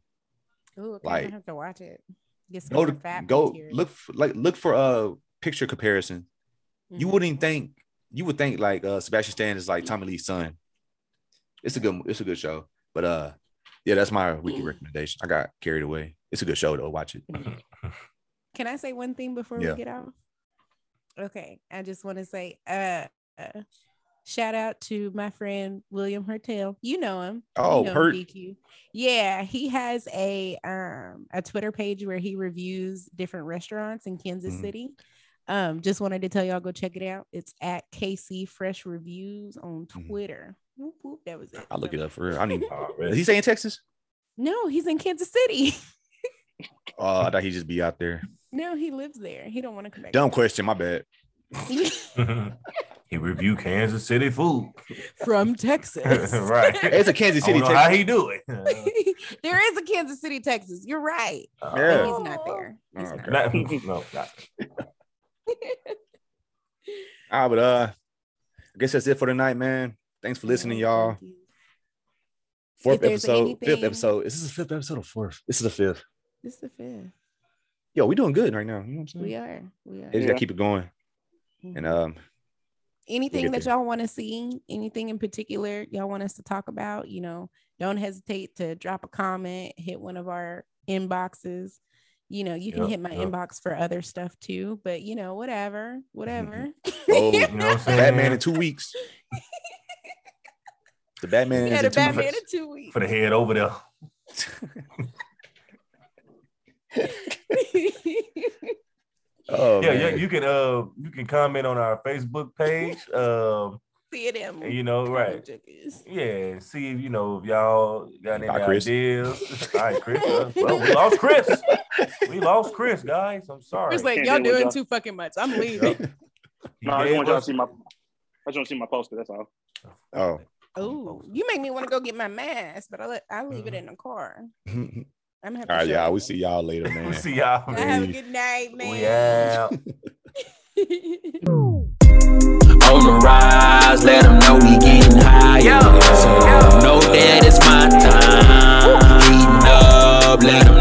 [SPEAKER 5] Ooh, okay, I
[SPEAKER 2] Like,
[SPEAKER 5] have to watch it. Get some
[SPEAKER 2] go
[SPEAKER 5] more
[SPEAKER 2] to
[SPEAKER 5] fact
[SPEAKER 2] go
[SPEAKER 5] material.
[SPEAKER 2] look for, like look for a picture comparison. You
[SPEAKER 5] Mhm.
[SPEAKER 2] wouldn't even think you would think like uh Sebastian Stan is like Tommy Lee's son. It's a good it's a good show, but uh yeah, that's my weekly recommendation. I got carried away. It's a good show though. Watch it.
[SPEAKER 5] Can I say one thing before
[SPEAKER 2] Yeah.
[SPEAKER 5] we get off? Okay, I just want to say uh, uh shout out to my friend William Hertel. You know him.
[SPEAKER 2] Oh,
[SPEAKER 5] you know him,
[SPEAKER 2] Hurt.
[SPEAKER 5] DQ. Yeah, he has a um a Twitter page where he reviews different restaurants in Kansas
[SPEAKER 2] Mhm.
[SPEAKER 5] City. Um, just wanted to tell y'all go check it out. It's at KC Fresh Reviews on
[SPEAKER 2] Mhm.
[SPEAKER 5] Twitter. Whoop, whoop, that was it.
[SPEAKER 2] I'll look it up for real. I need
[SPEAKER 4] Already.
[SPEAKER 2] is he saying Texas?
[SPEAKER 5] No, he's in Kansas City.
[SPEAKER 2] Oh, I thought he'd just be out there.
[SPEAKER 5] no, he lives there. He don't want to come back.
[SPEAKER 2] Dumb question, my bad.
[SPEAKER 4] he reviewed Kansas City food.
[SPEAKER 5] from Texas.
[SPEAKER 4] Right.
[SPEAKER 2] It's a Kansas
[SPEAKER 4] I don't
[SPEAKER 2] City,
[SPEAKER 4] know
[SPEAKER 2] Texas.
[SPEAKER 4] how he do it. Uh,
[SPEAKER 5] there is a Kansas City, Texas. You're right.
[SPEAKER 2] Yeah.
[SPEAKER 5] But he's not there. He's
[SPEAKER 2] Oh,
[SPEAKER 5] not.
[SPEAKER 2] okay.
[SPEAKER 4] Not- no, not.
[SPEAKER 2] All right, but uh I guess that's it for tonight, man. Thanks for listening, y'all.
[SPEAKER 5] Thank you. If
[SPEAKER 2] Fourth
[SPEAKER 5] there's
[SPEAKER 2] episode, fifth
[SPEAKER 5] anything-
[SPEAKER 2] episode. Is this the fifth episode or fourth? This is the fifth.
[SPEAKER 5] This is the fifth.
[SPEAKER 2] Yo, we doing good right now. You know what I'm saying?
[SPEAKER 5] We are. We are.
[SPEAKER 2] They just
[SPEAKER 3] Yeah.
[SPEAKER 2] gotta keep it going. And um,
[SPEAKER 5] anything
[SPEAKER 2] get
[SPEAKER 5] that
[SPEAKER 2] there.
[SPEAKER 5] y'all want to see, anything in particular y'all want us to talk about, you know, don't hesitate to drop a comment, hit one of our inboxes. You know, you can
[SPEAKER 4] Yep,
[SPEAKER 5] hit my
[SPEAKER 4] yep.
[SPEAKER 5] inbox for other stuff too, but you know, whatever, whatever.
[SPEAKER 2] Oh,
[SPEAKER 4] You know what I'm saying?
[SPEAKER 2] Batman in two weeks. The Batman
[SPEAKER 5] yeah,
[SPEAKER 2] is
[SPEAKER 5] the
[SPEAKER 2] in two
[SPEAKER 5] Batman
[SPEAKER 2] weeks.
[SPEAKER 5] in two weeks.
[SPEAKER 4] for the head over there.
[SPEAKER 2] Oh,
[SPEAKER 4] yeah, yeah,
[SPEAKER 2] Oh, man.
[SPEAKER 4] you can uh you can comment on our Facebook page. Um,
[SPEAKER 5] See them.
[SPEAKER 4] you know, right. Yeah, see if you know if y'all got any
[SPEAKER 2] Bye, Chris.
[SPEAKER 4] ideas. All right, Chris. uh, well, we lost Chris. We lost Chris, guys. I'm sorry.
[SPEAKER 5] Chris, like
[SPEAKER 3] Can't
[SPEAKER 5] y'all
[SPEAKER 3] deal with
[SPEAKER 5] doing
[SPEAKER 3] y'all."
[SPEAKER 5] too fucking much. I'm
[SPEAKER 4] Yeah.
[SPEAKER 5] leaving.
[SPEAKER 4] He
[SPEAKER 3] No, I just
[SPEAKER 4] gave
[SPEAKER 3] want y'all to
[SPEAKER 4] us-
[SPEAKER 3] see my. I just want to see my poster. That's all.
[SPEAKER 2] Oh.
[SPEAKER 5] oh, you make me want to go get my mask, but I let I
[SPEAKER 4] Mm-hmm.
[SPEAKER 5] leave it in the car.
[SPEAKER 2] All
[SPEAKER 5] I'm gonna have
[SPEAKER 2] right,
[SPEAKER 5] to show
[SPEAKER 2] y'all.
[SPEAKER 5] you.
[SPEAKER 2] We see y'all later,
[SPEAKER 4] We'll
[SPEAKER 2] man.
[SPEAKER 4] see y'all.
[SPEAKER 5] Y'all
[SPEAKER 4] man.
[SPEAKER 5] have a good night,
[SPEAKER 4] We
[SPEAKER 5] man.
[SPEAKER 4] out.
[SPEAKER 6] On the rise, let 'em know we getting higher. So, know that it's my time. Heating up, let 'em